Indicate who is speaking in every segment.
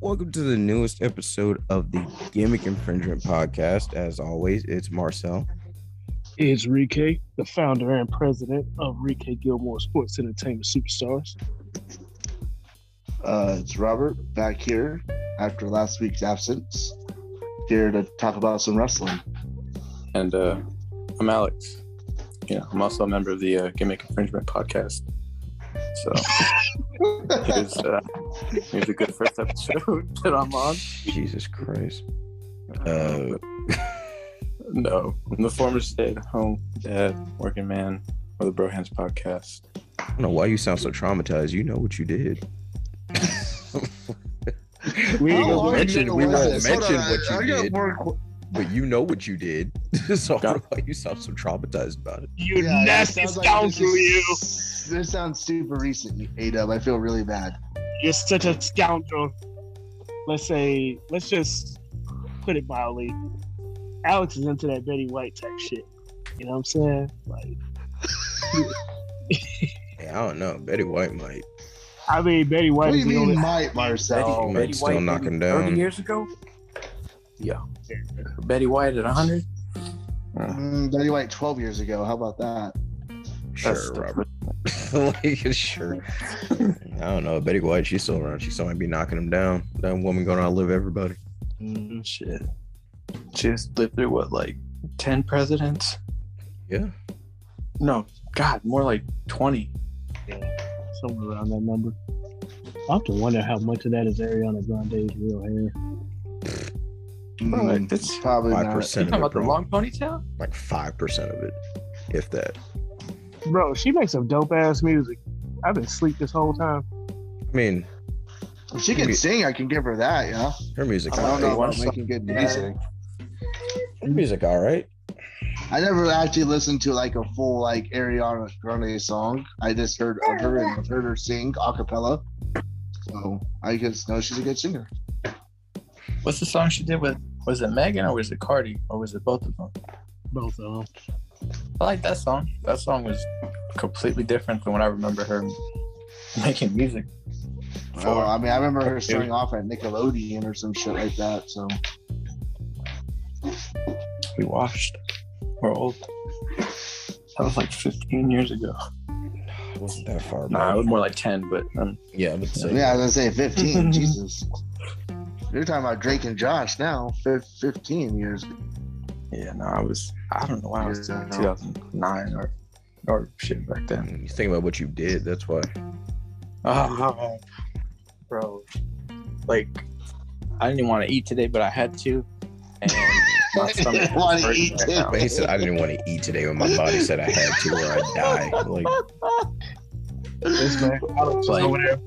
Speaker 1: Welcome to the newest episode of the Gimmick Infringement Podcast. As always, it's Marcel.
Speaker 2: It's Rike, the founder and president of Rike Gilmore Sports Entertainment Superstars.
Speaker 3: Uh, it's Robert back here after last week's absence, here to talk about some wrestling.
Speaker 4: And uh, I'm Alex. Yeah, I'm also a member of the uh, Gimmick Infringement Podcast. So here's, uh, here's a good first episode that I'm on.
Speaker 1: Jesus Christ. Uh,
Speaker 4: No, I'm the former stay-at-home dad, working man of the Bro Hands Podcast.
Speaker 1: I don't know why you sound so traumatized. You know what you did.
Speaker 2: We
Speaker 3: Oh,
Speaker 2: ain't
Speaker 1: How
Speaker 2: gonna
Speaker 1: long
Speaker 2: mention-
Speaker 1: mention- we won't mention what you
Speaker 3: I got
Speaker 1: did.
Speaker 3: More, qu-
Speaker 1: But you know what you did. so I don't know why you sound so traumatized about it.
Speaker 2: You
Speaker 3: Yeah, it
Speaker 2: nasty
Speaker 3: sounds like
Speaker 2: scoundrel,
Speaker 3: this
Speaker 2: you.
Speaker 3: is- This sounds super recent, Adub. I feel really bad.
Speaker 2: You're such a scoundrel. Let's say, let's just put it mildly. Alex is into that Betty White type shit. You know what I'm saying? Like,
Speaker 1: Hey, I don't know. Betty White might.
Speaker 2: I mean, Betty White
Speaker 3: What do
Speaker 2: is
Speaker 3: you
Speaker 2: the
Speaker 3: mean,
Speaker 2: only.
Speaker 3: might Marcel?
Speaker 1: Betty- Betty still White knocking 30 down.
Speaker 4: years ago? Yeah. Betty White at 100?
Speaker 3: Mm, Betty White, twelve years ago. How about that?
Speaker 1: Sure, Robert. like, sure. I don't know. Betty White, she's still around. She still might be knocking him down. That woman going to outlive everybody.
Speaker 4: Shit. She just lived through what, like 10 presidents?
Speaker 1: Yeah.
Speaker 4: No, God, more like 20.
Speaker 2: somewhere around that number. I have to wonder how much of that is Ariana Grande's real hair.
Speaker 4: Right,
Speaker 3: Mm,
Speaker 4: that's
Speaker 3: probably
Speaker 1: Five
Speaker 3: not.
Speaker 1: percent of it. bro.
Speaker 4: ponytail?
Speaker 1: Like five percent of it, if that.
Speaker 2: Bro, she makes some dope ass music. I've been asleep this whole time.
Speaker 1: I mean,
Speaker 3: If she can sing, I can give her that. Yeah.
Speaker 1: her music.
Speaker 3: I
Speaker 1: all
Speaker 3: don't know
Speaker 1: right.
Speaker 3: about making good music.
Speaker 1: Her music, all right.
Speaker 3: I never actually listened to like a full like Ariana Grande song. I just heard of her and I've heard her sing a cappella. So I just know she's a good singer.
Speaker 4: What's the song she did with? Was it Megan or was it Cardi or was it both of them?
Speaker 2: Both of them.
Speaker 4: I like that song. That song was completely different than when I remember her making music.
Speaker 3: So, I mean, I remember her starting off at Nickelodeon or some shit like that. So
Speaker 4: We washed. We're old. That was like 15 years ago.
Speaker 1: It wasn't that far.
Speaker 4: Nah, it
Speaker 1: bro.
Speaker 4: was more like 10, but um,
Speaker 1: yeah, I would say.
Speaker 3: yeah, I was gonna say 15. Jesus, you're talking about Drake and Josh now. fif- 15 years.
Speaker 4: yeah, no, I was, I don't know why I was
Speaker 3: Yeah.
Speaker 4: 2009 or, or shit back then.
Speaker 1: You think about what you did. That's why.
Speaker 4: Oh, bro. Like, I didn't want to eat today, but I had to. And my stomach is
Speaker 3: Wanna
Speaker 4: hurting
Speaker 3: eat
Speaker 4: right now.
Speaker 1: But he said I didn't want to eat today when my body said I had to or I'd die. Like,
Speaker 2: This man, Alex was
Speaker 4: Like-
Speaker 2: over there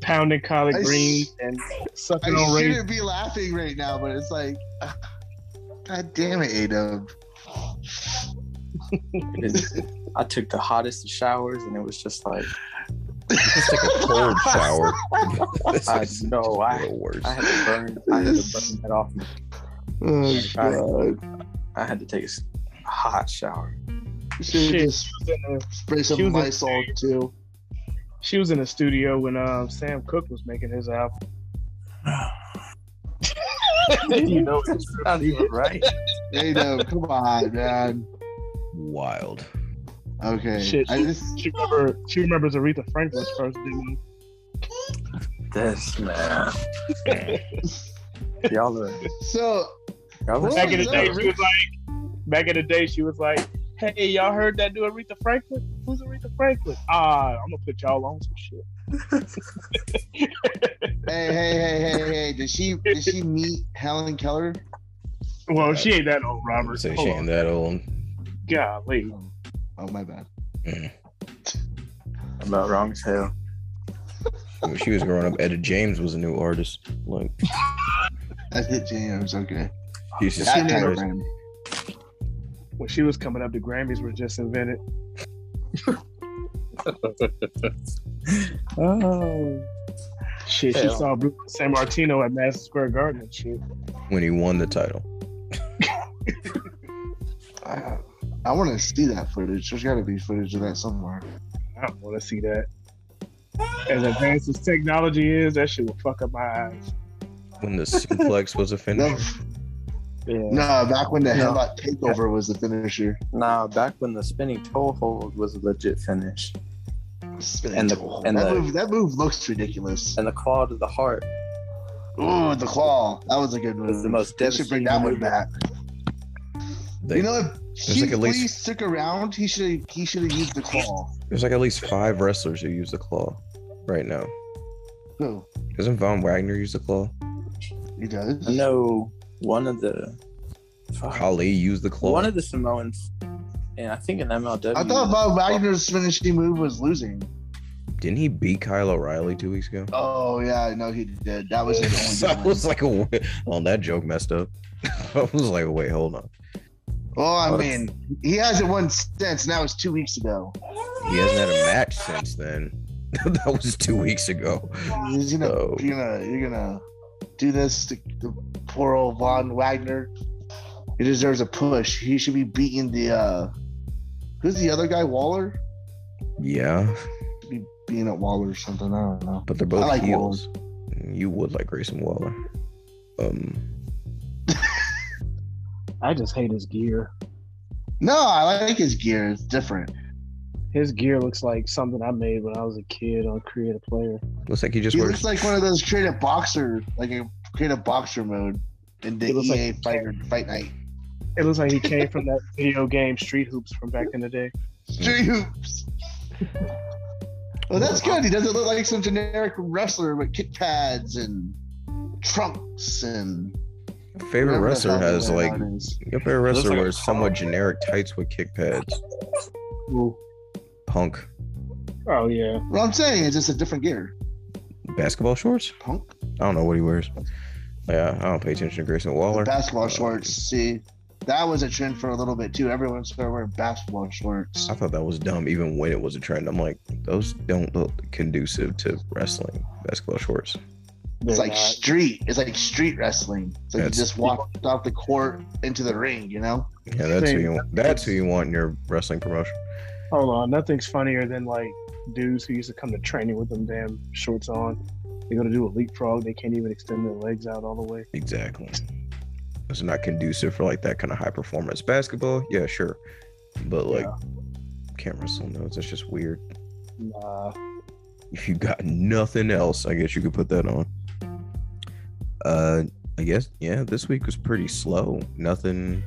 Speaker 2: pounding collard
Speaker 3: I s-
Speaker 2: greens and
Speaker 3: I
Speaker 2: sucking on raisins.
Speaker 3: shouldn't be laughing right now, but it's like, God damn it, Adub.
Speaker 4: I took the hottest of showers, and it was just like,
Speaker 1: just take a cold shower. This
Speaker 4: I
Speaker 1: is
Speaker 4: know,
Speaker 1: the
Speaker 4: I,
Speaker 1: worst.
Speaker 4: I had to burn, I had to burn that off. me.
Speaker 3: Oh,
Speaker 1: Mm.
Speaker 4: God. I had to take a s- a hot shower.
Speaker 3: Should
Speaker 2: Shit.
Speaker 3: just spray
Speaker 2: She
Speaker 3: some
Speaker 2: was in-
Speaker 3: Lysol too.
Speaker 2: She was in the studio when um, Sam Cooke was making his album.
Speaker 4: you know, it's not even right.
Speaker 3: Hey, no, come on, man.
Speaker 1: Wild.
Speaker 3: Okay.
Speaker 2: Shit.
Speaker 3: I just,
Speaker 2: She remember she remembers Aretha Franklin's first dude.
Speaker 4: This man. y'all are,
Speaker 3: so
Speaker 4: y'all are
Speaker 3: Back
Speaker 2: Back in
Speaker 3: in
Speaker 2: the day,
Speaker 3: Oh,
Speaker 2: she was like, back in the day, she was like, "Hey, y'all heard that new Aretha Franklin? Who's Aretha Franklin? Ah, I'm gonna put y'all on some shit."
Speaker 3: hey, hey, hey, hey, hey. Did she did she meet Helen Keller?
Speaker 2: Well, she ain't that old, Robert.
Speaker 1: Say she
Speaker 2: Hold
Speaker 1: ain't
Speaker 2: on.
Speaker 1: that old.
Speaker 2: Golly.
Speaker 3: Oh my bad.
Speaker 4: I'm not wrong as hell.
Speaker 1: When she was growing up, Etta James was a new artist. Like,
Speaker 3: That's it, James. Okay.
Speaker 1: she's just
Speaker 3: That
Speaker 1: artist.
Speaker 3: time,
Speaker 2: When she was coming up, the Grammys were just invented.
Speaker 4: Oh.
Speaker 2: Shit, she
Speaker 4: Hell.
Speaker 2: saw Bruno San Martino at Madison Square Garden and shit.
Speaker 1: when he won the title.
Speaker 3: I, I want to see that footage. There's got to be footage of that somewhere.
Speaker 2: I don't want to see that. As advanced as technology is, that shit will fuck up my eyes.
Speaker 1: when the suplex was a
Speaker 3: No,
Speaker 1: finisher.
Speaker 2: Yeah.
Speaker 3: no, back when the
Speaker 4: No.
Speaker 3: headlock takeover was the finisher.
Speaker 4: Nah, back when the spinning toe hold was a legit finish, And the- and
Speaker 3: that,
Speaker 4: the-
Speaker 3: move, that move looks ridiculous.
Speaker 4: and the claw to the heart
Speaker 3: Ooh, the claw. That was a good move.
Speaker 4: was the most
Speaker 3: They should bring
Speaker 4: devastating.
Speaker 3: that one
Speaker 4: move.
Speaker 3: back.
Speaker 1: They,
Speaker 3: you know, if
Speaker 1: There's
Speaker 3: Keith
Speaker 1: like
Speaker 3: Lee
Speaker 1: at least-
Speaker 3: stuck around, he should he should have used the claw.
Speaker 1: there's like at least five wrestlers who use the claw right now.
Speaker 3: Who?
Speaker 1: Doesn't Von Wagner use the claw?
Speaker 3: He does.
Speaker 4: I know one of the fuck,
Speaker 1: Ali used the claw.
Speaker 4: one of the Samoans, and I think in MLW.
Speaker 3: I thought Bob Wagner's finishing move was losing.
Speaker 1: Didn't he beat Kyle O'Reilly two weeks ago?
Speaker 3: Oh yeah, I know he did. That was his
Speaker 1: So
Speaker 3: only
Speaker 1: I
Speaker 3: good one.
Speaker 1: was like, oh, well, that joke messed up. I was like, wait, hold on.
Speaker 3: Well, I mean, he hasn't won since. and That was two weeks ago.
Speaker 1: He hasn't had a match since then. that was two weeks ago.
Speaker 3: He's gonna,
Speaker 1: So-
Speaker 3: you're gonna, you're gonna do this to the poor old Von Wagner. He deserves a push. He should be beating the. uh Who's the other guy? Waller.
Speaker 1: Yeah,
Speaker 3: Should be beating at Waller or something. I don't know.
Speaker 1: but they're both
Speaker 3: I like
Speaker 1: heels. You would like Grayson Waller. Um,
Speaker 2: I just hate his gear.
Speaker 3: No, I like his gear. It's different.
Speaker 2: His gear looks like something I made when I was a kid on Create a Player.
Speaker 1: looks like he just
Speaker 3: He
Speaker 1: wears.
Speaker 3: looks like one of those creative boxer, like a creative boxer mode in the
Speaker 2: He looks
Speaker 3: EA
Speaker 2: like-
Speaker 3: Fighter Fight Night.
Speaker 2: It looks like he came from that video game Street Hoops from back in the day.
Speaker 3: Street hoops. well, that's good. He doesn't look like some generic wrestler with kick pads and trunks and
Speaker 1: favorite
Speaker 3: whatever the
Speaker 1: wrestler
Speaker 3: hell that
Speaker 1: has like
Speaker 3: is.
Speaker 1: your favorite wrestler
Speaker 4: like a
Speaker 1: wears somewhat
Speaker 4: punk.
Speaker 1: generic tights with kick pads.
Speaker 2: Ooh.
Speaker 1: Punk
Speaker 2: Oh yeah,
Speaker 3: What I'm saying is, it's a different gear.
Speaker 1: basketball shorts.
Speaker 3: Punk
Speaker 1: I don't know what he wears. Yeah, I don't pay attention to Grayson Waller.
Speaker 3: basketball
Speaker 1: Uh,
Speaker 3: shorts. See, that was a trend for a little bit too. Everyone started wearing basketball shorts.
Speaker 1: I thought that was dumb, even when it was a trend. I'm like, those don't look conducive to wrestling basketball shorts.
Speaker 3: It's
Speaker 2: They're
Speaker 3: like
Speaker 2: not.
Speaker 3: street. It's like street wrestling. It's like
Speaker 1: That's-
Speaker 3: you just walked off the court into the ring. You know.
Speaker 1: Yeah, that's who
Speaker 2: Same.
Speaker 1: you that's who you want in your wrestling promotion.
Speaker 2: Hold on, nothing's funnier than like dudes who used to come to training with them damn shorts on. They go to do a leapfrog, they can't even extend their legs out all the way.
Speaker 1: Exactly. It's not conducive for like that kind of high performance basketball. Yeah, sure, but like,
Speaker 2: Yeah.
Speaker 1: can't wrestle in those. It's just weird.
Speaker 2: Nah,
Speaker 1: If you got nothing else, I guess you could put that on. Uh, I guess yeah. This week was pretty slow. Nothing.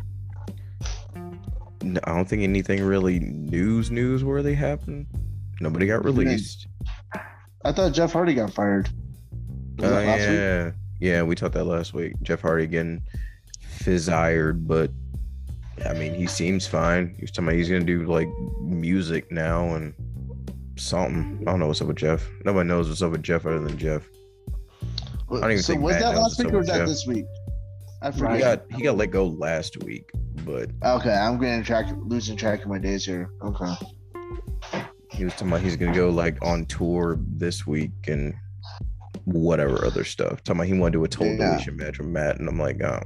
Speaker 1: No, I don't think anything really news newsworthy happened. Nobody got released.
Speaker 3: I thought Jeff Hardy got fired. Was
Speaker 1: Oh
Speaker 3: that last week?
Speaker 1: yeah, yeah. We talked that last week. Jeff Hardy getting fizzired, but I mean, he seems fine. He's talking about he's gonna do like music now and something. I don't know what's up with Jeff. Nobody knows what's up with Jeff other than Jeff.
Speaker 3: Wa-
Speaker 1: don't even
Speaker 3: so
Speaker 1: think
Speaker 3: was
Speaker 1: Matt
Speaker 3: that
Speaker 1: knows
Speaker 3: last
Speaker 1: what's
Speaker 3: week
Speaker 1: up
Speaker 3: or was
Speaker 1: with
Speaker 3: that
Speaker 1: Jeff.
Speaker 3: this week? I
Speaker 1: He
Speaker 2: Right.
Speaker 3: forgot.
Speaker 1: got he got let go last week, but
Speaker 3: Okay, I'm getting track, losing track of my days here. Okay.
Speaker 1: he was talking about he's gonna go like on tour this week and whatever other stuff. Talking about he wanted to do a total
Speaker 3: Yeah.
Speaker 1: deletion match with Matt, and I'm like, oh,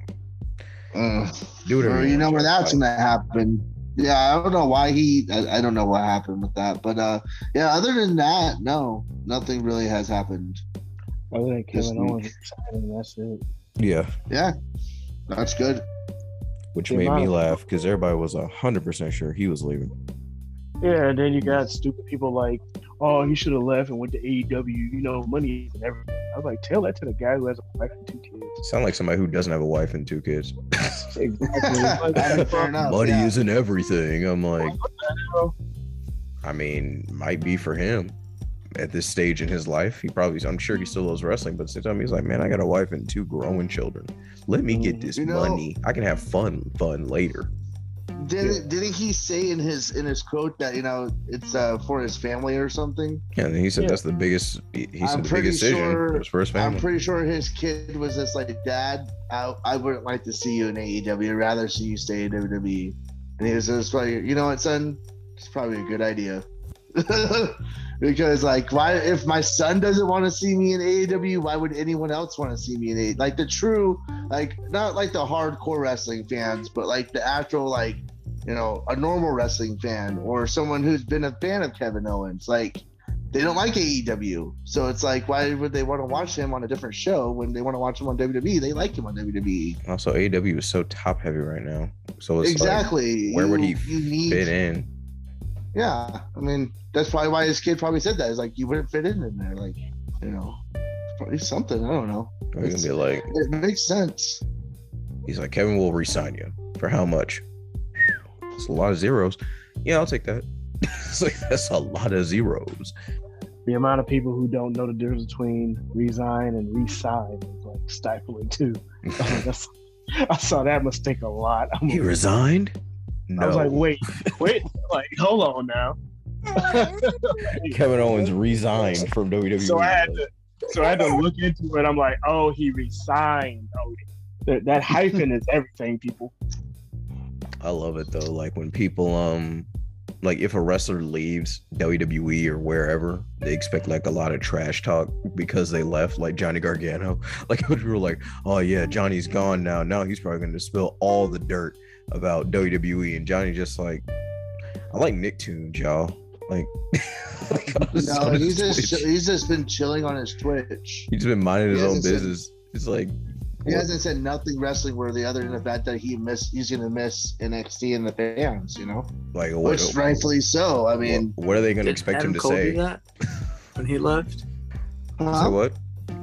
Speaker 3: Mm.
Speaker 1: do whatever.
Speaker 3: Or you know
Speaker 1: want.
Speaker 3: where that's
Speaker 1: Like,
Speaker 3: gonna happen. Yeah, I don't know why he. I, I don't know what happened with that, but uh, yeah. Other than that, no, nothing really has happened.
Speaker 2: other than
Speaker 3: This
Speaker 2: Kevin Owens, exciting, that's it.
Speaker 1: yeah.
Speaker 3: Yeah, that's good.
Speaker 1: which
Speaker 2: The
Speaker 1: made me
Speaker 2: amount-
Speaker 1: laugh because everybody was hundred percent sure he was leaving.
Speaker 2: Yeah, and then you got stupid people like, oh, he should have left and went to AEW. You know, money and everything. I was like, tell that to the guy who has a wife and two kids.
Speaker 1: Sound like somebody who doesn't have a wife and two kids.
Speaker 2: Exactly.
Speaker 3: I mean, fair enough.
Speaker 1: Money
Speaker 3: yeah.
Speaker 1: isn't everything. I'm like, I mean, might be for him at this stage in his life. He probably, I'm sure he still loves wrestling, but at the same time, he's like, man, I got a wife and two growing children. Let me get this
Speaker 3: Mm, You know-
Speaker 1: money. I can have fun, fun later.
Speaker 3: Didn't didn't he say in his in his quote that you know it's uh for his family or something?
Speaker 1: Yeah, and he said
Speaker 2: Yeah.
Speaker 1: that's the biggest. He he
Speaker 3: I'm
Speaker 1: said the
Speaker 3: pretty
Speaker 1: biggest decision
Speaker 3: sure-
Speaker 1: was for his
Speaker 3: I'm
Speaker 1: family.
Speaker 3: pretty sure his kid was just like, Dad, I, I wouldn't like to see you in AEW. I'd rather see you stay in WWE. And he was just like, you know what, son? It's probably a good idea. because like, why? If my son doesn't want to see me in AEW, why would anyone else want to see me in AEW? Like the true, like not like the hardcore wrestling fans, but like the actual like, you know, a normal wrestling fan or someone who's been a fan of Kevin Owens, like they don't like AEW. So it's like, why would they want to watch him on a different show when they want to watch him on WWE? They like him on E. WWE.
Speaker 1: Also, AEW is so top heavy right now. So it's exactly.
Speaker 3: exactly.
Speaker 1: where would he
Speaker 3: you need,
Speaker 1: like fit in.
Speaker 3: Yeah. I mean, that's probably why his kid probably said that. It's like, you wouldn't fit in in there. Like, you know, probably something. I don't know.
Speaker 1: Or he's gonna be like,
Speaker 3: It makes sense.
Speaker 1: he's like, Kevin will resign you for how much? It's a lot of zeros. Yeah, I'll take that. it's like that's a lot of zeros.
Speaker 2: The amount of people who don't know the difference between resign and resign is like stifling too. That's, I saw that mistake a lot. I'm
Speaker 1: he
Speaker 2: like-
Speaker 1: resigned. No.
Speaker 2: I was like, wait, wait, like hold on now.
Speaker 1: Kevin Owens resigned from E. WWE.
Speaker 2: So I had to, so I had to look into it. I'm like, oh, he resigned. Oh, that, that hyphen is everything, people.
Speaker 1: I love it though. Like when people, um, like if a wrestler leaves WWE or wherever, they expect like a lot of trash talk because they left, like Johnny Gargano. Like people were like, "Oh yeah, Johnny's gone now. Now he's probably going to spill all the dirt about WWE." And Johnny just like, I like Nicktoons, y'all. Like, like, I was
Speaker 3: No,
Speaker 1: on his
Speaker 3: he's just
Speaker 1: Twitch.
Speaker 3: he's just been chilling on his Twitch.
Speaker 1: he's been minding his
Speaker 3: he
Speaker 1: own
Speaker 3: hasn't said-
Speaker 1: business. It's like,
Speaker 3: He hasn't said nothing wrestling worthy other than the fact that he miss he's gonna miss NXT and the fans, you know,
Speaker 1: like what?
Speaker 3: which rightfully so. I mean,
Speaker 1: what, what are they going to expect
Speaker 4: Adam
Speaker 1: him to
Speaker 4: Cole
Speaker 1: say?
Speaker 4: do that when he left?
Speaker 1: Say
Speaker 3: huh?
Speaker 1: what?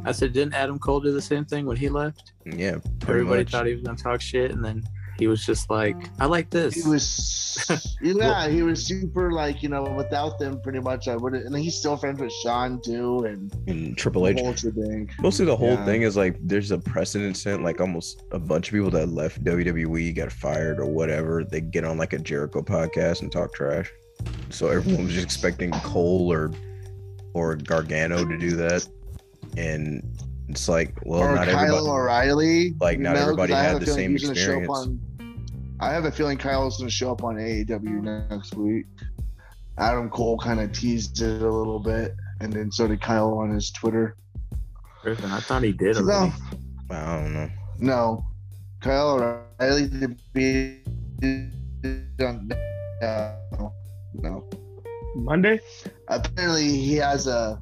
Speaker 4: I said, didn't Adam Cole do the same thing when he left?
Speaker 1: Yeah, pretty
Speaker 4: Everybody
Speaker 1: much.
Speaker 4: thought he was gonna talk shit, and then he was just like, "I like this."
Speaker 3: he was, yeah, he was super like you know. Without them, pretty much, I would. not And he's still friends with Sean too, and
Speaker 1: in Triple H.
Speaker 3: Vulture Bank.
Speaker 1: Mostly the whole
Speaker 3: Yeah.
Speaker 1: thing is like there's a precedent set, like almost a bunch of people that left WWE, got fired or whatever, they get on like a Jericho podcast and talk trash. So everyone was just expecting Cole or or Gargano to do that. And it's like, well,
Speaker 3: or
Speaker 1: not
Speaker 3: Kyle
Speaker 1: everybody
Speaker 3: O'Reilly.
Speaker 1: like, not
Speaker 3: No, 'cause
Speaker 1: everybody
Speaker 3: I
Speaker 1: had
Speaker 3: have a
Speaker 1: the
Speaker 3: feeling
Speaker 1: same
Speaker 3: he's gonna show up
Speaker 1: experience.
Speaker 3: on- I have a feeling Kyle's going to show up on AEW next week. Adam Cole kind of teased it a little bit, and then so did Kyle on his Twitter.
Speaker 4: Griffin, I thought he did.
Speaker 3: No,
Speaker 4: Already.
Speaker 1: um, I don't know.
Speaker 3: no, Kyle O'Reilly to be no, no.
Speaker 2: Monday?
Speaker 3: Apparently, he has a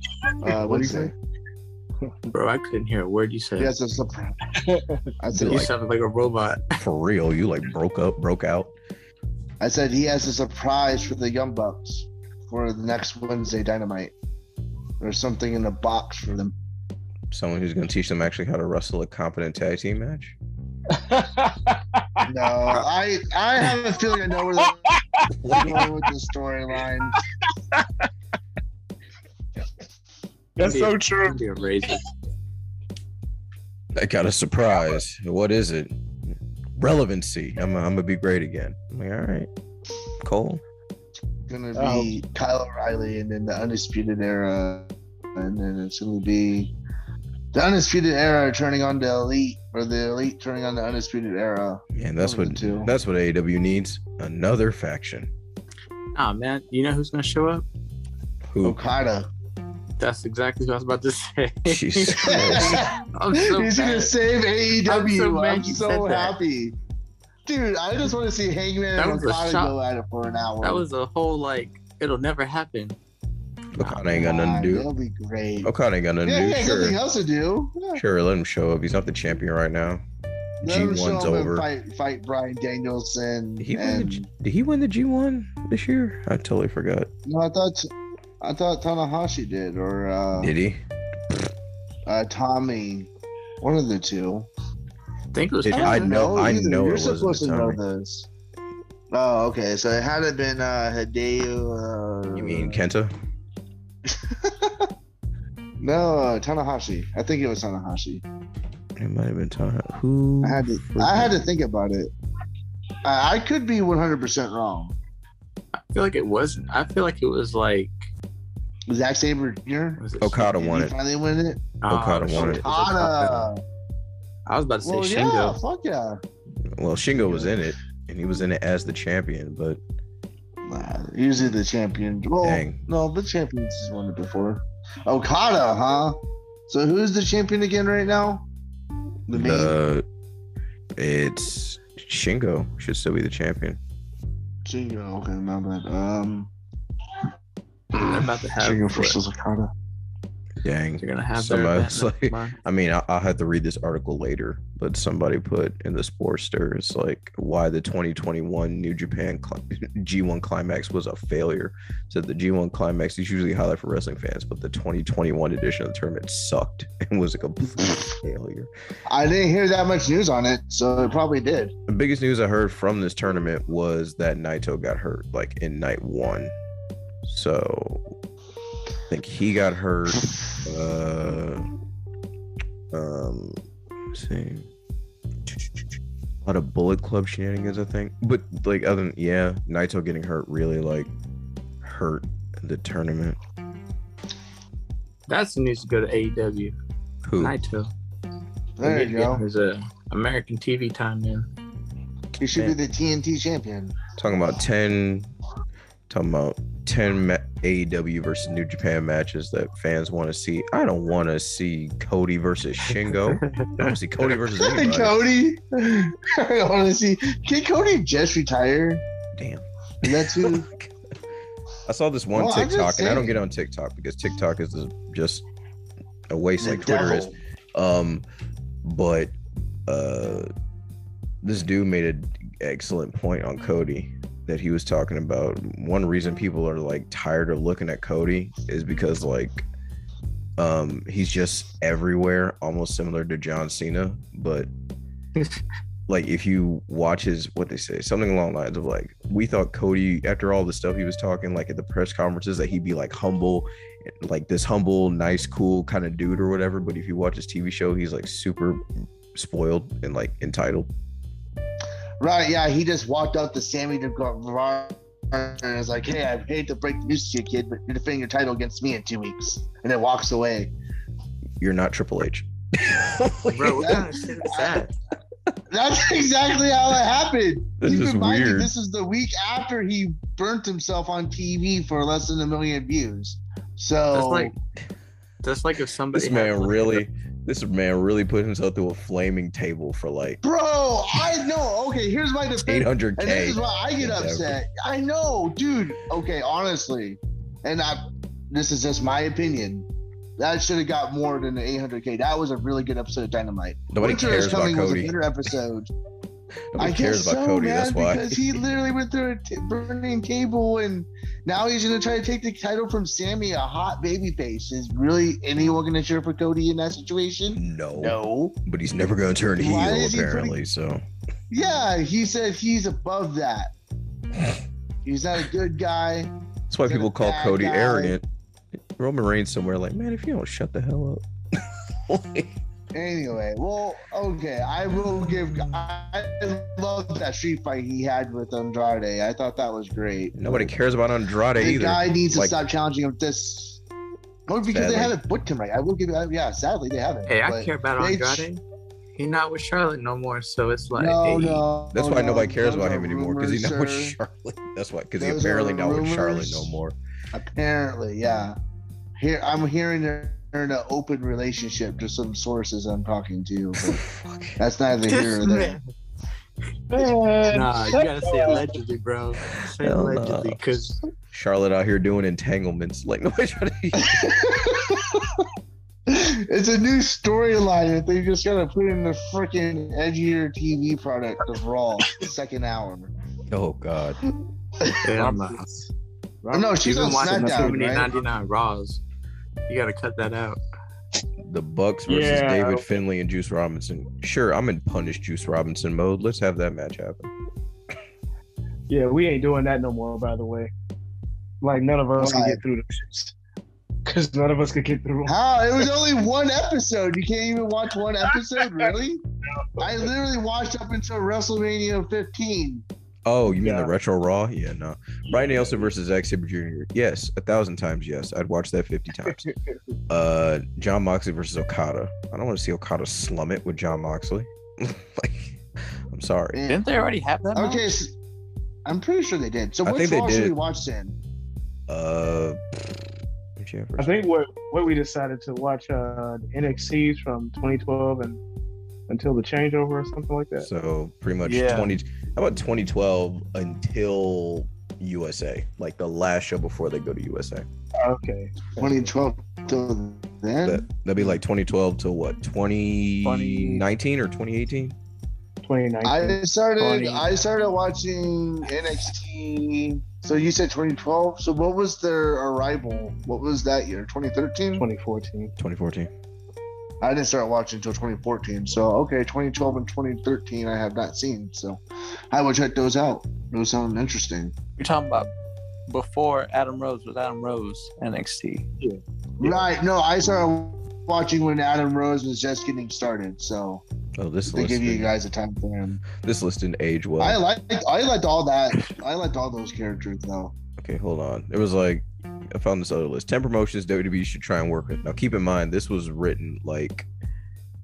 Speaker 3: uh, what do you say?
Speaker 4: Bro, I couldn't hear a word you said.
Speaker 3: He has a surprise. I said
Speaker 4: you
Speaker 1: Like-
Speaker 4: sounded like a robot.
Speaker 1: For real, you like broke up, broke out.
Speaker 3: I said he has a surprise for the Young Bucks for the next Wednesday Dynamite. There's something in the box for them.
Speaker 1: Someone who's gonna teach them actually how to wrestle a competent tag team match.
Speaker 3: No, I I have a feeling I know where they're going with the storyline.
Speaker 2: That's so
Speaker 4: You're
Speaker 2: true.
Speaker 4: gonna be a racist.
Speaker 1: I got a surprise. What is it? Relevancy. I'm, I'm gonna be great again. I'm like, all right, Cole.
Speaker 3: It's gonna be Kyle O'Reilly and then the Undisputed Era, and then it's gonna be the Undisputed Era turning on the Elite or the Elite turning on the Undisputed Era.
Speaker 1: Man, that's
Speaker 3: One of
Speaker 1: what
Speaker 3: the two.
Speaker 1: that's what AEW needs. Another faction.
Speaker 4: Nah, man. You know who's gonna show up?
Speaker 1: Who?
Speaker 3: Okada.
Speaker 4: That's exactly what I was about to say.
Speaker 1: Jesus Christ.
Speaker 4: I'm so
Speaker 3: He's gonna
Speaker 4: mad.
Speaker 3: save AEW.
Speaker 4: I'm
Speaker 3: I'm
Speaker 4: so
Speaker 3: so,
Speaker 4: mad you said that.
Speaker 3: happy. Dude, I just want to see Hangman
Speaker 4: That
Speaker 3: and
Speaker 4: was a
Speaker 3: Okada
Speaker 4: shock.
Speaker 3: go at it for an hour.
Speaker 4: That was a whole like. It'll never happen.
Speaker 1: Okada ain't got nothing to
Speaker 3: That'll
Speaker 1: do.
Speaker 3: be great.
Speaker 1: Okada ain't got nothing to do.
Speaker 3: Yeah, he has
Speaker 1: Sure,
Speaker 3: something else to do. Yeah.
Speaker 1: sure. Let him show up. He's not the champion right now.
Speaker 3: Let him show
Speaker 1: G1's
Speaker 3: up and
Speaker 1: over.
Speaker 3: Fight, fight Brian Danielson.
Speaker 1: Did he win the
Speaker 3: and,
Speaker 1: G- Did he win the G1 this year? I totally forgot.
Speaker 3: no, I thought, I thought Tanahashi did or uh,
Speaker 1: Did he?
Speaker 3: uh, Tommy, one of the two.
Speaker 4: I think it was.
Speaker 1: It- I
Speaker 3: don't
Speaker 1: know- I
Speaker 3: either.
Speaker 1: know it
Speaker 3: You're
Speaker 1: wasn't
Speaker 3: supposed to know
Speaker 1: Tommy.
Speaker 3: this. Oh, okay. So it hadn't been uh, Hideo. Uh,
Speaker 1: You mean Kenta?
Speaker 3: No, uh, Tanahashi. I think it was Tanahashi.
Speaker 1: It might have been Tanahashi. Who?
Speaker 3: I had to. I had to think about it. I, I could be 100% wrong.
Speaker 4: I feel like it wasn't. I feel like it was like.
Speaker 3: Zack Saber Jr.
Speaker 4: was it-
Speaker 1: Okada
Speaker 3: Did
Speaker 1: won
Speaker 3: he
Speaker 1: it.
Speaker 3: finally win it.
Speaker 4: Oh,
Speaker 1: Okada
Speaker 4: shit,
Speaker 1: won
Speaker 4: it
Speaker 1: it.
Speaker 4: was Okada.
Speaker 3: Okada.
Speaker 4: I was about to say
Speaker 3: Well, yeah,
Speaker 4: Shingo.
Speaker 3: fuck yeah.
Speaker 1: Well, Shingo was in it, and he was in it as the champion, but
Speaker 3: Nah, usually the champion. Well,
Speaker 1: Dang.
Speaker 3: no, the champions has won it before. Okada, huh? So who's the champion again right now? The main.
Speaker 1: the it's Shingo should still be the champion.
Speaker 3: Shingo. Okay, my bad. Um,
Speaker 4: They're about to have
Speaker 3: Shingo
Speaker 4: what?
Speaker 3: versus Okada.
Speaker 1: Dang.
Speaker 4: They're gonna have
Speaker 1: Somebody
Speaker 4: their
Speaker 1: was
Speaker 4: event
Speaker 1: like-
Speaker 4: tomorrow.
Speaker 1: I mean, I, I'll have to read this article later, but somebody put in the Sportster, it's like why the 2021 New Japan cli- G1 Climax was a failure. Said the G1 Climax is usually a highlight for wrestling fans, but the 2021 edition of the tournament sucked and was a complete failure.
Speaker 3: I didn't hear that much news on it, so it probably did.
Speaker 1: The biggest news I heard from this tournament was that Naito got hurt, like in night one. So I think he got hurt. Uh, um, let's see. A lot of Bullet Club shenanigans, I think. But like, other than yeah, Naito getting hurt really like hurt the tournament.
Speaker 4: That's who needs to E go to AEW.
Speaker 1: Who?
Speaker 4: Naito. They
Speaker 3: There
Speaker 4: need
Speaker 3: you
Speaker 4: to get
Speaker 3: go.
Speaker 4: His uh, American TV time man.
Speaker 3: He should be the TNT champion.
Speaker 1: talking about 10 talking about 10 ma- AEW versus New Japan matches that fans want to see. I don't want to see Cody versus Shingo. I don't want to see Cody versus anybody.
Speaker 3: Cody. Honestly, can Cody just retire?
Speaker 1: Damn.
Speaker 3: And That's who.
Speaker 1: I saw this one
Speaker 3: Well, I'm just
Speaker 1: TikTok and I don't
Speaker 3: saying.
Speaker 1: get on TikTok because TikTok is just a waste
Speaker 3: the
Speaker 1: like Twitter is.
Speaker 3: devil.
Speaker 1: Um, but uh, this dude made an excellent point on Cody that he was talking about. One reason people are like tired of looking at Cody is because like um he's just everywhere, almost similar to John Cena, but like if you watch his what they say something along the lines of like we thought cody after all the stuff he was talking like at the press conferences that he'd be like humble like this humble nice cool kind of dude or whatever but if you watch his tv show he's like super spoiled and like entitled
Speaker 3: Right, yeah, he just walked up to Sammy Guevara and was like, "Hey, I hate to break the news to you, kid, but you're defending your title against me in two weeks," and then walks away.
Speaker 1: you're not triple h
Speaker 4: Bro, what kind of shit is that?
Speaker 3: That's exactly how it happened.
Speaker 1: That's
Speaker 3: Keep
Speaker 1: just
Speaker 3: in mind that
Speaker 1: weird.
Speaker 3: This is the week after he burnt himself on TV for less than a million views. So
Speaker 4: That's like that's like if somebody
Speaker 1: this
Speaker 4: had,
Speaker 1: man
Speaker 4: like,
Speaker 1: really this man really put himself through a flaming table for like
Speaker 3: Bro, I know. Okay, here's my defense. And this is
Speaker 1: 800k
Speaker 3: why I get
Speaker 1: Whatever.
Speaker 3: upset. I know, dude. Okay, honestly, and I, this is just my opinion. That should have got more than the 800k. That was a really good episode of Dynamite.
Speaker 1: nobody
Speaker 3: Winter
Speaker 1: cares
Speaker 3: is
Speaker 1: about
Speaker 3: coming was a
Speaker 1: cody
Speaker 3: better episode. I
Speaker 1: nobody
Speaker 3: guess
Speaker 1: cares about
Speaker 3: so,
Speaker 1: cody
Speaker 3: man,
Speaker 1: that's why
Speaker 3: because he literally went through a t- burning table, and now he's gonna try to take the title from Sammy, a hot baby face. Is really anyone gonna cheer for Cody in that situation?
Speaker 1: no,
Speaker 3: No.
Speaker 1: but he's never gonna turn heel
Speaker 3: Why is he putting-
Speaker 1: apparently so
Speaker 3: Yeah, he said he's above that. He's not a good guy.
Speaker 1: That's why
Speaker 3: He's a
Speaker 1: people call
Speaker 3: bad
Speaker 1: Cody
Speaker 3: guy.
Speaker 1: arrogant. Roman Reigns somewhere like, man, if you don't shut the hell up. Like,
Speaker 3: Anyway, well, okay, I will give. I love that street fight he had with Andrade. I thought that was great.
Speaker 1: nobody cares about Andrade
Speaker 3: The
Speaker 1: either.
Speaker 3: guy needs to
Speaker 1: Like-
Speaker 3: stop challenging him. This, oh, because
Speaker 1: Sadly.
Speaker 3: they haven't booked him right. I will give. uh, Yeah, sadly they haven't.
Speaker 4: Hey, I
Speaker 3: but-
Speaker 4: care about
Speaker 3: they-
Speaker 4: Andrade. He not with Charlotte no more, so it's like
Speaker 3: no,
Speaker 4: hey,
Speaker 3: no,
Speaker 1: That's why
Speaker 3: Oh, no,
Speaker 1: nobody cares
Speaker 3: those
Speaker 1: about
Speaker 3: are
Speaker 1: him anymore because he's not with
Speaker 3: rumors, sir.
Speaker 1: Charlotte. That's why, because he's
Speaker 3: Those are
Speaker 1: barely not with Charlotte
Speaker 3: rumors.
Speaker 1: no more.
Speaker 3: Apparently, yeah. Here, I'm hearing they're in an open relationship to some sources I'm talking to. But that's neither here
Speaker 4: This
Speaker 3: nor there.
Speaker 4: man.
Speaker 2: Man,
Speaker 4: Nah, you
Speaker 2: shut
Speaker 4: gotta say
Speaker 2: up.
Speaker 4: allegedly, bro. Say
Speaker 1: Hell
Speaker 4: allegedly,
Speaker 1: no.
Speaker 4: because
Speaker 1: Charlotte out here doing entanglements. Like nobody trying to.
Speaker 3: it's a new storyline that they just gotta put in the freaking edgier TV product of Raw second hour.
Speaker 1: Oh God,
Speaker 4: yeah, I'm not.
Speaker 3: Oh, no, she's on
Speaker 4: You've been watching too
Speaker 3: SmackDown,
Speaker 4: many
Speaker 3: right?
Speaker 4: 99 Raws. You gotta cut that out.
Speaker 1: the Bucks versus
Speaker 2: Yeah.
Speaker 1: David Finley and Juice Robinson. Sure, I'm in punish Juice Robinson mode. Let's have that match happen.
Speaker 2: Yeah, we ain't doing that no more. By the way, like none of us
Speaker 3: Why?
Speaker 2: can get through this, because none of us could get through.
Speaker 3: How? It was only one episode. You can't even watch one episode, really? I literally watched up until WrestleMania 15.
Speaker 1: Oh, you mean
Speaker 2: Yeah.
Speaker 1: the retro Raw? Yeah, no. Brian Nelson versus Zack Sabre Jr. Yes, a thousand times yes. I'd watch that fifty times. uh John Moxley versus Okada. I don't want to see Okada slum it with John Moxley. like, I'm sorry.
Speaker 3: Man.
Speaker 4: Didn't they already have that? match?
Speaker 3: Okay, so I'm pretty sure they did. So
Speaker 1: I
Speaker 3: which
Speaker 1: think they
Speaker 3: Raw should
Speaker 1: did.
Speaker 3: we watch then?
Speaker 1: Uh, whichever.
Speaker 2: I think what what we decided to watch uh, the NXTs from 2012 and until the changeover or something like that.
Speaker 1: so. Pretty much
Speaker 4: Yeah.
Speaker 1: 20. How about
Speaker 3: Mm-hmm.
Speaker 1: 2012 until USA? Like the last show before they go to USA.
Speaker 2: Okay.
Speaker 3: 2012 till then.
Speaker 1: That, that'd be like 2012 to what? 2019 or 2018?
Speaker 2: 2019.
Speaker 3: I started.
Speaker 2: 20.
Speaker 3: I started watching NXT. So you said 2012. So what was their arrival? What was that year? 2013.
Speaker 2: 2014.
Speaker 1: 2014.
Speaker 3: I didn't start watching until 2014. So okay, 2012 and 2013 I have not seen. So I will check those out. Those sound interesting.
Speaker 4: You're talking about before Adam Rose was Adam Rose NXT.
Speaker 2: Yeah.
Speaker 3: Right? No, I started watching when Adam Rose was just getting started. So
Speaker 1: Oh, this
Speaker 3: they
Speaker 1: list.
Speaker 3: give you
Speaker 1: Didn't,
Speaker 3: guys a time frame.
Speaker 1: this list didn't age well.
Speaker 3: I liked. I liked all that. I liked all those characters though.
Speaker 1: okay, hold on. It was like I found this other list. Ten promotions WWE should try and work with. Now, keep in mind this was written like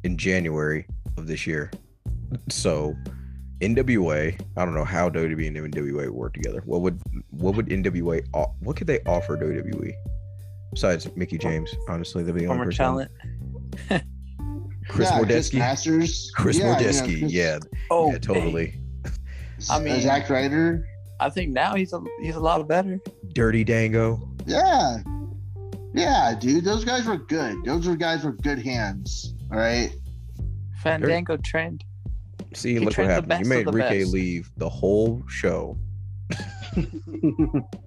Speaker 1: in January of this year, so NWA. I don't know how WWE and NWA work together. What would what would NWA o- what could they offer WWE besides Mickey James? Honestly, that'd be the only
Speaker 4: Former
Speaker 1: person.
Speaker 4: talent.
Speaker 1: Chris
Speaker 3: yeah, Chris
Speaker 1: Mordesky.
Speaker 3: Masters.
Speaker 1: Chris
Speaker 3: yeah, you know,
Speaker 1: Mordesky.
Speaker 3: Chris-
Speaker 1: yeah,
Speaker 4: Oh,
Speaker 1: yeah, totally.
Speaker 4: I mean-
Speaker 3: Zack Ryder.
Speaker 4: I think now he's a he's a lot better.
Speaker 1: Dirty Dango.
Speaker 3: Yeah. Yeah, dude. Those guys were good. Those were guys were good hands. All right.
Speaker 4: Fandango trend.
Speaker 1: See,
Speaker 4: He
Speaker 1: look what
Speaker 4: trained the
Speaker 1: happened.
Speaker 4: best
Speaker 1: You made
Speaker 4: of the
Speaker 1: Enrique
Speaker 4: best.
Speaker 1: leave the whole show.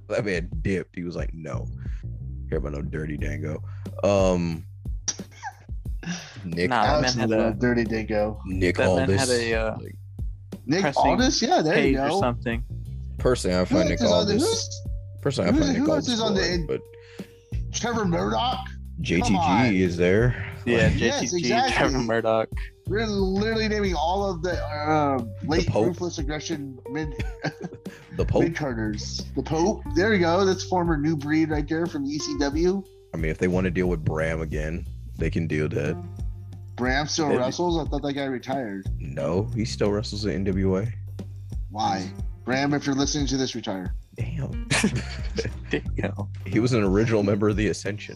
Speaker 1: That man dipped. He was like, "No, care about no dirty dango." Um, Nick
Speaker 4: Nah, that
Speaker 3: Alex
Speaker 4: man had
Speaker 3: Love,
Speaker 4: a-
Speaker 3: Dirty Dingo.
Speaker 1: Nick
Speaker 4: That man
Speaker 1: Aldis.
Speaker 4: had a uh,
Speaker 3: Nick
Speaker 4: Pressing
Speaker 3: Aldis. Yeah, there you
Speaker 4: page or
Speaker 3: go.
Speaker 4: something.
Speaker 1: personally, I
Speaker 3: Who
Speaker 1: find
Speaker 3: else
Speaker 1: Nick
Speaker 3: is on the-
Speaker 1: Aldis.
Speaker 3: who's-
Speaker 1: Personally, I
Speaker 3: who-
Speaker 1: find Nick
Speaker 3: who else
Speaker 1: Aldis
Speaker 3: is on the-
Speaker 1: boring, but
Speaker 3: Trevor Murdoch. Come on.
Speaker 1: JTG is there.
Speaker 4: Yeah,
Speaker 1: Like,
Speaker 4: JTG,
Speaker 3: Yes, exactly.
Speaker 4: Trevor Murdoch.
Speaker 3: We're literally naming all of the uh, late
Speaker 1: Pope.
Speaker 3: ruthless aggression mid
Speaker 1: the Pope.
Speaker 3: mid carders. The Pope. There you go. That's former new breed right there from E ECW.
Speaker 1: I mean, if they want to deal with Bram again, they can deal with
Speaker 3: Mm.
Speaker 1: that.
Speaker 3: Bram still
Speaker 4: Maybe.
Speaker 3: wrestles. I thought that guy retired.
Speaker 1: No, he still wrestles in NWA.
Speaker 3: Why? Bram, if you're listening to this, retire.
Speaker 1: Damn,
Speaker 4: Dingo.
Speaker 1: he was an original member of the Ascension.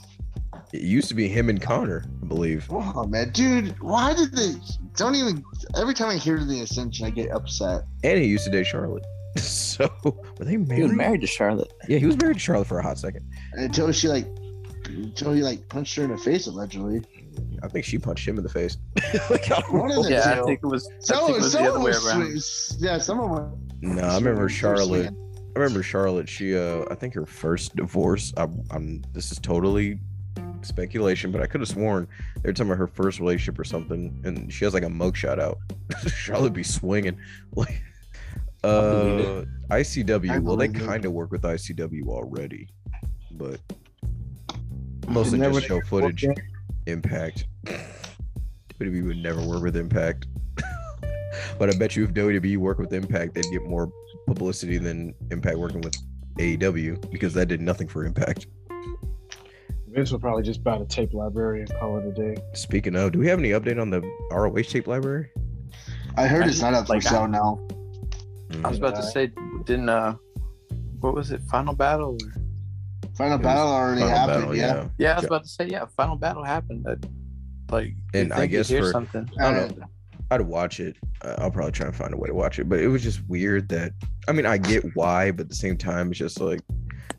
Speaker 1: It used to be him and Connor, I believe.
Speaker 3: Wow, man, dude, why did they? Don't even. Every time I hear the Ascension, I get upset.
Speaker 1: and he used to date Charlotte. So were they
Speaker 4: He was
Speaker 1: married?
Speaker 4: married to Charlotte.
Speaker 1: Yeah, he was married to Charlotte for a hot second.
Speaker 3: Until she like, until he like punched her in the face allegedly.
Speaker 1: I think she punched him in the face. like, I don't
Speaker 3: One of
Speaker 1: know.
Speaker 3: the
Speaker 4: Yeah,
Speaker 3: two.
Speaker 4: I think it was. I
Speaker 3: So
Speaker 4: think it was the other
Speaker 3: someone
Speaker 4: way
Speaker 3: was,
Speaker 4: around.
Speaker 3: swe- yeah, someone was.
Speaker 1: No, I remember
Speaker 3: was
Speaker 1: Charlotte.
Speaker 3: swinging.
Speaker 1: I remember Charlotte. She, uh, I think her first divorce. I'm, I'm. This is totally speculation, but I could have sworn they were talking about her first relationship or something, and she has like a mugshot out. Charlotte be swinging. Like, uh,
Speaker 4: believe
Speaker 1: ICW.
Speaker 3: I
Speaker 1: Well, they
Speaker 3: believe it.
Speaker 1: kind of work with ICW already, but mostly
Speaker 3: And that
Speaker 1: just show
Speaker 3: would-
Speaker 1: footage. Impact. WWE would never work with Impact. but I bet you if WWE worked with Impact, they'd get more publicity than Impact working with AEW because that did nothing for Impact.
Speaker 2: Vince will probably just buy the tape library and call it a day.
Speaker 1: Speaking of, do we have any update on the ROH tape library?
Speaker 3: I heard
Speaker 4: I
Speaker 3: it's not up for
Speaker 4: like, I-
Speaker 3: sale now.
Speaker 4: I was about to say, didn't uh, what was it? Final battle? Or...
Speaker 3: Final
Speaker 1: was
Speaker 3: battle already
Speaker 1: Final
Speaker 3: happened.
Speaker 1: Battle,
Speaker 3: yeah.
Speaker 4: Yeah, I was
Speaker 1: Yeah.
Speaker 4: about to say, yeah, final battle happened. That, like, you
Speaker 1: And I
Speaker 4: think you'd
Speaker 1: guess
Speaker 4: hear
Speaker 1: for-
Speaker 4: something.
Speaker 1: I don't know. I'd watch it. Uh, I'll probably try and find a way to watch it, but it was just weird that. I mean, I get why, but at the same time, it's just like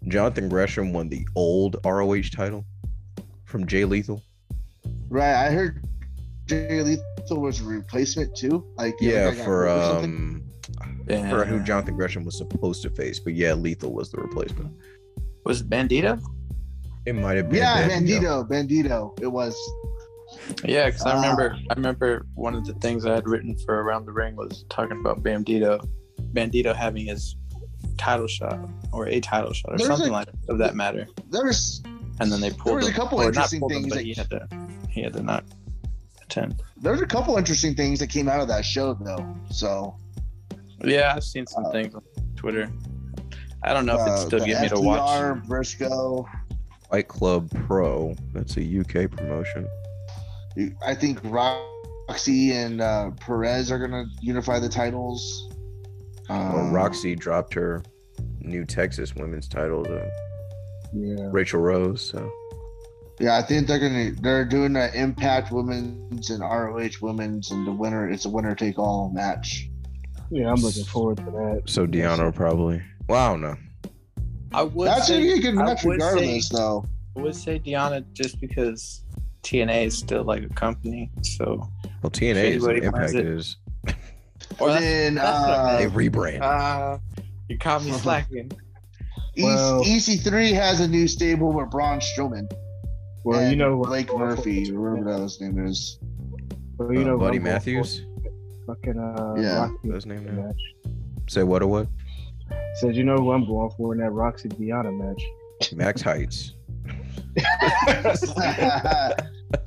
Speaker 1: Jonathan Gresham won the old ROH title from Jay Lethal.
Speaker 3: Right. I heard Jay Lethal was a replacement too. Like the
Speaker 1: Yeah,
Speaker 3: other guy got
Speaker 1: for
Speaker 3: hurt or something.
Speaker 1: um,
Speaker 4: Yeah.
Speaker 1: for who Jonathan Gresham was supposed to face, but yeah, Lethal was the replacement.
Speaker 4: was it Bandito?
Speaker 1: It might have been.
Speaker 3: Yeah,
Speaker 1: Ben, you know.
Speaker 3: Bandito, Bandito. It was.
Speaker 4: Yeah, because I
Speaker 3: Ah.
Speaker 4: remember, I remember one of the things I had written for Around the Ring was talking about Bandito, Bandito having his title shot or a title shot or
Speaker 3: There's
Speaker 4: something
Speaker 3: a-
Speaker 4: like of that matter,
Speaker 3: There's
Speaker 4: and then they pulled.
Speaker 3: was a
Speaker 4: him-
Speaker 3: couple
Speaker 4: or not
Speaker 3: interesting
Speaker 4: pulled him,
Speaker 3: things
Speaker 4: but
Speaker 3: that-
Speaker 4: he had to, he had to not attend.
Speaker 3: there's a couple interesting things that came out of that show though. So
Speaker 4: Yeah, I've seen some
Speaker 3: Uh,
Speaker 4: things on Twitter. I don't know if
Speaker 3: uh,
Speaker 4: it's still
Speaker 3: the
Speaker 4: getting me to watch.
Speaker 3: FDR, Briscoe.
Speaker 1: Fight Club Pro. That's a UK promotion.
Speaker 3: I think Roxy and uh, Perez are gonna unify the titles.
Speaker 1: Well,
Speaker 3: Um,
Speaker 1: Roxy dropped her new Texas women's title to
Speaker 2: Yeah.
Speaker 1: Rachel Rose. So
Speaker 3: Yeah, I think they're gonna they're doing an Impact Women's and ROH Women's, and the winner it's a winner take all match.
Speaker 2: Yeah, I'm looking forward to that.
Speaker 1: so Deano probably. Well, I don't know.
Speaker 4: I would
Speaker 3: That's
Speaker 4: say,
Speaker 3: if you can
Speaker 4: I
Speaker 3: match
Speaker 4: would say-
Speaker 3: regardless, though.
Speaker 4: I would say Deanna just because TNA is still like a company, so
Speaker 1: Well, TNA is
Speaker 4: Anybody
Speaker 1: Impact
Speaker 4: finds it-
Speaker 1: is Oh,
Speaker 4: Well, that's-
Speaker 3: then
Speaker 4: that's what I
Speaker 1: they
Speaker 3: uh,
Speaker 1: rebrand.
Speaker 4: Uh, you caught me slacking.
Speaker 3: E-
Speaker 2: Well-
Speaker 3: EC3 has a new stable with Braun Strowman.
Speaker 2: Well,
Speaker 3: and
Speaker 2: you know what-
Speaker 3: Blake Murphy, or whatever his name is.
Speaker 2: Well,
Speaker 1: Uh,
Speaker 2: you know what
Speaker 1: Buddy
Speaker 2: I'm going
Speaker 1: Matthews.
Speaker 2: for. Fucking uh,
Speaker 3: Yeah.
Speaker 2: Roxy
Speaker 1: That's his name now.
Speaker 2: match.
Speaker 1: Say what or what?
Speaker 2: Says you know who I'm going for in that Roxy Deanna match.
Speaker 1: Max Heights.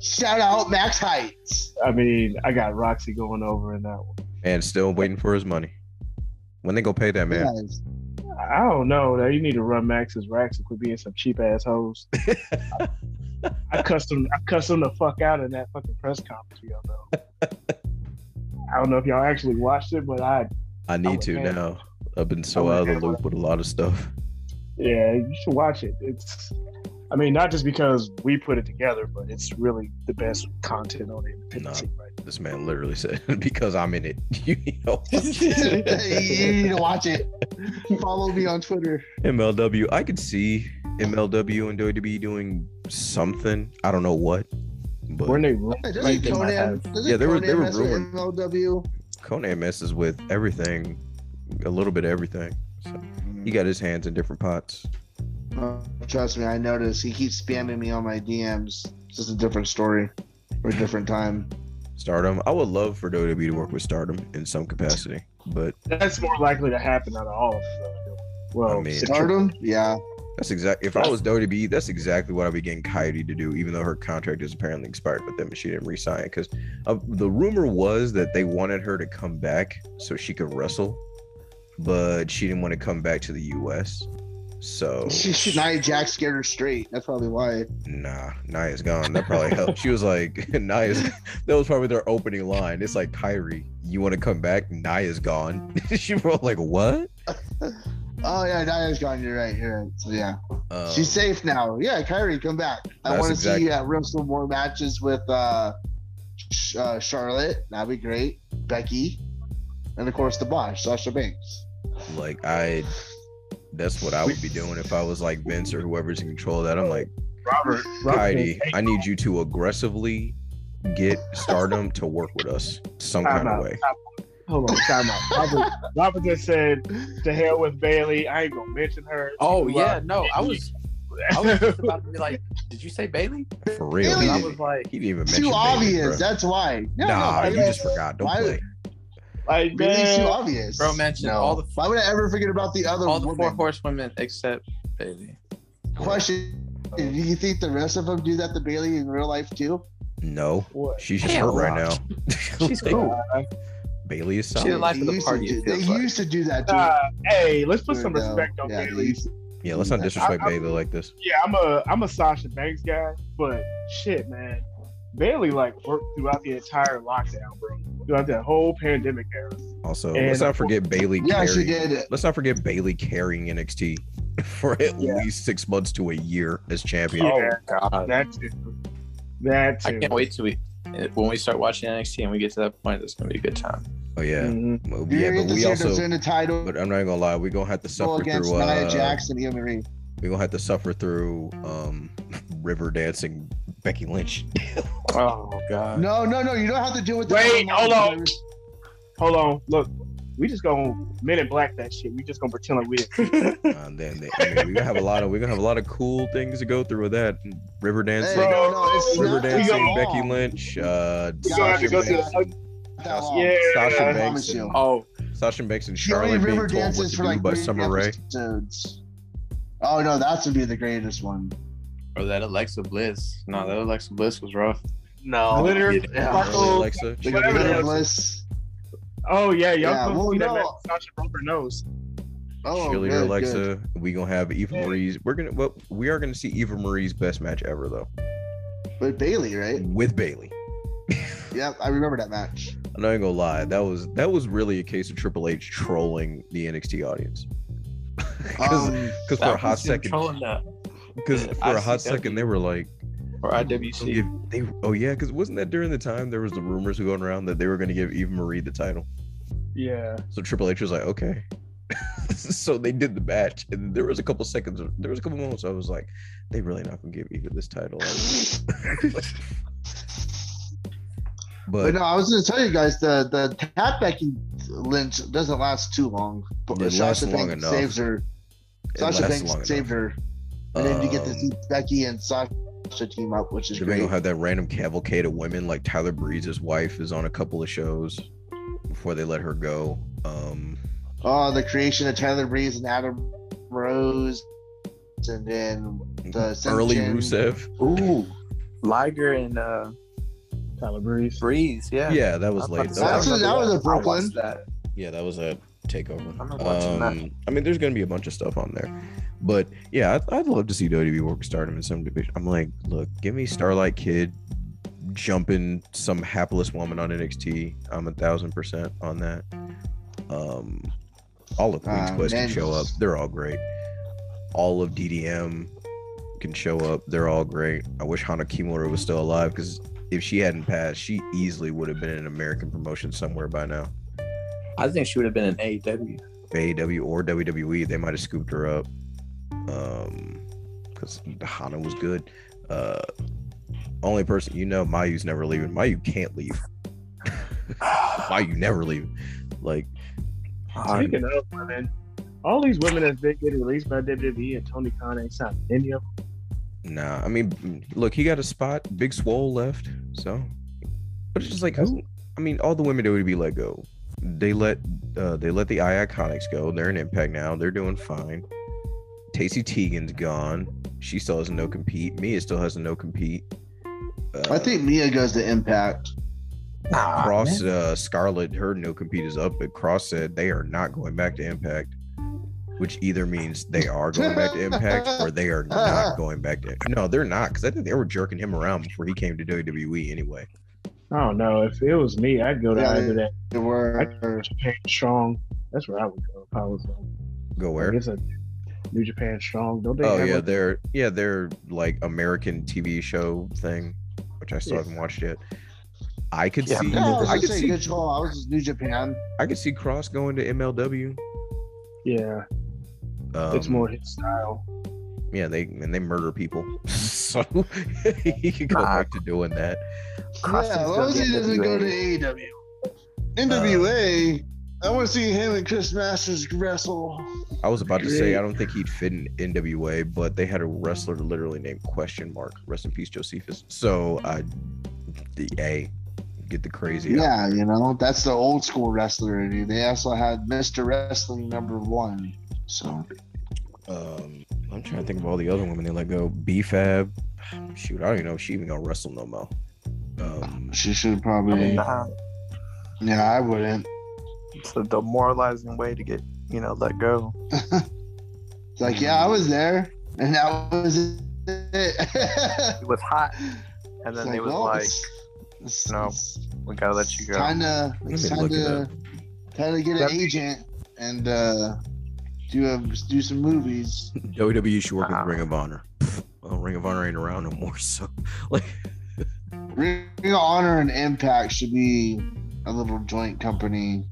Speaker 3: Shout out Max Heights.
Speaker 2: I mean, I got Roxy going over in that one.
Speaker 1: And still waiting for his money. When they gonna pay that man?
Speaker 3: Guys,
Speaker 2: I don't know. though. You need to run Max's racks and quit being some cheap ass hoes. I cussed him. I cussed him the fuck out in that fucking press conference, y'all know. I don't know if y'all actually watched it, but I
Speaker 1: I
Speaker 2: I
Speaker 1: need
Speaker 2: would
Speaker 1: to
Speaker 2: pay him.
Speaker 1: now. I've been
Speaker 2: I
Speaker 1: so
Speaker 2: would
Speaker 1: out of
Speaker 2: pay
Speaker 1: the loop with a lot of stuff.
Speaker 2: yeah, you should watch it. It's, I mean, not just because we put it together, but it's really the best content on it.
Speaker 1: No.
Speaker 2: Right.
Speaker 1: This man literally said, "Because I'm in it." you know,
Speaker 3: you need to watch it. Follow me on Twitter.
Speaker 1: MLW. I could see MLW and WWE doing something. I don't know what, but
Speaker 2: Weren't they? linked?
Speaker 3: Doesn't
Speaker 2: Like, they might
Speaker 3: Conan,
Speaker 2: have-
Speaker 3: doesn't
Speaker 1: Yeah, they were-
Speaker 3: Conan
Speaker 1: they were
Speaker 3: mess with
Speaker 1: rumored.
Speaker 3: MLW.
Speaker 1: Conan messes with everything, a little bit of everything. He got his hands in different pots.
Speaker 3: Oh, trust me, I noticed. He keeps spamming me on my DMs. It's just a different story for a different time.
Speaker 1: Stardom. I would love for WWE to work with Stardom in some capacity, but
Speaker 2: That's more likely to happen out of all of them. Well,
Speaker 1: I mean-
Speaker 2: the tr-
Speaker 3: Stardom? Yeah.
Speaker 1: that's exactly if I was WWE, that's exactly what I'd be getting Coyote to do, even though her contract is apparently expired with them and she didn't resign. Because uh, the rumor was that they wanted her to come back so she could wrestle, but she didn't want to come back to the U.S. So
Speaker 3: Nia Jax scared her straight. That's probably why.
Speaker 1: nah, Nia's gone. That probably helped. She was like, Nia's. That was probably their opening line. It's like Kyrie, you want to come back? Nia's gone. she wrote like what?
Speaker 3: Oh, yeah, Nia's gone. You're right. You're right. So, yeah.
Speaker 1: Um,
Speaker 3: She's safe now. Yeah, Kyrie, come back. I
Speaker 1: That's
Speaker 3: want to
Speaker 1: exact-
Speaker 3: see you at wrestle more matches with uh, Sh- uh, Charlotte. That'd be great. Becky. And, of course, the Bosch, Sasha Banks.
Speaker 1: Like I, that's what I would be doing if I was like Vince or whoever's in control of that. I'm like,
Speaker 2: Robert, Robert
Speaker 1: Heidi, I need you to aggressively get Stardom to work with us some
Speaker 2: Time
Speaker 1: kind
Speaker 2: out.
Speaker 1: of way.
Speaker 2: Hold on, time out. Robert, Robert just said, "To hell with Bailey. I ain't gonna mention her."
Speaker 4: oh
Speaker 2: Well,
Speaker 1: uh,
Speaker 4: yeah, no, I was, I was just about to be like, did you say Bailey?
Speaker 1: For real,
Speaker 4: And
Speaker 1: he
Speaker 4: I
Speaker 1: didn't,
Speaker 4: was like,
Speaker 1: he didn't even mention.
Speaker 3: Too
Speaker 1: Bayley,
Speaker 3: obvious.
Speaker 1: bruh.
Speaker 3: That's why. Yeah,
Speaker 1: nah,
Speaker 3: no,
Speaker 1: you
Speaker 3: Bailey-
Speaker 1: just forgot. Don't
Speaker 3: why-
Speaker 1: play.
Speaker 2: like
Speaker 3: Really, it's too
Speaker 2: man,
Speaker 3: obvious.
Speaker 4: Bro mentioned all the-
Speaker 3: Why would I ever forget about the other
Speaker 4: all the four
Speaker 3: woman?
Speaker 4: horsewomen except Bailey.
Speaker 3: Question: Do you think the rest of them do that to Bailey in real life too?
Speaker 1: No,
Speaker 2: what?
Speaker 1: she's just hurt
Speaker 4: Hell
Speaker 1: right now.
Speaker 4: She's cool.
Speaker 1: Bailey is
Speaker 4: She
Speaker 1: solid.
Speaker 4: the life of
Speaker 3: They
Speaker 4: the
Speaker 3: used
Speaker 4: party,
Speaker 3: to do-
Speaker 4: it
Speaker 3: they
Speaker 4: feels like.
Speaker 3: used to do that. To
Speaker 1: Ah.
Speaker 2: Nah, hey, let's put
Speaker 3: her,
Speaker 2: some
Speaker 3: though.
Speaker 2: respect on
Speaker 3: Yeah, they
Speaker 2: Bailey.
Speaker 3: used to-
Speaker 1: yeah, let's not
Speaker 3: I-
Speaker 1: disrespect
Speaker 2: I-
Speaker 1: Bailey like this.
Speaker 2: Yeah, I'm a I'm a Sasha Banks guy, but shit, man, Bailey like worked throughout the entire lockdown, bro. Throughout that whole pandemic era.
Speaker 4: Oh,
Speaker 1: Also,
Speaker 2: And-
Speaker 1: let's not forget Bailey.
Speaker 3: Yeah,
Speaker 1: carrying,
Speaker 3: she did it.
Speaker 1: Let's not forget Bailey carrying NXT for at
Speaker 2: Yeah.
Speaker 1: least six months to a year as champion.
Speaker 2: Yeah.
Speaker 4: Oh god,
Speaker 2: That too. That
Speaker 4: I
Speaker 2: too.
Speaker 4: can't wait till we when we start watching NXT and we get to that point. It's gonna be a good time.
Speaker 1: Oh yeah.
Speaker 3: mm.
Speaker 2: Mhm.
Speaker 1: Well,
Speaker 3: You're
Speaker 1: yeah, but we also.
Speaker 3: in the title
Speaker 1: But I'm not gonna lie, we gonna have to
Speaker 3: go
Speaker 1: suffer
Speaker 3: against
Speaker 1: through.
Speaker 3: Nia
Speaker 1: Uh,
Speaker 3: Jackson, Eva Marie.
Speaker 1: we gonna have to suffer through um, river dancing Becky Lynch.
Speaker 4: Oh god.
Speaker 1: Uh,
Speaker 3: No, no, no. You don't have to deal with that.
Speaker 2: Wait, hold on. Hold on, look, we just gonna men in black that shit. We just gonna pretend like we didn't.
Speaker 1: and Uh, then they, I mean, we gonna have a lot of we gonna have a lot of cool things to go through with that river
Speaker 3: Hey,
Speaker 1: dancing,
Speaker 2: Bro,
Speaker 3: no, no, it's
Speaker 1: river
Speaker 3: not that
Speaker 1: dancing
Speaker 3: long.
Speaker 1: Becky Lynch, uh,
Speaker 2: We gonna have to
Speaker 1: Sasha,
Speaker 2: go through
Speaker 1: Banks,
Speaker 2: the ugly-
Speaker 3: Not that long.
Speaker 2: Yeah.
Speaker 1: Sasha
Speaker 2: I
Speaker 1: Banks,
Speaker 3: promise you.
Speaker 4: Oh,
Speaker 1: Sasha Banks and
Speaker 3: She only
Speaker 1: Charlotte being
Speaker 3: river
Speaker 1: told what to
Speaker 3: dances
Speaker 1: do
Speaker 3: for like
Speaker 1: by
Speaker 3: three
Speaker 1: Summer Rae.
Speaker 3: episodes. Oh no, that's would be the greatest one.
Speaker 4: or that Alexa Bliss. No, that Alexa Bliss was rough.
Speaker 2: Oh,
Speaker 4: No.
Speaker 2: glitter,
Speaker 3: yeah.
Speaker 1: Early
Speaker 2: sparkle.
Speaker 1: Alexa,
Speaker 3: The
Speaker 2: Whatever that is.
Speaker 3: Bliss.
Speaker 2: Oh yeah, y'all
Speaker 3: Yeah,
Speaker 2: gonna
Speaker 3: well,
Speaker 2: see that
Speaker 3: no.
Speaker 2: match Sasha broke her nose.
Speaker 3: Oh,
Speaker 1: cheerleader
Speaker 3: good,
Speaker 1: Alexa.
Speaker 3: good.
Speaker 1: We gonna have Eva
Speaker 2: Yeah.
Speaker 1: Marie's. We're gonna well, we are gonna see Eva Marie's best match ever though
Speaker 3: But Bailey, right?
Speaker 1: with Bailey.
Speaker 3: Yep, I remember that match.
Speaker 1: I'm not gonna lie, that was that was really a case of Triple H trolling the NXT audience. Because
Speaker 3: Um,
Speaker 1: for a hot second,
Speaker 4: Controlling that.
Speaker 1: because
Speaker 4: the
Speaker 1: for a hot
Speaker 4: ICW.
Speaker 1: second they were like,
Speaker 4: Or IWC.
Speaker 1: if they, oh yeah, because wasn't that during the time there was the rumors going around that they were gonna give Eva Marie the title?
Speaker 2: Yeah.
Speaker 1: So Triple H was like, okay, so they did the match, and there was a couple seconds, there was a couple moments I was like, they really not gonna give Eva this title.
Speaker 3: But
Speaker 1: but
Speaker 3: no, I was going to tell you guys the the tap backing lynch doesn't last too long. But
Speaker 1: It lasts
Speaker 3: Sasha
Speaker 1: long
Speaker 3: Banks
Speaker 1: enough.
Speaker 3: saves her.
Speaker 1: it
Speaker 3: Sasha
Speaker 1: lasts
Speaker 3: Banks saved
Speaker 1: enough.
Speaker 3: her, and then you get to
Speaker 1: Um,
Speaker 3: see Becky and Sasha team up, which is
Speaker 1: They're gonna
Speaker 3: great.
Speaker 1: have that random cavalcade of women like Tyler Breeze's wife is on a couple of shows before they let her go. Um,
Speaker 3: Oh, the creation of Tyler Breeze and Adam Rose, and then the
Speaker 1: early
Speaker 3: Ascension.
Speaker 1: Rusev,
Speaker 4: Ooh, Liger and uh,
Speaker 2: Tyler Breeze.
Speaker 4: Breeze. Yeah.
Speaker 1: yeah, that was
Speaker 4: I- I-
Speaker 1: late.
Speaker 4: I
Speaker 1: That was-
Speaker 3: That's-
Speaker 4: remember
Speaker 3: that was
Speaker 4: that.
Speaker 3: a
Speaker 4: I
Speaker 3: Brooklyn.
Speaker 4: watched that.
Speaker 1: yeah, that was a takeover.
Speaker 4: I'm not watching that.
Speaker 1: Um, I mean, there's gonna be a bunch of stuff on there, but yeah, I'd, I'd love to see WWE work with Stardom in some division. I'm like, look, give me Starlight Kid jumping some hapless woman on NXT. I'm a thousand percent on that. Um, all of Queen's
Speaker 3: Ah,
Speaker 1: Quest
Speaker 3: man.
Speaker 1: can show up. They're all great. All of DDM can show up. They're all great. I wish Hana Kimura was still alive because if she hadn't passed, she easily would have been in an American promotion somewhere by now.
Speaker 4: I think she would have been in AEW.
Speaker 1: AEW or WWE, they might have scooped her up. Um, because Hana was good. Uh, only person you know, Mayu's never leaving. Mayu can't leave. Mayu never leaving. Like,
Speaker 4: Um,
Speaker 2: Speaking of women, all these women that's been getting released by WWE and Tony Khan ain't signed any of them.
Speaker 1: nah. I mean, look, he got a spot. Big Swole left, so. But it's just like who? I mean, all the women WWE let go. They let uh, they let the I Iconics go. They're in Impact now. They're doing fine. Tacey Teagan's gone. She still has a no compete. Mia still has a no compete. Uh,
Speaker 3: I think Mia goes to Impact.
Speaker 4: nah,
Speaker 1: Cross
Speaker 4: man.
Speaker 1: uh, Scarlet, her no compete is up, but Cross said they are not going back to Impact, which either means they are going back to Impact or they are not going back to. No, they're not because I think they were jerking him around before he came to WWE anyway.
Speaker 2: I don't know. If it was me, I'd go to
Speaker 3: Yeah,
Speaker 2: either that
Speaker 3: There were
Speaker 2: Japan Strong. That's where I would go if I was on.
Speaker 1: Go
Speaker 2: I
Speaker 1: where?
Speaker 2: guess a New Japan Strong. Don't they?
Speaker 1: Oh
Speaker 2: have
Speaker 1: yeah,
Speaker 2: like-
Speaker 1: they're yeah they're like American TV show thing, which I still
Speaker 2: Yeah.
Speaker 1: haven't watched yet. I could
Speaker 4: Yeah,
Speaker 1: see
Speaker 3: no, I was
Speaker 1: I
Speaker 3: just
Speaker 1: could
Speaker 3: saying
Speaker 1: see
Speaker 3: good call. I was just New Japan.
Speaker 1: I could see Cross going to MLW.
Speaker 2: yeah.
Speaker 1: Um,
Speaker 2: It's more his style.
Speaker 1: yeah they and they murder people, so he could go
Speaker 4: Nah.
Speaker 1: back to doing that.
Speaker 4: Cross
Speaker 3: yeah,
Speaker 4: is
Speaker 3: as long as
Speaker 4: gonna
Speaker 3: he
Speaker 4: be
Speaker 3: doesn't go to E
Speaker 4: NWA.
Speaker 3: AEW.
Speaker 1: Uh,
Speaker 3: NWA, I want to see him and Chris Masters wrestle.
Speaker 1: I was about to say
Speaker 2: Great.
Speaker 1: I don't think he'd fit in NWA, but they had a wrestler literally named Question Mark. Rest in peace, Josephus. So I, the A, get the crazy. out.
Speaker 3: Yeah, you know, that's the old school wrestler. in you. They also had Mr. Wrestling number one. So
Speaker 1: Um, I'm trying to think of all the other women they let go. BFAB. Shoot, I don't even know if she even gonna wrestle no more. Um,
Speaker 3: she should
Speaker 4: I
Speaker 3: probably.
Speaker 4: mean, nah,
Speaker 3: Yeah, I wouldn't.
Speaker 4: it's a demoralizing way to get you know let go.
Speaker 3: It's like, yeah, I was there, and that was it.
Speaker 4: It was hot, and
Speaker 3: It's
Speaker 4: then they
Speaker 3: like,
Speaker 4: was
Speaker 3: well,
Speaker 4: like,
Speaker 3: it's- it's-
Speaker 4: no,
Speaker 3: it's-
Speaker 4: "We gotta let you go."
Speaker 3: Time to, it's
Speaker 1: me
Speaker 3: time
Speaker 1: look it
Speaker 3: to,
Speaker 1: up.
Speaker 3: time to get an
Speaker 4: Yep.
Speaker 3: agent and uh, do a, do some movies.
Speaker 1: WWE E should work
Speaker 4: Wow.
Speaker 1: with Ring of Honor. Well, Ring of Honor ain't around no more, so like
Speaker 3: Ring of Honor and Impact should be a little joint company.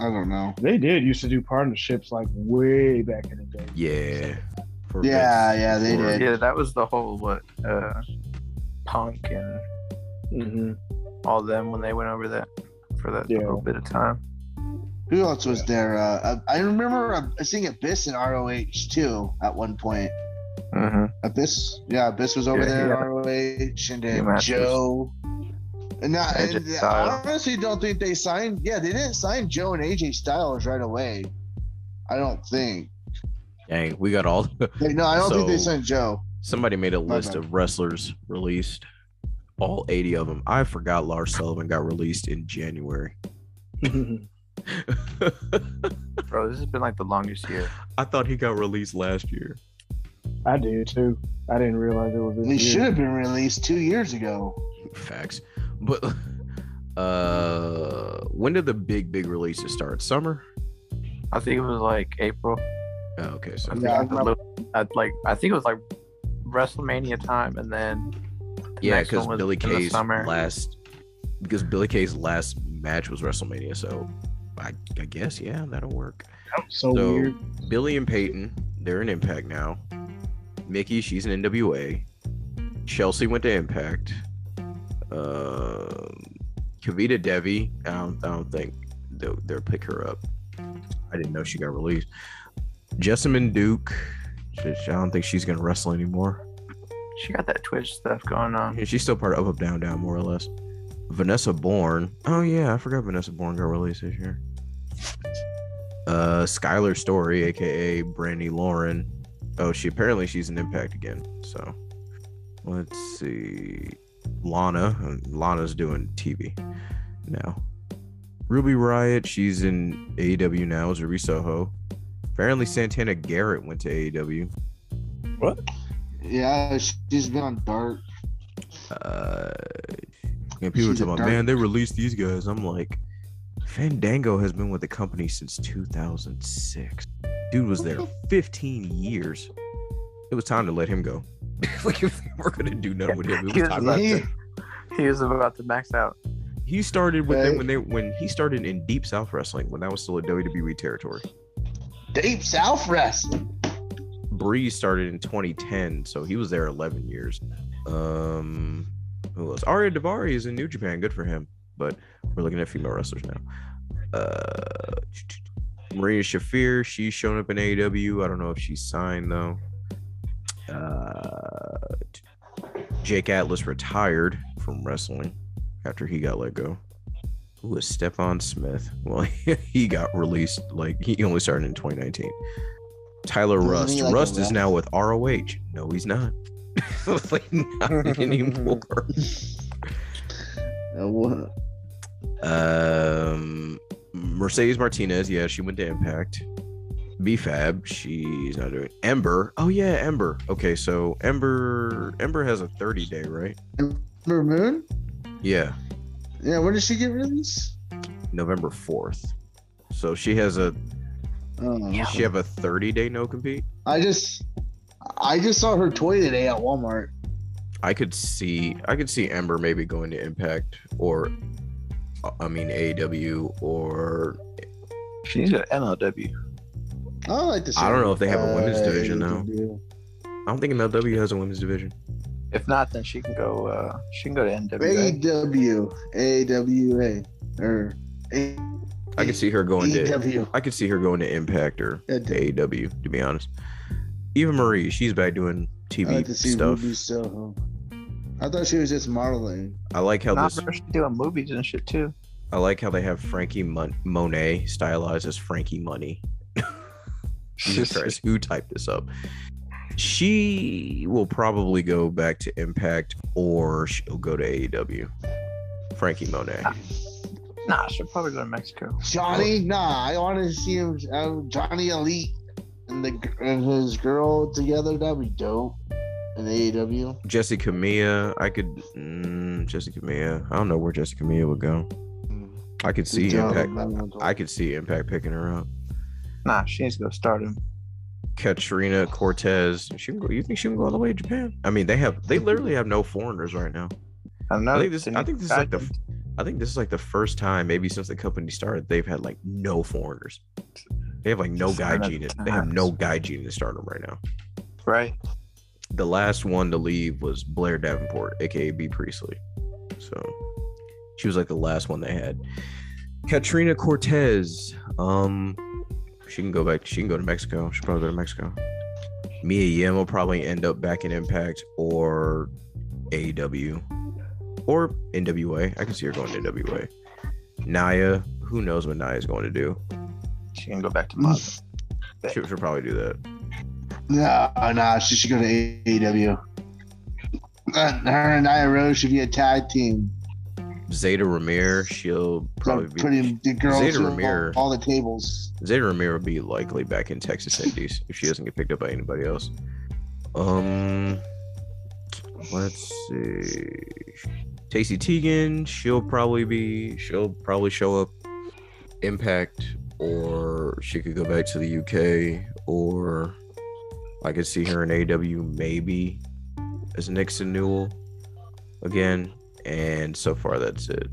Speaker 3: I don't know.
Speaker 2: They did used to do partnerships like way back in the day.
Speaker 1: yeah. For
Speaker 3: Yeah,
Speaker 1: Vince,
Speaker 3: yeah, they
Speaker 1: for-
Speaker 3: did.
Speaker 4: Yeah, that was the whole what uh, punk and
Speaker 2: Mm-hmm.
Speaker 4: all them when they went over that for that
Speaker 2: Yeah.
Speaker 4: little bit of time.
Speaker 3: Who else was there? Uh, I, I remember uh, seeing Abyss in ROH too at one point.
Speaker 4: Mm-hmm.
Speaker 3: Abyss, yeah, Abyss was over
Speaker 4: Yeah,
Speaker 3: there in
Speaker 4: yeah.
Speaker 3: ROH, and
Speaker 4: Yeah,
Speaker 3: then
Speaker 4: Masters.
Speaker 3: Joe. And, not,
Speaker 4: AJ
Speaker 3: and I
Speaker 4: Styles.
Speaker 3: honestly don't think they signed. Yeah, they didn't sign Joe and AJ Styles right away. I don't think.
Speaker 1: Dang, we got all
Speaker 3: They- no, I don't think they
Speaker 1: So-
Speaker 3: signed Joe.
Speaker 1: Somebody made a list
Speaker 3: bad.
Speaker 1: of wrestlers released. All 80 of them. I forgot Lars Sullivan got released in January.
Speaker 2: Mm-hmm.
Speaker 4: Bro, this has been like the longest year.
Speaker 1: I thought he got released last year.
Speaker 2: I did too. I didn't realize it was this
Speaker 3: They
Speaker 2: year.
Speaker 3: should have been released two years ago.
Speaker 1: Facts. But uh when did the big big releases start? Summer?
Speaker 4: I think it was like April.
Speaker 1: Oh, okay, so
Speaker 4: I think
Speaker 3: Yeah, I
Speaker 4: it was a little- I- like I think it was like WrestleMania time, and then the
Speaker 1: yeah,
Speaker 4: next
Speaker 1: because
Speaker 4: one was
Speaker 1: Billy
Speaker 4: in the
Speaker 1: Kay's
Speaker 4: summer.
Speaker 1: last because Billy Kay's last match was WrestleMania, so I, I guess yeah, that'll work.
Speaker 2: That was so,
Speaker 1: So-
Speaker 2: weird.
Speaker 1: Billy and Peyton, they're in Impact now. Mickey, she's in NWA. Chelsea went to Impact. Uh, Kavita Devi, I don't, I don't think they'll, they'll pick her up. I didn't know she got released. Jessamine Duke, she- she- I don't think she's going to wrestle anymore.
Speaker 4: She got that Twitch stuff going on.
Speaker 1: Yeah, she's still part of Up Up Down Down, more or less. Vanessa Bourne. Oh yeah, I forgot Vanessa Bourne got released this year. Uh, Skylar Story, aka Brandy Lauren. Oh, she apparently she's an impact again. So, let's see. Lana. uh, Lana's doing TV now. Ruby Riot. She's in AEW now. Is Ruby Soho. Apparently Santana Garrett went to E AEW.
Speaker 3: Yeah, she's been on Dark.
Speaker 1: uh, and people were
Speaker 3: She's a
Speaker 1: talking about,
Speaker 3: dark-
Speaker 1: man, they released these guys. I'm like, Fandango has been with the company since 2006. Dude was there 15 years. It was time to let him go. like, if they were going to do nothing with him, it
Speaker 4: He
Speaker 1: was
Speaker 4: was
Speaker 1: time.
Speaker 4: like-
Speaker 1: He,
Speaker 3: He,
Speaker 4: He was about to max out.
Speaker 1: he started with them
Speaker 3: Right.
Speaker 1: when they when he started in Deep South Wrestling when that was still a WWE territory.
Speaker 3: Deep South wrestling.
Speaker 1: Breeze started in 2010, so he was there 11 years. Um, who else? Aria Davari is in New Japan. Good for him. But we're looking at female wrestlers now. Uh, Maria Shafir, she's shown up in AEW. I don't know if she's signed though. Uh, Jake Atlas retired from wrestling after he got let go. Who is Stephon Smith? Well, he got released like he only started in 2019. Tyler
Speaker 3: Isn't
Speaker 1: Rust.
Speaker 3: he, like, a
Speaker 1: Rust is
Speaker 3: ref?
Speaker 1: now with ROH. No, he's not. like, not anymore.
Speaker 3: Uh, what-
Speaker 1: Um, Mercedes Martinez, yeah, she went to Impact. B Fab, she's not doing. Ember, oh yeah, Ember. Okay, so Ember, Ember has a thirty day, right?
Speaker 3: Ember Moon?
Speaker 1: Yeah,
Speaker 3: Yeah, when did she get released?
Speaker 1: November fourth. So she has a
Speaker 3: Oh,
Speaker 1: does she have a thirty day no compete.
Speaker 3: I just, I just saw her toy today at Walmart.
Speaker 1: I could see, I could see Ember maybe going to Impact or, uh, I mean AEW or
Speaker 4: She needs to go to MLW.
Speaker 3: I like this.
Speaker 1: I don't know if they have a women's division now. I don't think MLW has a women's division.
Speaker 4: If not, then she can go. Uh, she can go to NWA.
Speaker 3: AEW, AWA, or A-
Speaker 1: I could see her
Speaker 3: E
Speaker 1: going to
Speaker 3: EW.
Speaker 1: I could see her going to Impact or AEW, to be honest. Eva Marie, she's back doing
Speaker 3: I
Speaker 1: TV
Speaker 3: like to see
Speaker 1: stuff.
Speaker 3: Ruby Soho. I thought she was just modeling.
Speaker 1: I like how
Speaker 4: Not
Speaker 1: this.
Speaker 4: for she doing movies and shit too.
Speaker 1: I like how they have Frankie Mon- Monet stylized as Frankie Money. Jesus Christ, who typed this up? She will probably go back to Impact or she'll go to AEW. Frankie Monet.
Speaker 4: Nah, she'll probably go to Mexico.
Speaker 3: Johnny, nah, I want to see him. Um, Johnny Elite and the gr- and his girl together. That'd be dope. E In AEW,
Speaker 1: Jessica Mia, I could. Mm, Jessica Mia. I don't know where Jessica Mia would go. I could see
Speaker 3: Johnny
Speaker 1: Impact.
Speaker 3: Elite.
Speaker 1: I could see Impact picking her up.
Speaker 4: Nah, she needs to go start him.
Speaker 1: Katrina Cortez. She can go, you think she can go all the way to Japan? I mean, they have they literally have no foreigners right now.
Speaker 4: I don't know.
Speaker 1: I think this-
Speaker 4: They
Speaker 1: I
Speaker 4: need
Speaker 1: think this is like the-
Speaker 4: guidance.
Speaker 1: I think this is like the first time maybe since the company started they've had like no foreigners. They have like no guy
Speaker 4: Son of
Speaker 1: gene. They have
Speaker 4: times.
Speaker 1: no guy gene to stardom right now.
Speaker 4: right.
Speaker 1: The last one to leave was Blair Davenport, aka B Priestley. So she was like the last one they had. Katrina Cortez. Um she can go back. She can go to Mexico. She'll probably go to Mexico. Mia Yim will probably end up back in Impact or AEW or NWA. I can see her going to NWA. Naya, who knows what Naya's going to do?
Speaker 4: She can go back to Mazda.
Speaker 1: She, she'll probably do that.
Speaker 3: No, no, she should go to AEW. Uh, Her and Nia Rose should be a tag team.
Speaker 1: Zeta Ramir, she'll
Speaker 3: Probably
Speaker 1: probably be
Speaker 3: pretty the girls
Speaker 1: Zeta
Speaker 3: who are
Speaker 1: Ramiro.
Speaker 3: on all the tables.
Speaker 1: Zeta Ramiro would be likely back in Texas Indies if she doesn't get picked up by anybody else. Um, let's see. Tacey Tegan, she'll probably be, she'll probably show up Impact, or she could go back to the UK, or I could see her in AW maybe as Nixon Newell again. And so far, that's it.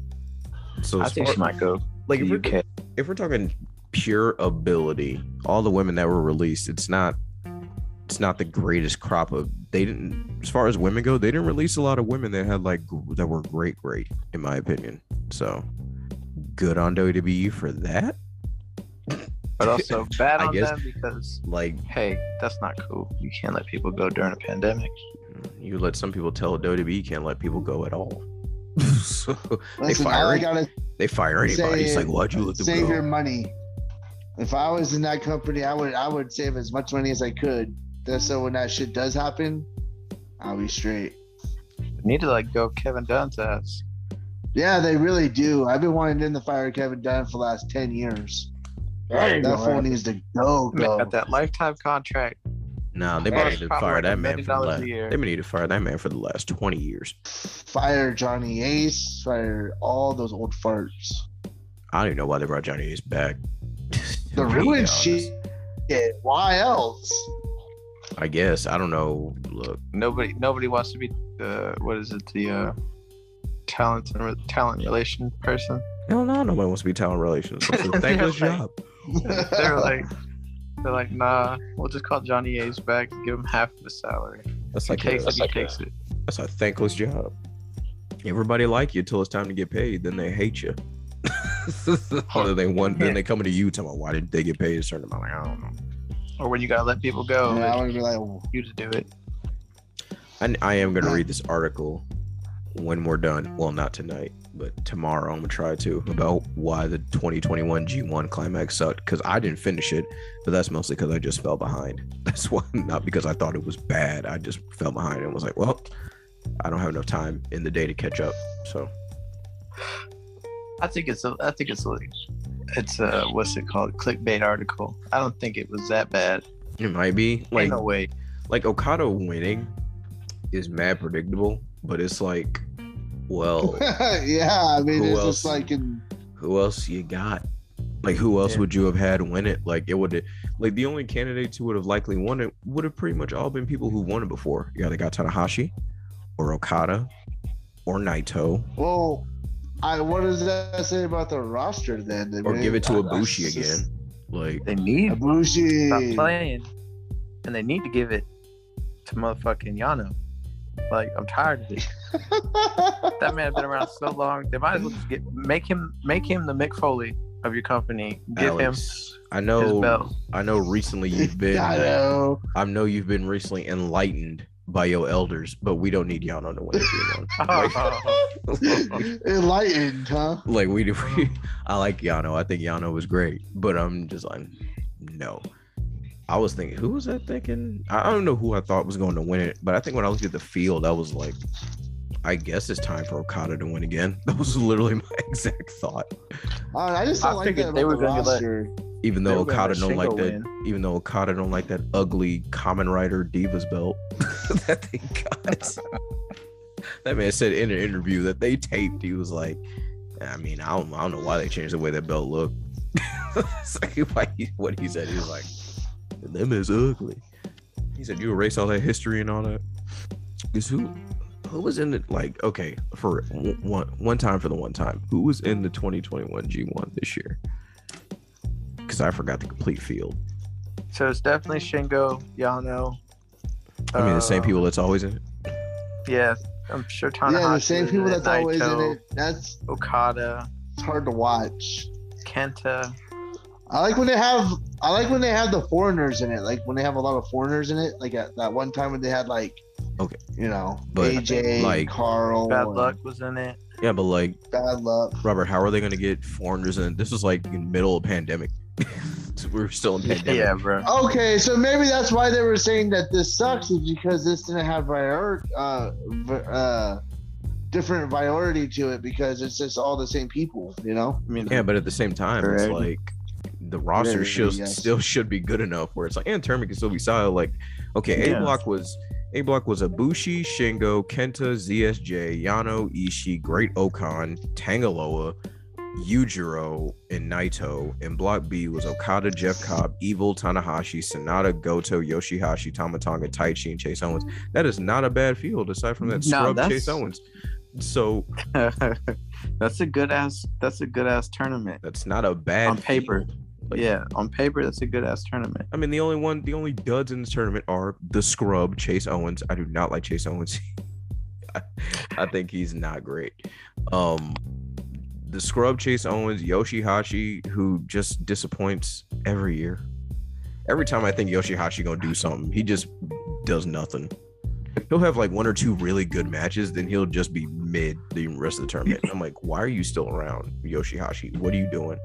Speaker 1: So
Speaker 4: I
Speaker 1: as
Speaker 4: think
Speaker 1: far-
Speaker 4: she might go
Speaker 1: like if
Speaker 4: to
Speaker 1: we're,
Speaker 4: UK.
Speaker 1: if we're talking pure ability. All the women that were released, it's not it's not the greatest crop of they didn't as far as women go, they didn't release a lot of women that had like gr- that were great great in my opinion. So good on WWE for that.
Speaker 5: But also bad
Speaker 1: I
Speaker 5: on
Speaker 1: guess-
Speaker 5: them because
Speaker 1: Like
Speaker 5: hey, that's not cool. You can't let people go during a pandemic.
Speaker 1: you let some people tell WWE can't let people go at all. so
Speaker 3: Listen, all
Speaker 1: fired?
Speaker 3: I gotta
Speaker 1: they fire anybody. It's like
Speaker 3: Save-
Speaker 1: why'd you let them
Speaker 3: save
Speaker 1: go?
Speaker 3: your money. If I was in that company, I would I would save as much money as I could. Just so when that shit does happen, I'll be straight.
Speaker 5: You need to like go Kevin Dunn's ass.
Speaker 3: Yeah, they really do. I've been wanting in the fire Kevin Dunn for the last ten years.
Speaker 2: That ain't
Speaker 3: That
Speaker 2: gonna
Speaker 3: fool
Speaker 2: happen.
Speaker 3: needs to go,
Speaker 5: Man,
Speaker 3: go.
Speaker 5: got that lifetime contract.
Speaker 1: Nah, they
Speaker 5: That's
Speaker 1: might need to
Speaker 5: probably
Speaker 1: fire
Speaker 5: like a
Speaker 1: that man
Speaker 5: million
Speaker 1: for the
Speaker 5: dollars a
Speaker 1: last.
Speaker 5: year.
Speaker 1: They might need to fire that man for the last twenty years.
Speaker 3: Fire Johnny Ace. Fire all those old farts.
Speaker 1: I don't even know why they brought Johnny Ace back.
Speaker 3: The
Speaker 1: To be
Speaker 3: ruined
Speaker 1: honest.
Speaker 3: shit. Why else?
Speaker 1: I guess I don't know. Look,
Speaker 5: Nobody nobody wants to be the what is it the uh, talent and talent relation person.
Speaker 1: hell no, nobody wants to be talent relations. It's a thankless
Speaker 5: They're like-
Speaker 1: job.
Speaker 5: They're like they're like nah. We'll just call Johnny A's back and give him half of the salary.
Speaker 1: That's
Speaker 5: He
Speaker 1: like a,
Speaker 5: takes it.
Speaker 1: that's,
Speaker 5: He
Speaker 1: a,
Speaker 4: like
Speaker 5: takes it.
Speaker 1: that's a thankless job. Everybody like you till it's time to get paid, then they hate you. Or they want, then they come to you talking about why did they get paid a certain amount? Like, I don't know.
Speaker 5: Or when you gotta let people
Speaker 1: Oh,
Speaker 5: go,
Speaker 3: yeah, I would
Speaker 5: it's
Speaker 3: be like,
Speaker 5: you to do it.
Speaker 1: I, I am going to read this article when we're done. Well, not tonight, but tomorrow. I'm going to try to about why the 2021 G1 climax sucked because I didn't finish it, but that's mostly because I just fell behind. That's why, not because I thought it was bad. I just fell behind and was like, well, I don't have enough time in the day to catch up. So
Speaker 5: I think it's a I think it's a it's a what's it called clickbait article. I don't think it was that bad.
Speaker 1: it might be
Speaker 5: Ain't
Speaker 1: like
Speaker 5: no way.
Speaker 1: like Okada winning is mad predictable, but it's like, well.
Speaker 3: yeah. I mean,
Speaker 1: Who
Speaker 3: it's
Speaker 1: else?
Speaker 3: just like in
Speaker 1: who else you got? Like who else
Speaker 5: Yeah.
Speaker 1: would you have had win it? Like it would like the only candidates who would have likely won it would have pretty much all been people who won it before. You either got Tanahashi or Okada or Naito
Speaker 3: Well, I what does that say about the roster then? They
Speaker 1: or
Speaker 3: may-
Speaker 1: give it to
Speaker 3: I- I-
Speaker 1: Ibushi
Speaker 3: it's just-
Speaker 1: again. Like
Speaker 5: They need stop
Speaker 3: Ibushi.
Speaker 5: playing, and they need to give it to motherfucking Yano. Like I'm tired of this. That man has been around so long. They might as well just get make him make him the Mick Foley of your company. Give
Speaker 1: Alex, I
Speaker 5: him his
Speaker 1: know
Speaker 5: belt.
Speaker 1: I know recently you've been
Speaker 3: I know.
Speaker 1: I know you've been recently enlightened by your elders, but we don't need Yano to win
Speaker 5: Oh.
Speaker 1: it. Like,
Speaker 3: Enlightened, huh?
Speaker 1: like we, we I like Yano. I think Yano was great, but I'm just like, no. I was thinking, who was I thinking? I I don't know who I thought was going to win it, but I think when I looked at the field, I was like, I guess it's time for Okada to win again. That was literally my exact thought.
Speaker 3: I, don't know, I just don't
Speaker 5: I
Speaker 3: like
Speaker 5: figured
Speaker 3: that
Speaker 5: they
Speaker 3: about
Speaker 5: were
Speaker 3: the
Speaker 5: gonna let-
Speaker 3: roster.
Speaker 1: Even
Speaker 5: They
Speaker 1: though
Speaker 5: were gonna
Speaker 1: Okada
Speaker 5: let
Speaker 1: don't like
Speaker 5: Shingo
Speaker 1: that,
Speaker 5: win.
Speaker 1: even though Okada don't like that ugly common Rider Divas belt that they got. that man said in an interview that they taped, he was like, I mean, I don't, I don't know why they changed the way that belt looked. it's like why he, what he said, he was like, them is ugly. He said, you erase all that history and all that. Because who, who was in it? Like, okay, for w- one, one time for the one time, who was in the 2021 G1 this year? Because I forgot the complete field.
Speaker 5: So it's definitely Shingo, Yano.
Speaker 1: I mean, the
Speaker 5: uh,
Speaker 1: same people that's always in it.
Speaker 5: Yeah, I'm sure Tanahashi.
Speaker 3: Yeah, the same
Speaker 5: is
Speaker 3: people
Speaker 5: in it,
Speaker 3: that's always in
Speaker 5: Naito,
Speaker 3: it. That's
Speaker 5: Okada,
Speaker 3: it's hard to watch.
Speaker 5: Kenta.
Speaker 3: I like when they have. I like when they have the foreigners in it. Like when they have a lot of foreigners in it. Like at that one time when they had like.
Speaker 1: Okay.
Speaker 3: You know,
Speaker 1: But,
Speaker 3: AJ,
Speaker 1: like,
Speaker 3: Carl,
Speaker 5: Bad
Speaker 3: and
Speaker 5: Luck was in it.
Speaker 1: Yeah, but like,
Speaker 3: Bad Luck.
Speaker 1: Robert, how are they going to get foreigners in? This was like in middle of pandemic. We're still in pandemic.
Speaker 5: Yeah, bro.
Speaker 3: Okay, so maybe that's why they were saying that this sucks is because this didn't have prior, uh, v- uh, different priority to it because it's just all the same people, you know.
Speaker 5: I mean,
Speaker 1: Yeah, but at the same time, it's
Speaker 5: Variety.
Speaker 1: like the roster
Speaker 3: Variety,
Speaker 1: should
Speaker 3: yes.
Speaker 1: still should be good enough where it's like, and Terman can still be solid. Like, okay, A
Speaker 5: Yeah.
Speaker 1: block was A block was Ibushi, Shingo, Kenta, ZSJ, Yano, Ishii, Great Okan, Tangaloa, Yujiro, and Naito. And block B was Okada, Jeff Cobb, Evil, Tanahashi, Sonata, Goto, Yoshihashi, Tamatanga, Taichi, and Chase Owens. That is not a bad field aside from that
Speaker 5: No,
Speaker 1: scrub
Speaker 5: that's-
Speaker 1: Chase Owens. So
Speaker 5: that's a good ass. That's a good ass tournament.
Speaker 1: that's not a bad
Speaker 5: On paper.
Speaker 1: field. Like-
Speaker 5: yeah, on paper, that's a good ass tournament.
Speaker 1: I mean, the only one, the only duds in this tournament are the scrub Chase Owens. I do not like Chase Owens. I, I think he's not great. Um, the scrub Chase Owens, Yoshihashi, who just disappoints every year. Every time I think Yoshihashi gonna do something, he just does nothing. He'll have like one or two really good matches, then he'll just be mid the rest of the tournament. I'm like, why are you still around, Yoshihashi? What are you doing?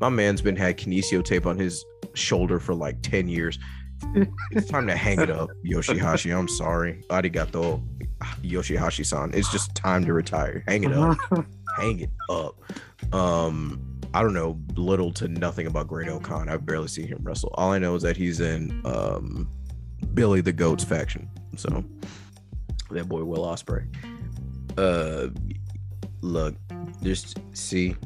Speaker 1: My man's been had kinesio tape on his shoulder for like 10 years. It's time to hang it up, Yoshihashi. I'm sorry. Arigato, Yoshihashi san. It's just time to retire. Hang it up. Hang it up. Um, I don't know little to nothing about Great Okan. I've barely seen him wrestle. All I know is that he's in um, Billy the Goat's faction. So that boy Will Osprey. Uh, look, just see,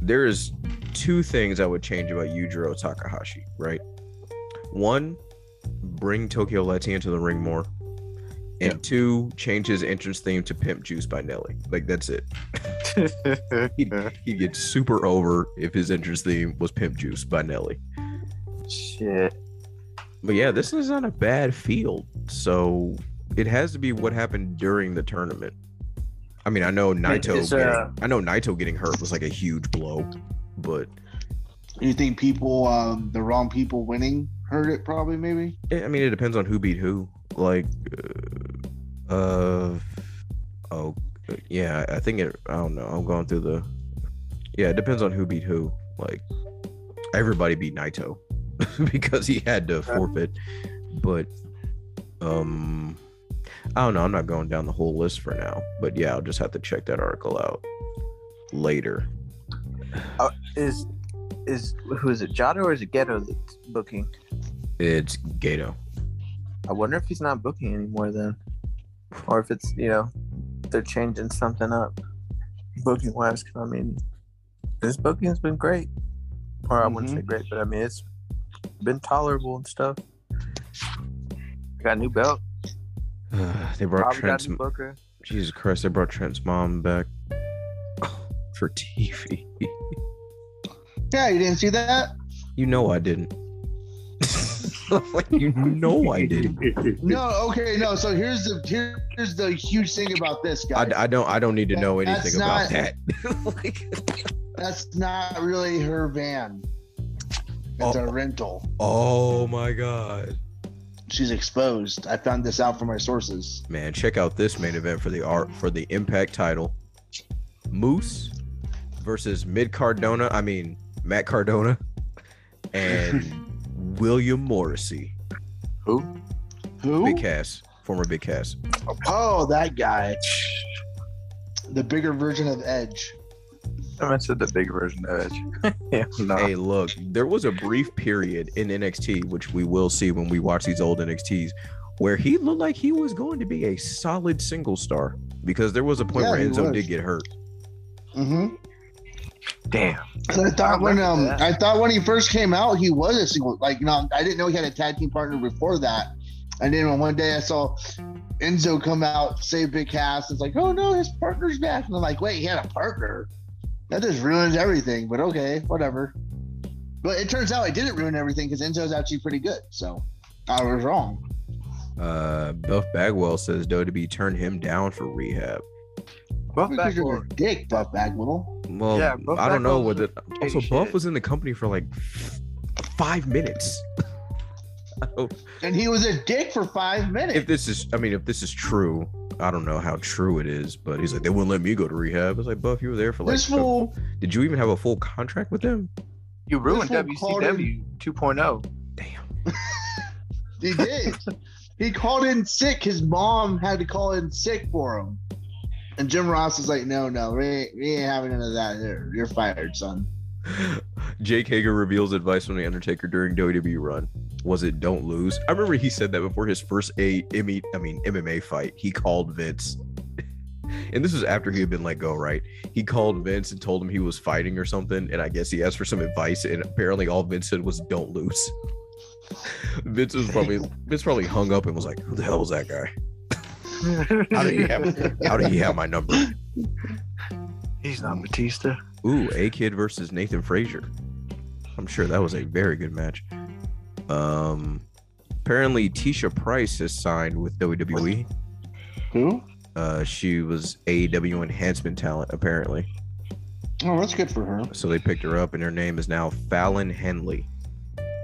Speaker 1: there is two things I would change about Yujiro Takahashi, right? One, bring Tokyo Leti into the ring more. And two, change his entrance theme to Pimp Juice by Nelly. Like, that's it. He'd, he'd get super over if his entrance theme was Pimp Juice by Nelly.
Speaker 5: Shit.
Speaker 1: But yeah, this is not a bad field. So it has to be what happened during the tournament. I mean, I know Naito.
Speaker 5: it's,
Speaker 1: getting,
Speaker 5: uh,
Speaker 1: I know Naito getting hurt was like a huge blow, but
Speaker 3: You think people, um, the wrong people winning heard it probably, maybe?
Speaker 1: I I mean, it depends on who beat who. Like, uh, uh, oh, yeah, I think it. I don't know. I'm going through the. Yeah, it depends on who beat who. Like, everybody beat Naito because he had to forfeit. But, um, I don't know. I'm not going down the whole list for now. But yeah, I'll just have to check that article out later.
Speaker 5: Is is who is it? Jado or is it Ghetto that's booking?
Speaker 1: It's Gato.
Speaker 5: I wonder if he's not booking anymore then, or if it's you know they're changing something up booking wise. I mean, this booking has been great, or I wouldn't say great, but I mean it's been tolerable and stuff. Got a new belt.
Speaker 1: they brought
Speaker 5: Probably got
Speaker 1: Trent's
Speaker 5: a new booker.
Speaker 1: Jesus Christ, they brought Trent's mom back for TV.
Speaker 3: Yeah, you didn't see that?
Speaker 1: You know I didn't. Like, you know I didn't.
Speaker 3: No, okay, no. So here's the here's the huge thing about this guy.
Speaker 1: I, I don't. I don't need to know
Speaker 3: That's
Speaker 1: anything about
Speaker 3: not-
Speaker 1: that. Like,
Speaker 3: That's not really her van. It's
Speaker 1: Oh.
Speaker 3: a rental.
Speaker 1: oh my god,
Speaker 3: She's exposed. I found this out from my sources.
Speaker 1: man! Check out this main event for the art for the Impact title: Moose versus Mid Cardona. I mean Matt Cardona and William Morrissey,
Speaker 5: Who?
Speaker 3: Who?
Speaker 1: Big Cass, former Big Cass.
Speaker 3: Oh, that guy. The bigger version of Edge.
Speaker 5: I meant the big version of Edge. yeah, no.
Speaker 1: Hey, look, there was a brief period in NXT, which we will see when we watch these old NXTs, where he looked like he was going to be a solid single star because there was a point
Speaker 3: Yeah,
Speaker 1: where
Speaker 3: he
Speaker 1: Enzo
Speaker 3: was.
Speaker 1: did get hurt.
Speaker 3: Mm-hmm.
Speaker 5: Damn.
Speaker 3: And I thought
Speaker 5: I
Speaker 3: when
Speaker 5: remember
Speaker 3: um
Speaker 5: that.
Speaker 3: I thought when he first came out he was a single like no I didn't know he had a tag team partner before that. And then when one day I saw Enzo come out save Big Cass it's like oh no his partner's back and I'm like wait he had a partner that just ruins everything but okay whatever. But it turns out it didn't ruin everything because Enzo's actually pretty good so I was wrong.
Speaker 1: Uh, Buff Bagwell says WWE turned him down for rehab.
Speaker 5: Buff
Speaker 3: Because you're
Speaker 5: Bagwell.
Speaker 3: a dick, Buff Bagwell.
Speaker 1: Well,
Speaker 5: Yeah, Buff
Speaker 1: I don't know
Speaker 5: Bagwell's
Speaker 1: what the.
Speaker 5: shady
Speaker 1: Also, Buff
Speaker 5: shit.
Speaker 1: was in the company for like f- five minutes. I don't-
Speaker 3: And he was a dick for five minutes.
Speaker 1: if this is, I mean, if this is true, I don't know how true it is, but he's like, they wouldn't let me go to rehab. It's like, Buff, you were there for like.
Speaker 3: this
Speaker 1: the-
Speaker 3: fool
Speaker 1: did you even have a full contract with them?
Speaker 5: You ruined
Speaker 3: This one called
Speaker 5: WCW 2.0.
Speaker 3: He did. he called in sick. His mom had to call in sick for him. And Jim Ross was like, no, no, we ain't, we ain't having none of that. You're, you're fired, son.
Speaker 1: Jake Hager reveals advice from The Undertaker during WWE run. Was it don't lose? I remember he said that before his first a ME I mean MMA fight. He called Vince. And this was after he had been let go, right? He called Vince and told him he was fighting or something. And I guess he asked for some advice. And apparently all Vince said was don't lose. Vince was probably Vince probably hung up and was like, Who the hell was that guy? How did he have how did he have my number?
Speaker 5: He's not Batista.
Speaker 1: Ooh, A Kid versus Nathan Frazier. I'm sure that was a very good match. Um, apparently Tisha Price has signed with WWE.
Speaker 3: Who?
Speaker 1: Uh, she was AEW enhancement talent apparently,
Speaker 3: Oh, that's good for her.
Speaker 1: so they picked her up, and her name is now Fallon Henley.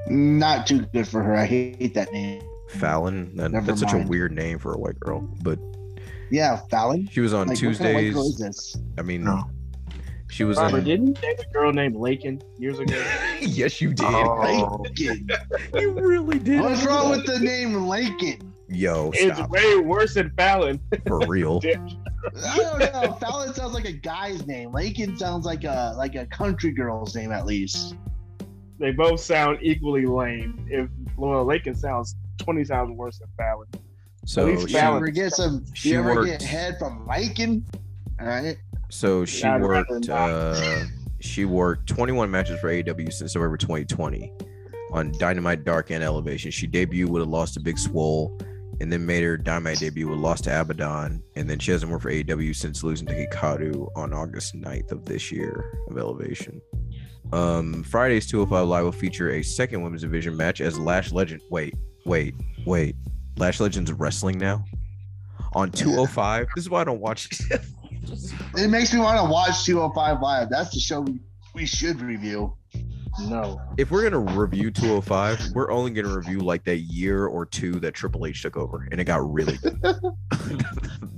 Speaker 3: Not too good for her. I hate that name.
Speaker 1: Fallon, that,
Speaker 3: Never
Speaker 1: that's such a
Speaker 3: mind.
Speaker 1: weird name for a white girl, but
Speaker 3: Yeah, Fallon.
Speaker 1: she was on
Speaker 3: Like, what kind of white
Speaker 1: Tuesdays.
Speaker 3: girl is this?
Speaker 1: I mean,
Speaker 5: No.
Speaker 1: she was uh,
Speaker 2: Robert,
Speaker 1: on.
Speaker 2: didn't you date a girl named Lakin years ago?
Speaker 1: yes, you did.
Speaker 5: Oh,
Speaker 3: Lincoln.
Speaker 1: You really did.
Speaker 3: What's wrong with the name Lincoln?
Speaker 1: Yo,
Speaker 2: it's
Speaker 1: stop
Speaker 2: way worse than Fallon.
Speaker 1: for real.
Speaker 3: I don't know. Fallon sounds like a guy's name. Lakin sounds like a like a country girl's name at least.
Speaker 2: They both sound equally lame. If well, Lakin sounds twenty times worse than Fallon. At
Speaker 1: So
Speaker 2: least
Speaker 1: she,
Speaker 3: You
Speaker 2: Fallon-
Speaker 3: ever get some?
Speaker 1: she
Speaker 3: you ever get
Speaker 1: worked.
Speaker 3: head from Lakin? All right.
Speaker 1: so she
Speaker 2: I'd rather
Speaker 1: worked.
Speaker 2: not.
Speaker 1: Uh, she worked 21 matches for AEW since November 2020 on Dynamite, Dark, and Elevation. She debuted with a loss to Big Swole, and then made her Dynamite debut with a loss to Abaddon, and then she hasn't worked for AEW since losing to Hikaru on August 9th of this year of Elevation. Um, Friday's 205 Live will feature a second women's division match as Lash Legend. Wait, wait, wait. Lash Legend's wrestling now on 205. This is why I don't watch.
Speaker 3: It makes me want to watch 205 Live. That's the show we, we should review.
Speaker 2: No,
Speaker 1: if we're gonna review 205, we're only gonna review like that year or two that Triple H took over, and it got really good.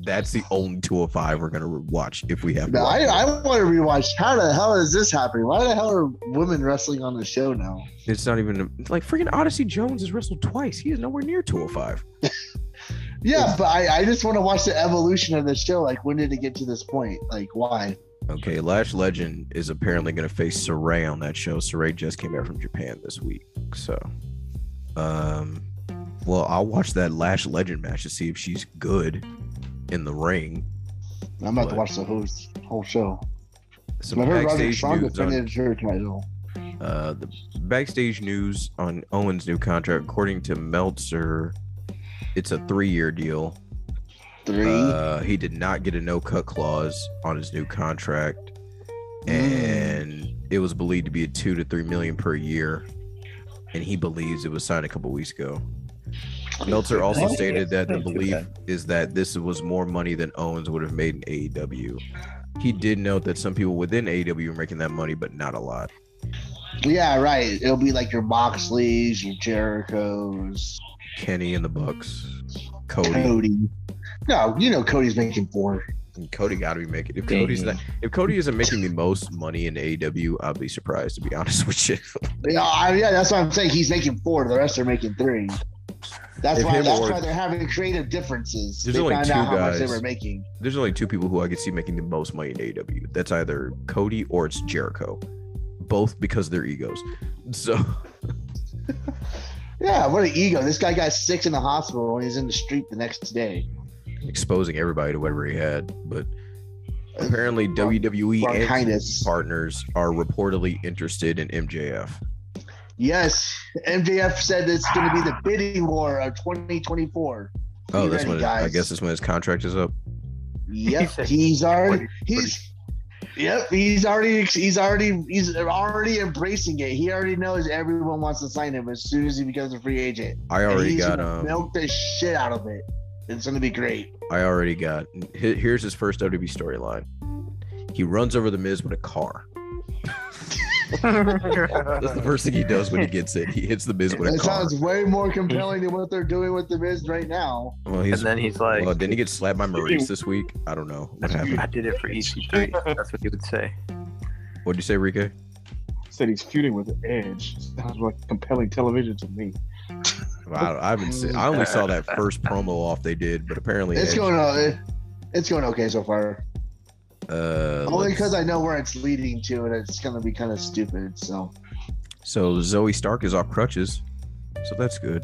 Speaker 1: That's the only 205 we're gonna watch if we have. to
Speaker 3: Now,
Speaker 1: watch
Speaker 3: I,
Speaker 1: it.
Speaker 3: I want to rewatch. How the hell is this happening? Why the hell are women wrestling on the show now?
Speaker 1: It's not even like freaking Odyssey Jones has wrestled twice. He is nowhere near 205.
Speaker 3: Yeah, but I, I just want to watch the evolution of the show. Like, when did it get to this point? Like, why?
Speaker 1: Okay, Lash Legend is apparently gonna face Saray on that show. Saray just came back from Japan this week, so um, well, I'll watch that Lash Legend match to see if she's good in the ring.
Speaker 3: I'm about to
Speaker 1: What?
Speaker 3: watch the whole, whole show.
Speaker 1: Some
Speaker 3: I heard Roderick
Speaker 1: backstage
Speaker 3: Strong
Speaker 1: news on
Speaker 3: defended her title.
Speaker 1: Uh, the backstage news on Owen's new contract, according to Meltzer, it's a three-year deal.
Speaker 3: Three.
Speaker 1: Uh, he did not get a no-cut clause on his new contract, and it was believed to be a two to three million per year. And he believes it was signed a couple weeks ago. Meltzer also
Speaker 3: What?
Speaker 1: stated that the
Speaker 4: Don't do
Speaker 1: belief
Speaker 4: that.
Speaker 1: is that this was more money than Owens would have made in AEW. He did note that some people within AEW were making that money, but not a lot.
Speaker 3: yeah, right. It'll be like your Moxleys, your Jericho's,
Speaker 1: Kenny and the Bucks, Cody.
Speaker 3: Cody. No, you know Cody's making four.
Speaker 1: And Cody got to be making. If
Speaker 4: Dang.
Speaker 1: Cody's not, if Cody isn't making the most money in AEW, I'll be surprised to be honest with you.
Speaker 3: Yeah, I, yeah, that's what I'm saying. He's making four. The rest are making three. That's
Speaker 1: If
Speaker 3: why.
Speaker 1: him
Speaker 3: That's
Speaker 1: or-
Speaker 3: why they're having creative differences.
Speaker 1: There's
Speaker 3: they
Speaker 1: only
Speaker 3: found
Speaker 1: two
Speaker 3: out how much they
Speaker 1: guys.
Speaker 3: were making.
Speaker 1: There's only two people who I could see making the most money in AEW. That's either Cody or it's Jericho, both because of their egos. So
Speaker 3: Yeah, what an ego. This guy got sick in the hospital and he's in the street the next day.
Speaker 1: exposing everybody to whatever he had, but apparently WWE and
Speaker 3: Bronchitis.
Speaker 1: partners are reportedly interested in MJF.
Speaker 3: Yes, MJF said it's going to be the bidding war of 2024.
Speaker 1: Oh,
Speaker 3: Be
Speaker 1: that's
Speaker 3: ready,
Speaker 1: when I
Speaker 3: guys.
Speaker 1: guess that's when his contract is up.
Speaker 3: Yep,
Speaker 5: said-
Speaker 3: he's already.
Speaker 5: Pretty-
Speaker 3: He's. Yep, he's already. He's already. He's already embracing it. He already knows everyone wants to sign him as soon as he becomes a free agent.
Speaker 1: I
Speaker 3: And
Speaker 1: already
Speaker 3: he's
Speaker 1: got
Speaker 3: gonna
Speaker 1: um,
Speaker 3: milk the shit out of it. It's gonna be great.
Speaker 1: I already got. he- Here's his first WWE storyline. He runs over the Miz with a car. That's the first thing he does when he gets it. He hits the Miz with a
Speaker 3: That
Speaker 1: car.
Speaker 3: sounds way more compelling than what they're doing with the Miz right now.
Speaker 1: Well,
Speaker 5: and
Speaker 1: he's,
Speaker 5: then he's like,
Speaker 1: well, didn't he get slapped by Maurice this week? I don't know what happened.
Speaker 5: "I did it for EC3." That's what he would say.
Speaker 1: What'd you say, Rike?
Speaker 2: said he's feuding with the Edge. Sounds like compelling television to me.
Speaker 1: I, don't- I haven't seen. I only saw that first promo off they did, but apparently
Speaker 3: It's
Speaker 1: Edge-
Speaker 3: going on. It's going okay so far.
Speaker 1: Uh,
Speaker 3: Only
Speaker 1: let's-
Speaker 3: because I know where it's leading to, and it's gonna be kind of stupid. So
Speaker 1: so Zoe Stark is off crutches, so that's good.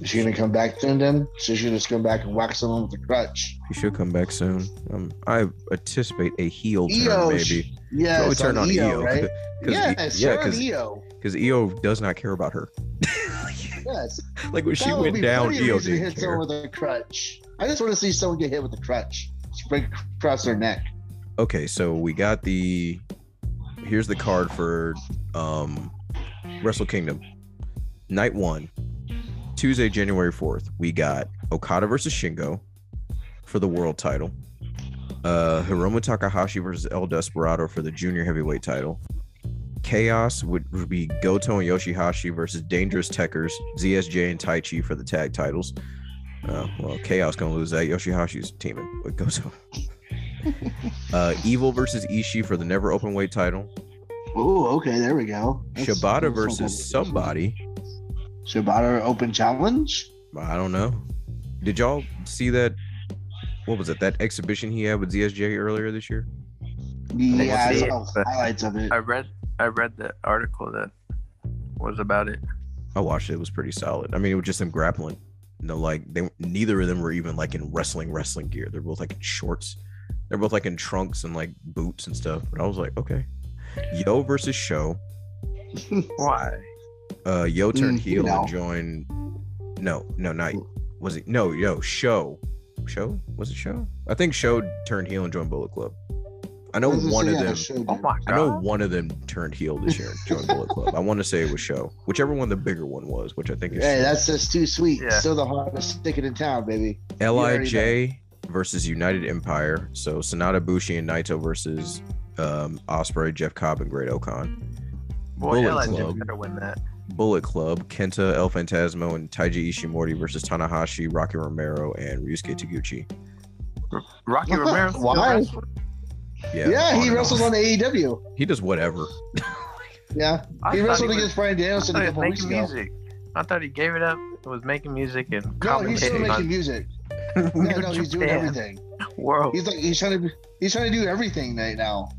Speaker 3: is she gonna come back soon? Then so she just come back and whack someone with a crutch.
Speaker 1: He should come back soon. Um, I anticipate a heel turn,
Speaker 3: Io,
Speaker 1: maybe.
Speaker 3: Yeah,
Speaker 1: Zoe turn on E Io,
Speaker 3: E right?
Speaker 1: Yes,
Speaker 3: Yes,
Speaker 1: yeah,
Speaker 3: turn on E
Speaker 1: because
Speaker 3: Io.
Speaker 1: because EO does not care about her.
Speaker 3: Yes,
Speaker 1: Like when she
Speaker 3: That would
Speaker 1: went
Speaker 3: be
Speaker 1: down, E
Speaker 3: plenty of
Speaker 1: EO
Speaker 3: reason to
Speaker 1: didn't
Speaker 3: hit someone
Speaker 1: care.
Speaker 3: with a crutch. I just want to see someone get hit with a crutch, Just break across their neck.
Speaker 1: Okay, so we got the. Here's the card for um Wrestle Kingdom. Night one, Tuesday, January 4th, we got Okada versus Shingo for the world title. Uh, Hiromu Takahashi versus El Desperado for the junior heavyweight title. Chaos would would be Goto and Yoshihashi versus Dangerous Techers, ZSJ and Tai Chi for the tag titles. Uh, well, Chaos gonna lose that. Yoshihashi's teaming with Goto. uh, Evil versus Ishii for the never open weight title.
Speaker 3: Ooh, okay, there we go. That's-
Speaker 1: Shibata
Speaker 3: that's
Speaker 1: versus
Speaker 3: something.
Speaker 1: somebody.
Speaker 3: Shibata Open Challenge.
Speaker 1: I don't know. Did y'all see that? What was it? That exhibition he had with ZSJ earlier this year?
Speaker 3: Yeah, I
Speaker 5: see it,
Speaker 3: saw
Speaker 5: but-
Speaker 3: highlights of it.
Speaker 5: I read I read the article that was about it.
Speaker 1: I watched it. It was pretty solid. I mean, it was just them grappling. No, like they neither of them were even like in wrestling wrestling gear. They're both like in shorts. They're both like in trunks and like boots and stuff. But I was like, okay. Yo versus Show.
Speaker 5: Why?
Speaker 1: Uh, Yo turned
Speaker 3: Mm,
Speaker 1: heel
Speaker 3: no. Mm.
Speaker 1: and joined. No, no, not was it? No, Yo Show. Show was it? Show? I think Show turned heel and joined Bullet Club. I know
Speaker 3: Let's just
Speaker 1: one
Speaker 3: say
Speaker 1: of
Speaker 3: I
Speaker 1: them.
Speaker 3: showed
Speaker 5: Oh
Speaker 3: you.
Speaker 5: my god.
Speaker 1: I know one of them turned heel this year and joined Bullet Club. I want to say it was Show, whichever one the bigger one was, which I think is.
Speaker 3: Hey,
Speaker 1: Show.
Speaker 3: that's just too sweet.
Speaker 5: Yeah.
Speaker 3: Still the hardest ticket in town, baby. already
Speaker 1: Lij versus United Empire. So Sonata Bushi and Naito versus um, Osprey, Jeff Cobb, and Great Okan.
Speaker 5: Boy,
Speaker 1: Bullet
Speaker 5: LIJ
Speaker 1: Club.
Speaker 5: better win that.
Speaker 1: Bullet Club, Kenta, El Fantasmo, and Taiji Ishimori versus Tanahashi, Rocky Romero, and Ryusuke Taguchi.
Speaker 5: Rocky Romero. still
Speaker 3: Why?
Speaker 5: wrestling?
Speaker 1: Yeah,
Speaker 3: Yeah, he
Speaker 1: and
Speaker 3: wrestled
Speaker 1: off.
Speaker 3: on AEW.
Speaker 1: He does whatever.
Speaker 3: Yeah,
Speaker 5: I
Speaker 3: he
Speaker 5: thought
Speaker 3: wrestled
Speaker 5: was-
Speaker 3: against Brian
Speaker 5: I
Speaker 3: Danielson a
Speaker 5: thought he was
Speaker 3: couple weeks
Speaker 5: making
Speaker 3: ago.
Speaker 5: music. I thought he gave it up and was making music and
Speaker 3: No, he's still
Speaker 5: commentating
Speaker 3: making
Speaker 5: on
Speaker 3: music.
Speaker 5: New
Speaker 3: Yeah, no, he's doing
Speaker 5: Japan
Speaker 3: everything.
Speaker 5: World.
Speaker 3: He's like he's trying to be, he's trying to do everything right now.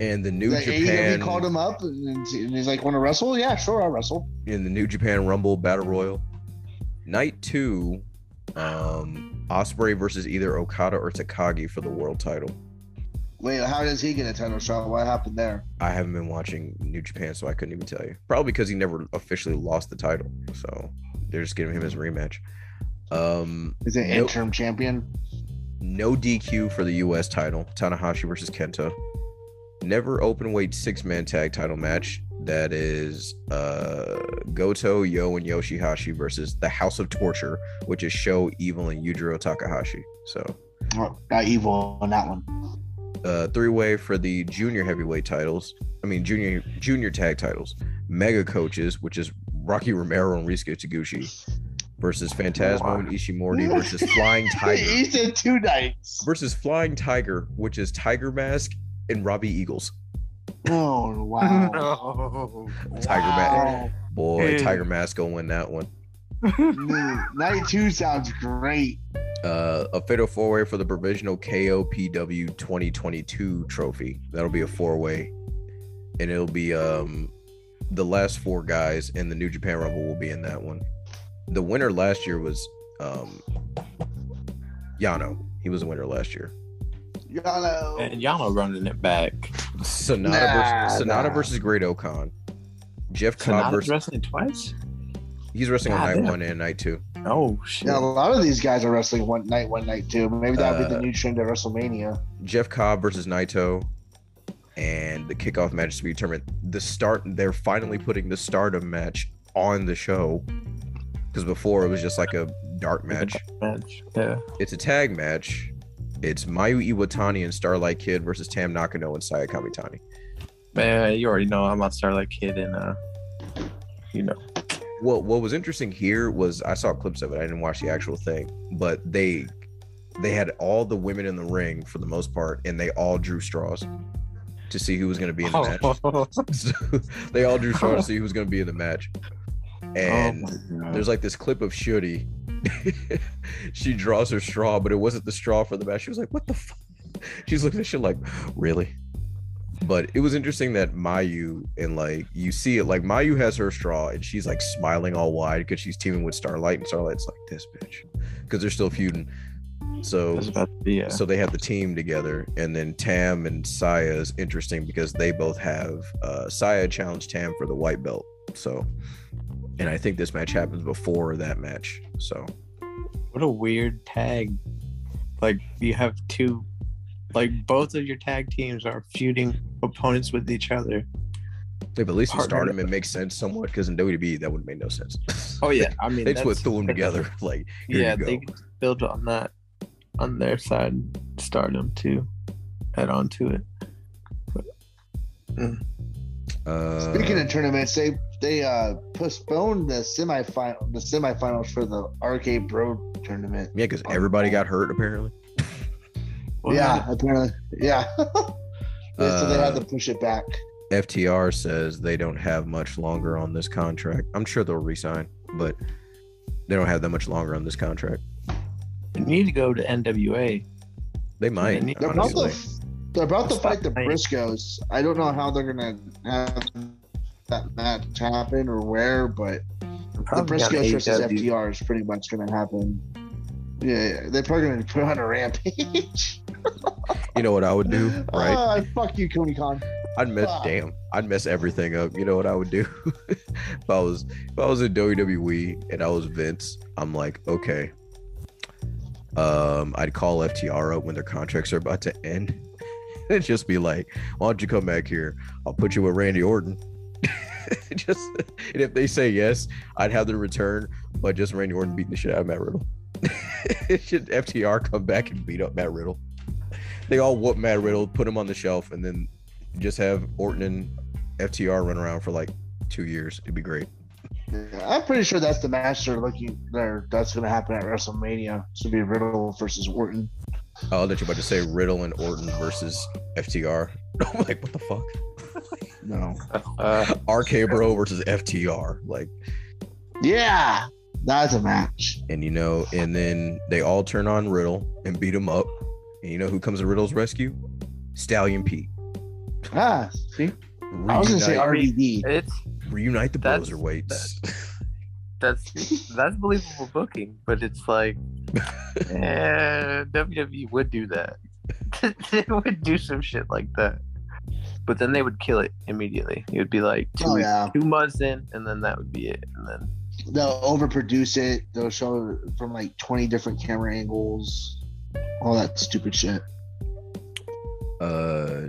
Speaker 1: And the New
Speaker 3: Like
Speaker 1: Japan
Speaker 3: AEW E called him up and and he's like, "Want to wrestle? Yeah, sure, I'll wrestle."
Speaker 1: in the New Japan Rumble Battle Royal. Night two, um, Osprey versus either Okada or Takagi for the world title.
Speaker 3: Wait, how does he get a title shot? What happened there?
Speaker 1: I haven't been watching New Japan, so I couldn't even tell you. Probably because he never officially lost the title, so they're just giving him his rematch. Um,
Speaker 3: Is it
Speaker 1: Nope.
Speaker 3: interim champion?
Speaker 1: no DQ for the U.S. title. Tanahashi versus Kenta. Never open weight six man tag title match. That is uh, Goto, Yo, and Yoshihashi versus the House of Torture, which is Show, Evil, and Yujiro Takahashi. So
Speaker 3: Oh, not evil on that one.
Speaker 1: uh, three way for the junior heavyweight titles. I mean, junior junior tag titles. Mega coaches, which is Rocky Romero and Risuke Taguchi versus Phantasmo and Ishimori versus Flying
Speaker 3: he
Speaker 1: Tiger
Speaker 3: said two nights.
Speaker 1: versus Flying Tiger, which is Tiger Mask and Robbie Eagles.
Speaker 3: Oh wow.
Speaker 5: No.
Speaker 1: Tiger Mask,
Speaker 3: Wow.
Speaker 1: boy,
Speaker 5: Yeah.
Speaker 1: Tiger Mask gonna win that one.
Speaker 3: Dude, Night two sounds great.
Speaker 1: Uh, a fatal four way for the provisional KOPW 2022 trophy. That'll be a four way, and it'll be um the last four guys in the New Japan Rumble will be in that one. The winner last year was um Yano. He was the winner last year.
Speaker 3: Yano.
Speaker 4: And Yano running it back.
Speaker 1: Sonata
Speaker 3: Nah,
Speaker 1: versus Sonata
Speaker 3: nah.
Speaker 1: versus Great Okan. Jeff Cobb
Speaker 4: Sonata's
Speaker 1: versus
Speaker 4: wrestling twice?
Speaker 1: he's wrestling on
Speaker 4: God
Speaker 1: night
Speaker 4: damn.
Speaker 1: one and night two.
Speaker 4: Oh, shit.
Speaker 3: Yeah, a lot of these guys are wrestling one night, one night too. Maybe that'll be
Speaker 1: Uh,
Speaker 3: the new trend at WrestleMania.
Speaker 1: Jeff Cobb versus Naito, and the kickoff match to be determined. The start they're finally putting the Stardom match on the show because before it was just like a dark match.
Speaker 4: Match. Yeah.
Speaker 1: It's a tag match. It's Mayu Iwatani and Starlight Kid versus Tam Nakano and Saya Kamitani.
Speaker 4: Man, you already know I'm on Starlight Kid and uh,
Speaker 1: What what was interesting here was I saw clips of it. I didn't watch the actual thing, but they they had all the women in the ring for the most part, and they all drew straws to see who was going to be in the match.
Speaker 4: oh,
Speaker 1: so they all drew straws to see who's going to be in the match.
Speaker 2: Oh
Speaker 1: And
Speaker 4: my God.
Speaker 1: there's like this clip of Shuri. she draws her straw, but it wasn't the straw for the match. She was like, "What the?" Fuck? She's looking at shit like, "Really?" But it was interesting that Mayu and like you see it like Mayu has her straw and she's like smiling all wide because she's teaming with Starlight and Starlight's like this bitch because they're still feuding. So
Speaker 4: That's about to be, uh,
Speaker 1: so they had the team together, and then Tam and Saya is interesting because they both have uh, Saya challenged Tam for the white belt. So, and I think this match happens before that match. So
Speaker 4: What a weird tag. Like you have two like both of your tag teams are feuding opponents with each other.
Speaker 1: If at least you start
Speaker 4: Partner.
Speaker 1: him, it makes sense somewhat. Because in WWE, that would have made no sense.
Speaker 5: Oh yeah, I mean
Speaker 1: they just would
Speaker 5: that's-
Speaker 1: throw them together. Like, here
Speaker 5: yeah,
Speaker 1: you go.
Speaker 5: they could build on that on their side, Stardom too, add on to it.
Speaker 1: Uh,
Speaker 3: Speaking of tournaments, they they uh, postponed the semifinal the semifinals for the Arcade Bro tournament.
Speaker 1: yeah, because everybody got hurt apparently.
Speaker 5: Well,
Speaker 3: yeah, apparently, yeah. so they had
Speaker 1: Uh,
Speaker 3: to push it back.
Speaker 1: FTR says they don't have much longer on this contract. I'm sure they'll resign, but they don't have that much longer on this contract.
Speaker 5: They need to go to NWA.
Speaker 1: They might.
Speaker 5: need-
Speaker 3: They're about
Speaker 1: honestly.
Speaker 3: to they're about to
Speaker 5: Stop
Speaker 3: fight the
Speaker 5: playing.
Speaker 3: Briscoes. I don't know how they're gonna have that match happen or where, but the
Speaker 5: Probably E got
Speaker 3: Briscoes versus
Speaker 5: AEW.
Speaker 3: FTR is pretty much gonna happen. Yeah, yeah, they're probably gonna put on a rampage.
Speaker 1: You know what I would do, right?
Speaker 3: Ah, fuck you, Tony Khan.
Speaker 1: I'd mess
Speaker 3: Fuck.
Speaker 1: damn. I'd mess everything up. You know what I would do? if I was if I was in WWE and I was Vince, I'm like, okay. Um, I'd call FTR up when their contracts are about to end. and just be like, why don't you come back here? I'll put you with Randy Orton. just and if they say yes, I'd have the return, but just Randy Orton beating the shit out of Matt Riddle. Should FTR come back and beat up Matt Riddle? They all whoop Matt Riddle, put him on the shelf, and then just have Orton and FTR run around for like two years. It'd be great.
Speaker 3: Yeah, I'm pretty sure that's the match they're looking there. That's gonna happen at WrestleMania. It's gonna be Riddle versus Orton.
Speaker 1: Oh, that you're about to say Riddle and Orton versus FTR. I'm like, what the fuck?
Speaker 3: No.
Speaker 4: Uh,
Speaker 1: RK Bro versus FTR. Like,
Speaker 3: Yeah, that's a match.
Speaker 1: and you know, and then they all turn on Riddle and beat him up. And you know who comes to Riddle's rescue? Stallion Pete.
Speaker 3: Ah, see, I was gonna say E
Speaker 1: Reunite-
Speaker 3: RVD.
Speaker 5: It's
Speaker 1: reunite the
Speaker 5: That's-
Speaker 1: Broserweights.
Speaker 5: that's that's believable booking, but it's like eh, WWE would do that. they would do some shit like that, but then they would kill it immediately. It would be like two
Speaker 3: Oh
Speaker 5: weeks-
Speaker 3: yeah.
Speaker 5: two months in, and then that would be it. And then
Speaker 3: they'll overproduce it. They'll show it from like 20 different camera angles, all that stupid shit.
Speaker 1: uh,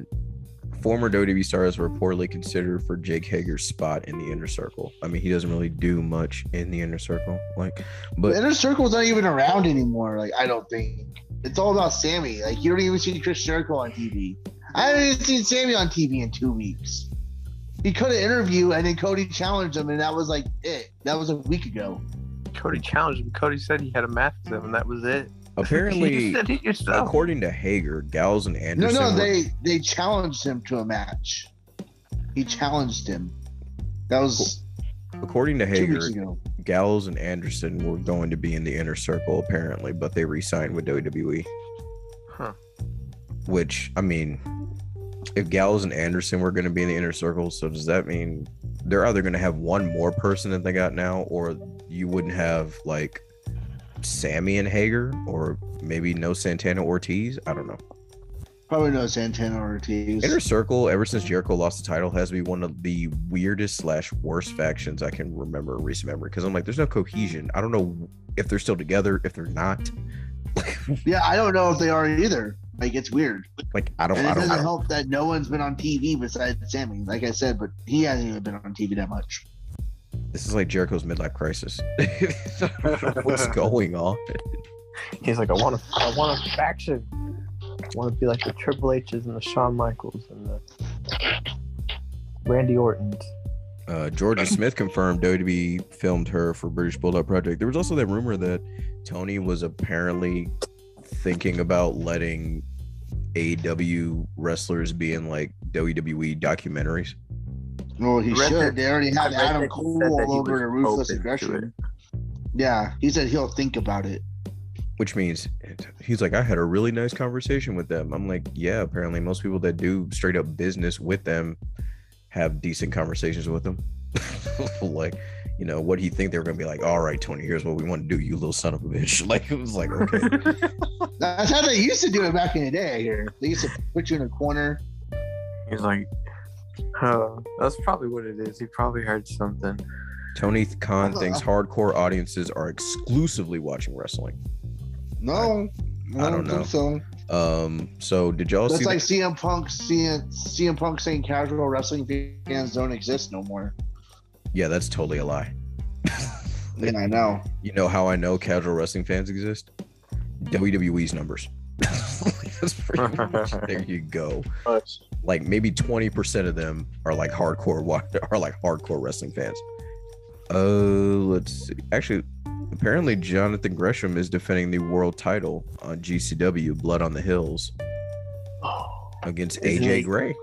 Speaker 1: former WWE stars were reportedly considered for Jake Hager's spot in the inner circle. I mean, he doesn't really do much in the inner circle, like,
Speaker 3: But
Speaker 1: but
Speaker 3: Inner Circle's not even around anymore. Like, I don't think it's all about Sammy. Like, you don't even see Chris Jericho on TV. I haven't even seen Sammy on TV in two weeks. He cut an interview and then Cody challenged him, and that was like it. That was a week ago.
Speaker 5: Cody challenged him. Cody said he had a match with him, and that was it. you
Speaker 1: apparently,
Speaker 5: said it yourself.
Speaker 1: according to Hager, Gals and
Speaker 3: No,
Speaker 1: Anderson,
Speaker 3: no,
Speaker 1: were-
Speaker 3: they they challenged him to a match. He challenged him. That was
Speaker 1: according to
Speaker 3: two
Speaker 1: Hager,
Speaker 3: weeks ago.
Speaker 1: Gals and Anderson were going to be in the inner circle apparently, but they re-signed with WWE.
Speaker 5: Huh.
Speaker 1: Which I mean, if Gals and Anderson were going to be in the inner circle, so does that mean they're either going to have one more person that they got now, or you wouldn't have like Sammy and Hager, or maybe no Santana Ortiz? I don't know.
Speaker 3: Probably no Santana Ortiz.
Speaker 1: Inner Circle, ever since Jericho lost the title, has been one of the weirdest slash worst factions I can remember in recent memory. Because I'm like, there's no cohesion. I don't know if they're still together, if they're not.
Speaker 3: Yeah, I don't know if they are either. Like it's weird.
Speaker 1: Like, I don't,
Speaker 3: And
Speaker 1: I
Speaker 3: it
Speaker 1: don't, I
Speaker 3: doesn't
Speaker 1: don't-
Speaker 3: help that no one's been on TV besides Sammy, like I said, but he hasn't even been on TV that much.
Speaker 1: This is like Jericho's midlife crisis. What's going on?
Speaker 5: He's like, I want to, I want a faction. I want to be like the Triple H's and the Shawn Michaels and the Randy Orton's.
Speaker 1: Uh, Georgia Smith confirmed WWE filmed her for British Bulldog Project. There was also that rumor that Tony was apparently thinking about letting AW wrestlers be in like WWE documentaries.
Speaker 3: Well, he
Speaker 5: Read
Speaker 3: should.
Speaker 5: that-
Speaker 3: They already
Speaker 5: I
Speaker 3: had
Speaker 5: read that
Speaker 3: Adam
Speaker 5: he
Speaker 3: Cole
Speaker 5: said that
Speaker 3: all
Speaker 5: he
Speaker 3: over
Speaker 5: was
Speaker 3: the ruthless
Speaker 5: open to
Speaker 3: aggression. Yeah, he said he'll think about it.
Speaker 1: which means he's like, I had a really nice conversation with them. I'm like, yeah, apparently most people that do straight up business with them have decent conversations with them. like, you know, what do you think they were gonna be like? All right, Tony, here's what we want to do, you little son of a bitch. Like it was like, okay,
Speaker 3: That's how they used to do it back in the day. I hear they used to put you in a corner.
Speaker 5: He's like, huh. That's probably what it is. He probably heard something.
Speaker 1: Tony Khan thinks hardcore audiences are exclusively watching wrestling.
Speaker 3: No,
Speaker 1: I don't know.
Speaker 3: think so.
Speaker 1: Um, so did y'all
Speaker 3: That's
Speaker 1: see?
Speaker 3: like CM Punk seeing CM Punk saying casual wrestling fans don't exist no more.
Speaker 1: yeah, that's totally a lie.
Speaker 3: Yeah, I know.
Speaker 1: You know how I know casual wrestling fans exist? WWE's numbers. That's pretty much, there you go.
Speaker 2: But
Speaker 1: Like maybe twenty percent of them are like hardcore wa- are like hardcore wrestling fans. Uh, let's see. Actually, apparently Jonathan Gresham is defending the world title on GCW Blood on the Hills
Speaker 2: oh,
Speaker 1: against
Speaker 5: Isn't
Speaker 1: AJ
Speaker 5: he-
Speaker 1: Gray.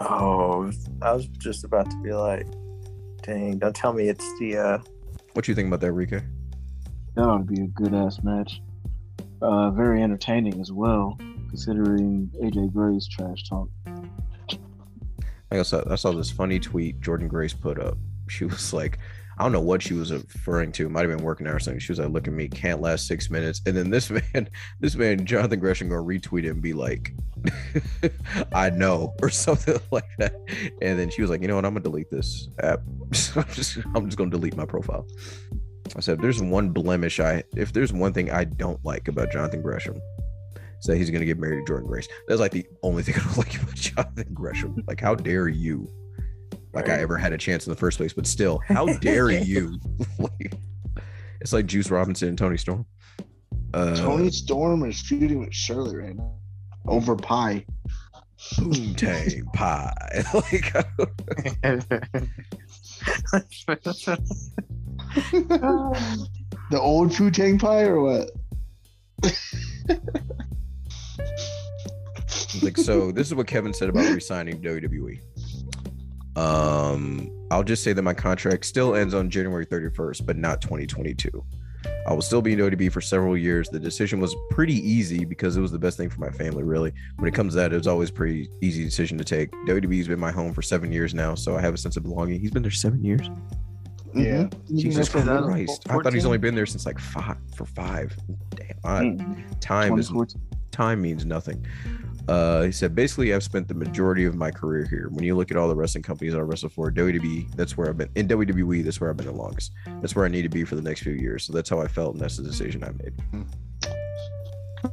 Speaker 5: Oh, I was just about to be like, dang, don't tell me it's the uh
Speaker 1: What you think about that, Rika?
Speaker 2: that would be a good ass match. Uh, very entertaining as well, considering AJ Gray's trash talk.
Speaker 1: I saw I saw this funny tweet Jordan Grace put up. She was like, I don't know what she was referring to. It might have been working hours or something. She was like, "Look at me, can't last six minutes." And then this man, this man, Jonathan Gresham, gonna retweet it and be like, "I know" or something like that. And then she was like, "You know what? I'm gonna delete this app. So I'm just, I'm just gonna delete my profile." I said, if "There's one blemish I, if there's one thing I don't like about Jonathan Gresham, so he's gonna get married to Jordan Grace. That's like the only thing I don't like about Jonathan Gresham. Like, how dare you? Like I
Speaker 4: Right.
Speaker 1: ever had a chance in the first place, but still, how dare you? Like, it's like Juice Robinson and Tony Storm. Uh,
Speaker 3: Tony Storm is feuding with Shirley right now over pie.
Speaker 1: Boomtang Pie. like,
Speaker 3: The old Fu Tang pie or what?
Speaker 1: like so this is what kevin said about resigning wwe um i'll just say that my contract still ends on january 31st but not 2022 i will still be in wwe for several years the decision was pretty easy because it was the best thing for my family really when it comes to that it was always a pretty easy decision to take wwe's been my home for seven years now so i have a sense of belonging he's been there seven years
Speaker 2: Yeah.
Speaker 3: Mhm.
Speaker 1: jesus
Speaker 5: been there
Speaker 1: christ i thought he's
Speaker 5: 14?
Speaker 1: only been there since like five for five damn I-
Speaker 2: Mm.
Speaker 5: Mm-hmm.
Speaker 1: time is
Speaker 2: 2014.
Speaker 1: time means nothing. Uh, he said, basically, I've spent the majority of my career here. When you look at all the wrestling companies I wrestled for, WWE, that's where I've been. In WWE, that's where I've been the longest. That's where I need to be for the next few years. So that's how I felt, and that's the decision I made.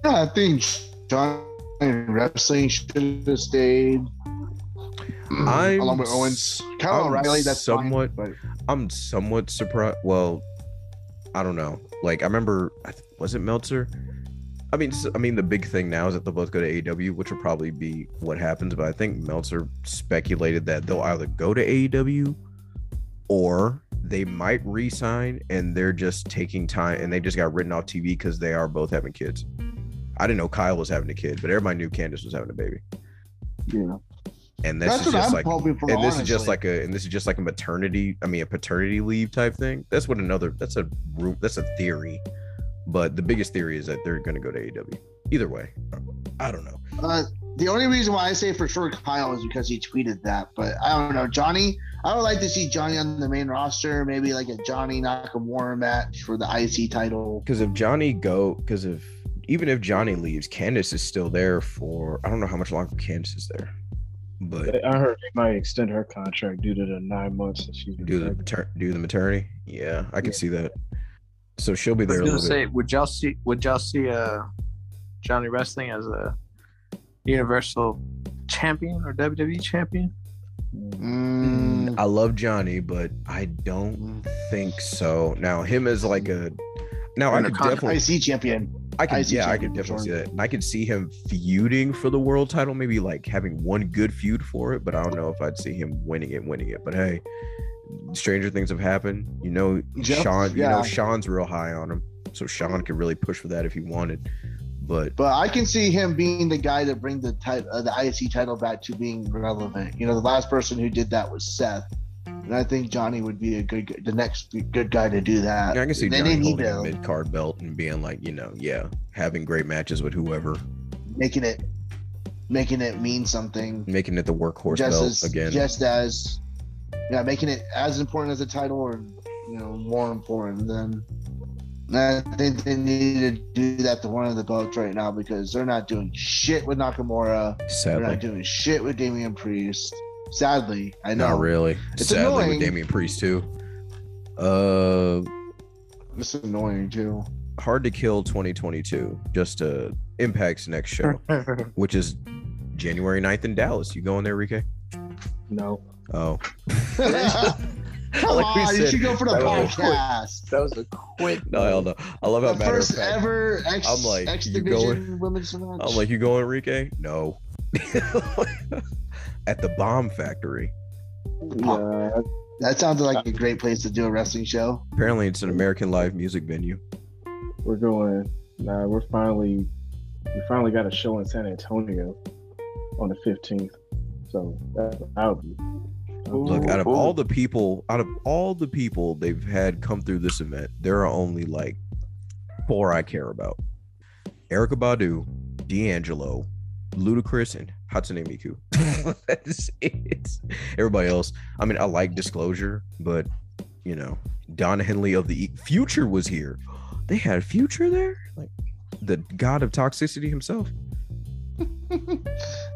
Speaker 3: Yeah, I think John Wrestling should have stayed. Mm,
Speaker 1: I'm
Speaker 3: along with Owens, Kyle
Speaker 1: I'm
Speaker 3: O'Reilly. That's
Speaker 1: somewhat-
Speaker 3: Fine,
Speaker 1: I'm somewhat surprised. Well, I don't know. Like I remember, I th- was it Meltzer? I mean, s- I mean, the big thing now is that they'll both go to AEW, which will probably be what happens. But I think Meltzer speculated that they'll either go to AEW or they might re-sign, and they're just taking time, and they just got written off TV because they are both having kids. I didn't know Kyle was having a kid, but everybody knew Candace was having a baby,
Speaker 2: Yeah.
Speaker 1: and this
Speaker 3: but that's
Speaker 1: is
Speaker 3: what
Speaker 1: just
Speaker 3: I'm
Speaker 1: like
Speaker 3: hoping for.
Speaker 1: and this is just
Speaker 3: honestly.
Speaker 1: like a and this is just like a maternity i mean a paternity leave type thing that's what another that's a room that's a theory but the biggest theory is that they're going to go to aw either way i don't know
Speaker 3: Uh, the only reason why I say for sure Kyle is because he tweeted that, but I don't know Johnny. I would like to see Johnny on the main roster, maybe like a Johnny Nakamura match for the IC title.
Speaker 1: because if johnny go because if even if johnny leaves candace is still there for i don't know how much longer candace is there but
Speaker 2: I heard they might extend her contract due to the nine months that she's been
Speaker 1: do the
Speaker 2: pregnant.
Speaker 1: mater- do the maternity yeah i can see that so she'll be
Speaker 5: I was
Speaker 1: there a
Speaker 5: gonna
Speaker 1: little bit.
Speaker 5: say, would y'all see would y'all see uh Johnny Wrestling as a universal champion or WWE champion?
Speaker 3: Mm.
Speaker 1: i love johnny but i don't think so. Now him as like a now I
Speaker 5: And a
Speaker 1: could
Speaker 5: con-
Speaker 1: definitely
Speaker 3: IC champion.
Speaker 1: I can
Speaker 3: I see
Speaker 1: yeah I can
Speaker 3: champion
Speaker 1: definitely see
Speaker 3: Jordan.
Speaker 1: that. And I can see him feuding for the world title, maybe like having one good feud for it, but I don't know if I'd see him winning it, winning it. But hey, stranger things have happened. You know
Speaker 3: Jeff-
Speaker 1: Sean, you
Speaker 3: yeah.
Speaker 1: know Sean's real high on him. So Sean could really push for that if he wanted. But
Speaker 3: But I can see him being the guy to bring the title, uh, the IC title back to being relevant. You know, the last person who did that was Seth, and I think Johnny would be a good, the next good guy to do that.
Speaker 1: yeah, I can see
Speaker 3: They
Speaker 1: Johnny
Speaker 3: didn't need
Speaker 1: holding a
Speaker 3: to.
Speaker 1: mid card belt and being like, you know, yeah, having great matches with whoever,
Speaker 3: making it, making it mean something.
Speaker 1: making it the workhorse
Speaker 3: just
Speaker 1: belt
Speaker 3: as,
Speaker 1: again.
Speaker 3: Just as, yeah, making it as important as the title, or you know, more important than. And I think they need to do that to one of the belts right now because they're not doing shit with Nakamura. They're
Speaker 1: sadly.
Speaker 3: not doing shit with Damian Priest. Sadly, I know.
Speaker 1: Not really.
Speaker 3: It's
Speaker 1: Sadly,
Speaker 3: annoying.
Speaker 1: with Damian Priest too. Uh,
Speaker 3: It's annoying too.
Speaker 1: Hard to Kill 2022. Just a Impact's next show, which is January 9th in Dallas. You going there, Rike?
Speaker 2: No.
Speaker 1: Oh,
Speaker 3: Come
Speaker 1: Like we
Speaker 3: on, you
Speaker 1: said,
Speaker 3: should go for the
Speaker 1: that
Speaker 4: was a quick-
Speaker 3: podcast.
Speaker 4: That was a quick.
Speaker 1: no, hell no. I love how
Speaker 3: The
Speaker 1: matter of
Speaker 3: first
Speaker 1: fact.
Speaker 3: ever X,
Speaker 1: I'm like,
Speaker 3: X
Speaker 1: you
Speaker 3: Division women's match.
Speaker 1: I'm like, you going, Rike? No. At the Bomb Factory.
Speaker 2: Nah,
Speaker 3: that sounded like a great place to do a wrestling show.
Speaker 1: Apparently, it's an American live music venue.
Speaker 2: we're going. Nah, we're finally we finally got a show in San Antonio on the fifteenth. So that's out.
Speaker 1: Look, out of
Speaker 4: Ooh.
Speaker 1: all the people, out of all the people they've had come through this event, there are only like four I care about: Erica Badu, D'Angelo, Ludacris, and Hatsune Miku. That's it. Everybody else, I mean, I like Disclosure, but you know, Don Henley of the E- Future was here. They had Future there, like the god of toxicity himself.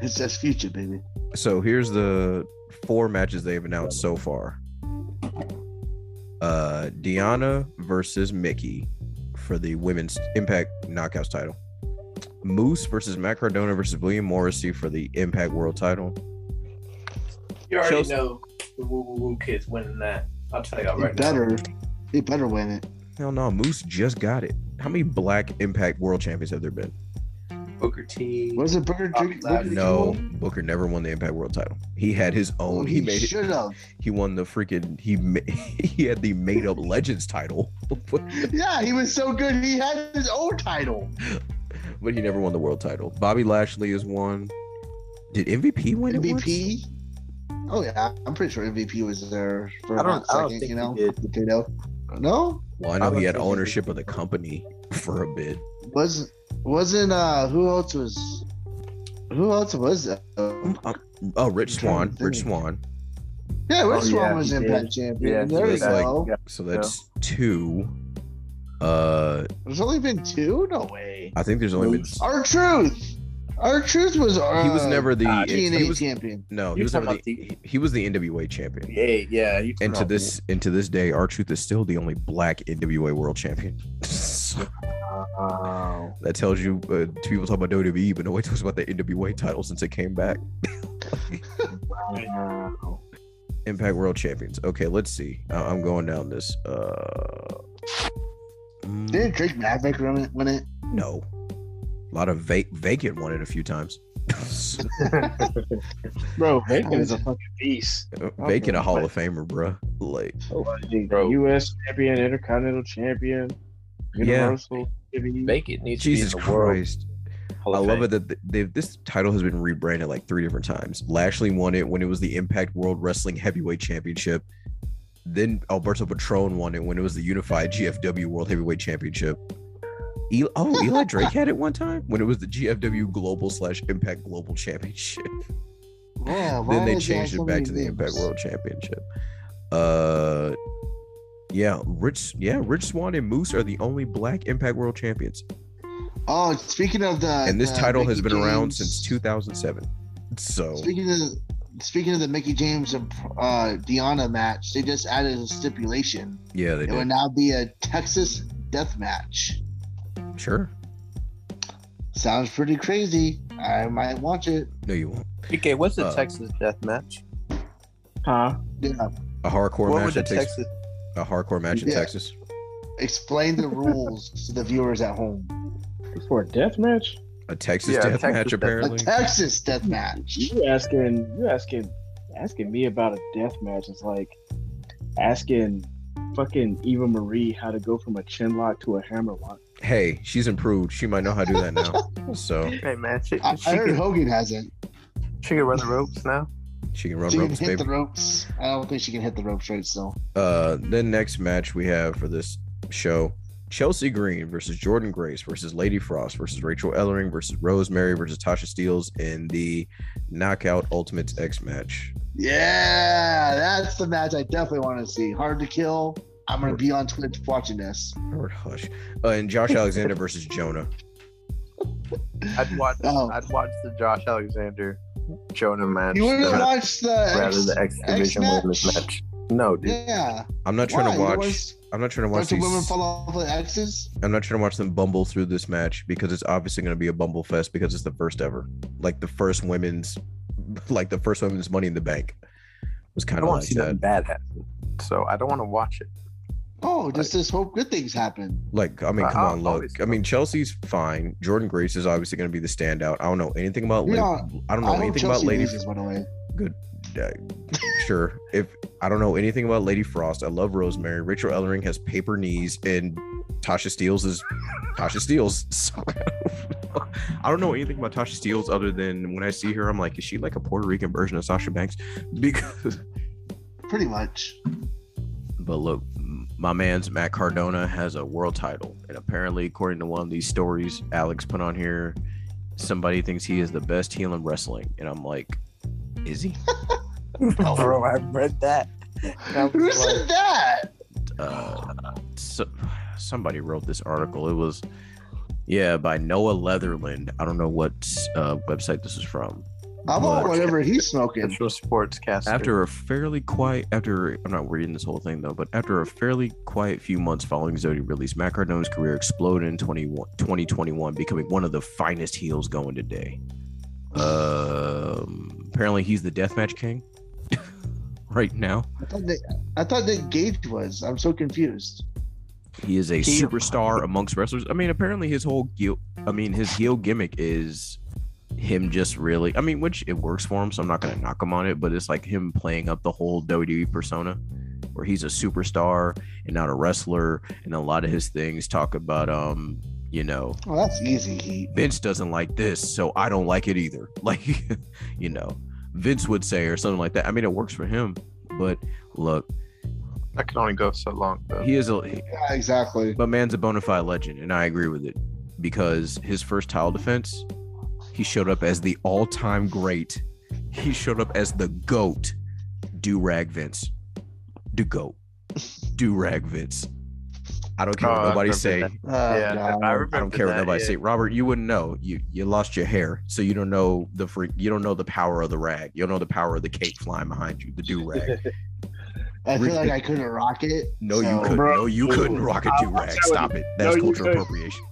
Speaker 3: It's just future, baby.
Speaker 1: so here's the four matches they've announced so far. Uh Deanna versus Mickey for the women's Impact Knockouts title. Moose versus Matt Cardona versus William Morrissey for the Impact World title.
Speaker 5: You already
Speaker 1: Chelsea-
Speaker 5: know the woo woo woo kids winning that. I'll tell y'all
Speaker 3: He
Speaker 5: right now.
Speaker 3: better, he better win it.
Speaker 1: Hell no, Moose just got it. How many black Impact World Champions have there been?
Speaker 5: Booker T.
Speaker 3: Was it Booker
Speaker 5: Oh,
Speaker 3: T? Booker T
Speaker 1: No,
Speaker 3: won?
Speaker 1: Booker never won the Impact World title. He had his
Speaker 3: Oh,
Speaker 1: own.
Speaker 3: he,
Speaker 1: He made it.
Speaker 3: should have.
Speaker 1: He won the freaking. He ma- he had the made up Legends title, but,
Speaker 3: Yeah, he was so good. He had his own title.
Speaker 1: but he never won the world title. Bobby Lashley is one. Did MVP win it once?
Speaker 3: MVP. Oh yeah, I'm pretty sure MVP was there for
Speaker 4: I
Speaker 3: a hot
Speaker 4: don't. I don't
Speaker 3: second.
Speaker 4: think
Speaker 3: you know,
Speaker 4: he did.
Speaker 3: you know, no,
Speaker 1: Well, I know
Speaker 4: Bobby
Speaker 1: he had
Speaker 4: Lashley.
Speaker 1: ownership of the company for a bit.
Speaker 3: wasn't wasn't uh who else was who else was that?
Speaker 1: Um, um, oh, Rich
Speaker 3: I'm trying to
Speaker 1: Swan. Rich
Speaker 3: think.
Speaker 1: Swan.
Speaker 3: yeah, Rich
Speaker 4: Oh,
Speaker 3: Swan
Speaker 4: yeah,
Speaker 3: was
Speaker 4: he
Speaker 3: Impact
Speaker 4: did.
Speaker 3: champion.
Speaker 4: Yeah, he
Speaker 3: there you
Speaker 1: was like-
Speaker 3: go.
Speaker 4: Yeah.
Speaker 1: So that's two. Uh,
Speaker 3: There's only been two. No way.
Speaker 1: I think there's only been.
Speaker 3: Our truth. Our truth was. Uh,
Speaker 1: He was never the.
Speaker 4: Ah,
Speaker 1: he
Speaker 3: TNA
Speaker 1: was,
Speaker 3: champion.
Speaker 1: no, he
Speaker 4: You're
Speaker 1: was never the.
Speaker 4: talking
Speaker 1: He, he was the NWA champion.
Speaker 4: Yeah, yeah. You
Speaker 1: And to
Speaker 4: promote
Speaker 1: this, and to this day, our truth is still the only black NWA world champion. So
Speaker 2: Wow.
Speaker 1: that tells you uh, people talk about WWE, but nobody talks about the NWA title since it came back.
Speaker 2: Wow.
Speaker 1: Impact World Champions. Okay, let's see. I- I'm going down this. Uh, mm,
Speaker 3: Didn't Drake Maverick win it? Win it?
Speaker 1: no, a lot of va- vacant won it a few times.
Speaker 2: Bro, Bacon is a fucking beast.
Speaker 1: vacant a Hall of Famer, bruh. Like,
Speaker 2: Like,
Speaker 4: Bro.
Speaker 2: U.S. champion, Intercontinental champion,
Speaker 1: Yeah.
Speaker 2: Universal. champion.
Speaker 5: Make it needs
Speaker 1: Jesus
Speaker 5: to be in the world.
Speaker 1: Christ!
Speaker 4: Hall
Speaker 1: I
Speaker 4: of
Speaker 1: love
Speaker 4: Fame.
Speaker 1: it that th- they've, this title has been rebranded like three different times. Lashley won it when it was the Impact World Wrestling Heavyweight Championship. Then Alberto Patron won it when it was the Unified GFW World Heavyweight Championship. Eli, oh, Eli Drake had it one time when it was the GFW Global slash Impact Global Championship.
Speaker 3: Yeah, why
Speaker 1: then they
Speaker 3: does he have
Speaker 1: changed
Speaker 3: so
Speaker 1: it back
Speaker 3: many
Speaker 1: to the Impact
Speaker 3: names?
Speaker 1: World Championship. Uh, yeah, Rich, yeah, Rich Swan and Moose are the only Black Impact World Champions,
Speaker 3: Oh, speaking of the
Speaker 1: and this
Speaker 3: the
Speaker 1: title has
Speaker 3: Mickey
Speaker 1: been around
Speaker 3: Uh, James-
Speaker 1: since 2007. So
Speaker 3: Speaking of speaking of the Mickey James and uh, Deanna match, they just added a stipulation.
Speaker 1: yeah, they
Speaker 3: It would
Speaker 1: did.
Speaker 3: now be a Texas death match.
Speaker 1: Sure,
Speaker 3: Sounds pretty crazy. I might watch it.
Speaker 1: no, you won't.
Speaker 5: PK, what's the
Speaker 1: Uh,
Speaker 5: Texas death match?
Speaker 2: Huh?
Speaker 3: Yeah.
Speaker 1: A hardcore
Speaker 5: What
Speaker 1: match
Speaker 5: would
Speaker 1: in
Speaker 5: the
Speaker 1: Texas.
Speaker 5: Texas?
Speaker 1: A hardcore match in
Speaker 3: Yeah.
Speaker 1: Texas.
Speaker 3: Explain the rules to the viewers at home.
Speaker 2: For a death match?
Speaker 1: A Texas
Speaker 5: Yeah, a
Speaker 1: death
Speaker 5: Texas
Speaker 1: match,
Speaker 5: death-
Speaker 3: A
Speaker 1: apparently.
Speaker 3: Texas death match.
Speaker 2: You asking you asking asking me about a death match is like asking fucking Eva Marie how to go from a chin lock to a hammer lock.
Speaker 1: hey, she's improved. She might know how to do that now. so
Speaker 5: Hey man, she,
Speaker 3: I,
Speaker 5: she,
Speaker 3: I heard
Speaker 5: can,
Speaker 3: Hogan hasn't.
Speaker 5: she can run the ropes now.
Speaker 1: she can run
Speaker 3: She can
Speaker 1: ropes,
Speaker 3: hit
Speaker 1: baby.
Speaker 3: the ropes. I don't think she can hit the ropes right still.
Speaker 1: Uh, then next match we have for this show: Chelsea Green versus Jordan Grace versus Lady Frost versus Rachel Ellering versus Rosemary versus Tasha Steeles in the Knockout Ultimates X match.
Speaker 3: Yeah, that's the match I definitely want to see. Hard to kill. I'm gonna be on Twitch watching this.
Speaker 1: Or hush. Uh, and Josh Alexander versus Jonah.
Speaker 5: I'd watch.
Speaker 3: Oh.
Speaker 5: I'd watch the Josh Alexander, Jonah match
Speaker 3: You want to
Speaker 5: rather,
Speaker 3: watch the
Speaker 5: rather than the X Division
Speaker 3: match?
Speaker 5: Women's match.
Speaker 4: No, dude.
Speaker 3: Yeah.
Speaker 1: I'm not trying to
Speaker 3: Why?
Speaker 1: watch.
Speaker 3: You watch-
Speaker 1: I'm not trying to watch
Speaker 3: Bunch of
Speaker 1: these.
Speaker 3: women fall off the axes.
Speaker 1: I'm not trying to watch them bumble through this match because it's obviously going to be a bumble fest because it's the first ever, like the first women's, like the first women's Money in the Bank was
Speaker 5: I
Speaker 1: kind
Speaker 5: don't
Speaker 1: of
Speaker 5: want
Speaker 1: like
Speaker 5: to see
Speaker 1: that.
Speaker 5: nothing bad happen, so I don't want to watch it.
Speaker 3: Oh, just just hope good things happen.
Speaker 1: Like, I mean,
Speaker 5: I-
Speaker 1: come
Speaker 5: I-
Speaker 1: on, look.
Speaker 5: always-
Speaker 1: I mean, Chelsea's fine. Jordan Grace is obviously going to be the standout. I don't know anything about.
Speaker 3: You
Speaker 1: Liv-
Speaker 3: know,
Speaker 1: I don't know
Speaker 3: I hope
Speaker 1: anything
Speaker 3: Chelsea
Speaker 1: about Lady.
Speaker 3: loses, by the way.
Speaker 1: Good. Uh, sure. If I don't know anything about Lady Frost, I love Rosemary. Rachel Ellering has paper knees, and Tasha Steeles is Tasha Steeles. So I don't know anything about Tasha Steeles other than when I see her, I'm like, is she like a Puerto Rican version of Sasha Banks? Because,
Speaker 3: Pretty much.
Speaker 1: but look, m- my man's Matt Cardona has a world title, and apparently, according to one of these stories Alex put on here, somebody thinks he is the best heel in wrestling, and I'm like, is he?
Speaker 4: Oh.
Speaker 5: Bro, I read that.
Speaker 3: Who said that?
Speaker 1: uh, so, somebody wrote this article. It was, yeah, by Noah Leatherland. I don't know what uh, website this is from.
Speaker 3: I
Speaker 1: What?
Speaker 3: want whatever he's smoking.
Speaker 5: Central Sportscaster.
Speaker 1: After a fairly quiet, after I'm not reading this whole thing though, but after a fairly quiet few months following his Zodi release, Matt Cardone's career exploded in 21 2021, becoming one of the finest heels going today. Um, apparently, he's the deathmatch king right now.
Speaker 3: I thought, Nick, I thought Nick Gage was. I'm so confused.
Speaker 1: He is a
Speaker 5: He-
Speaker 1: superstar amongst wrestlers. I mean, apparently his whole heel, I mean, his heel gimmick is him just really, I mean, which it works for him, so I'm not going to knock him on it, but it's like him playing up the whole WWE persona where he's a superstar and not a wrestler. And a lot of his things talk about, um, you know,
Speaker 3: Oh, that's easy, Heat.
Speaker 1: Vince doesn't like this, so I don't like it either. Like, you know, Vince would say or something like that. I mean, it works for him, but look,
Speaker 5: I can only go so long though.
Speaker 1: he is a,
Speaker 3: Yeah, exactly.
Speaker 1: But man's a bona fide legend, and I agree with it because his first title defense, he showed up as the all time great. He showed up as the GOAT, do rag Vince. Do GOAT. Do rag Vince. I don't care
Speaker 5: Oh,
Speaker 1: what
Speaker 5: I
Speaker 1: nobody
Speaker 5: remember
Speaker 1: say.
Speaker 5: that.
Speaker 3: Oh,
Speaker 5: yeah,
Speaker 3: God.
Speaker 5: I
Speaker 1: I
Speaker 5: remember.
Speaker 1: don't care what
Speaker 5: that,
Speaker 1: nobody
Speaker 5: yeah.
Speaker 1: say. Robert, you wouldn't know. You you lost your hair, so you don't know the freak. You don't know the power of the rag. You don't know the power of the cape flying behind you. The do rag.
Speaker 3: I feel like I couldn't rock it.
Speaker 1: No, you
Speaker 5: Oh,
Speaker 3: so-
Speaker 1: couldn't.
Speaker 2: Bro,
Speaker 1: no, you couldn't rock a
Speaker 2: I'm
Speaker 1: do rag.
Speaker 2: telling
Speaker 1: Stop it. That's
Speaker 2: you
Speaker 1: cultural
Speaker 2: couldn't.
Speaker 1: appropriation.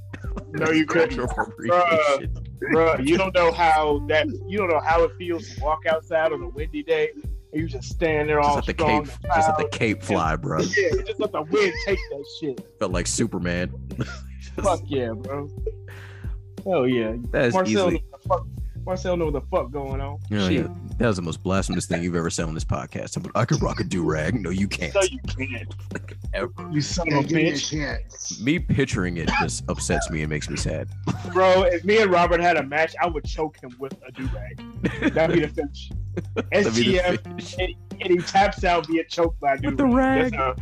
Speaker 2: No, you couldn't.
Speaker 1: Cultural appropriation.
Speaker 2: Bro, you don't know how that you don't know how it feels to walk outside on a windy day and you just stand there
Speaker 1: Just
Speaker 2: all
Speaker 1: let the
Speaker 2: strong
Speaker 1: cape,
Speaker 2: and
Speaker 1: just let
Speaker 2: proud.
Speaker 1: the cape fly, bro.
Speaker 2: Yeah, just let the wind take that shit.
Speaker 1: Felt like Superman.
Speaker 2: Fuck yeah, bro. Hell yeah.
Speaker 1: that is
Speaker 2: Marcel know,
Speaker 1: easily. Oh,
Speaker 2: what the fuck, Marcel know what the fuck going on.
Speaker 1: Yeah,
Speaker 2: Shit.
Speaker 1: yeah. That was the most blasphemous thing you've ever said on this podcast. But I could rock a do rag. No, you can't.
Speaker 2: No, you can't.
Speaker 1: Ever.
Speaker 2: You son
Speaker 3: Yeah,
Speaker 2: of a
Speaker 3: give me a
Speaker 2: bitch.
Speaker 3: chance.
Speaker 1: Me picturing it just upsets me and makes me sad.
Speaker 2: Bro, if me and Robert had a match, I would choke him with a durag. That'd be the finish.
Speaker 1: I mean, the
Speaker 2: SGF,
Speaker 1: finish-
Speaker 2: and he taps out via choke by a
Speaker 1: With the
Speaker 2: durag. That's
Speaker 1: rag.
Speaker 2: how-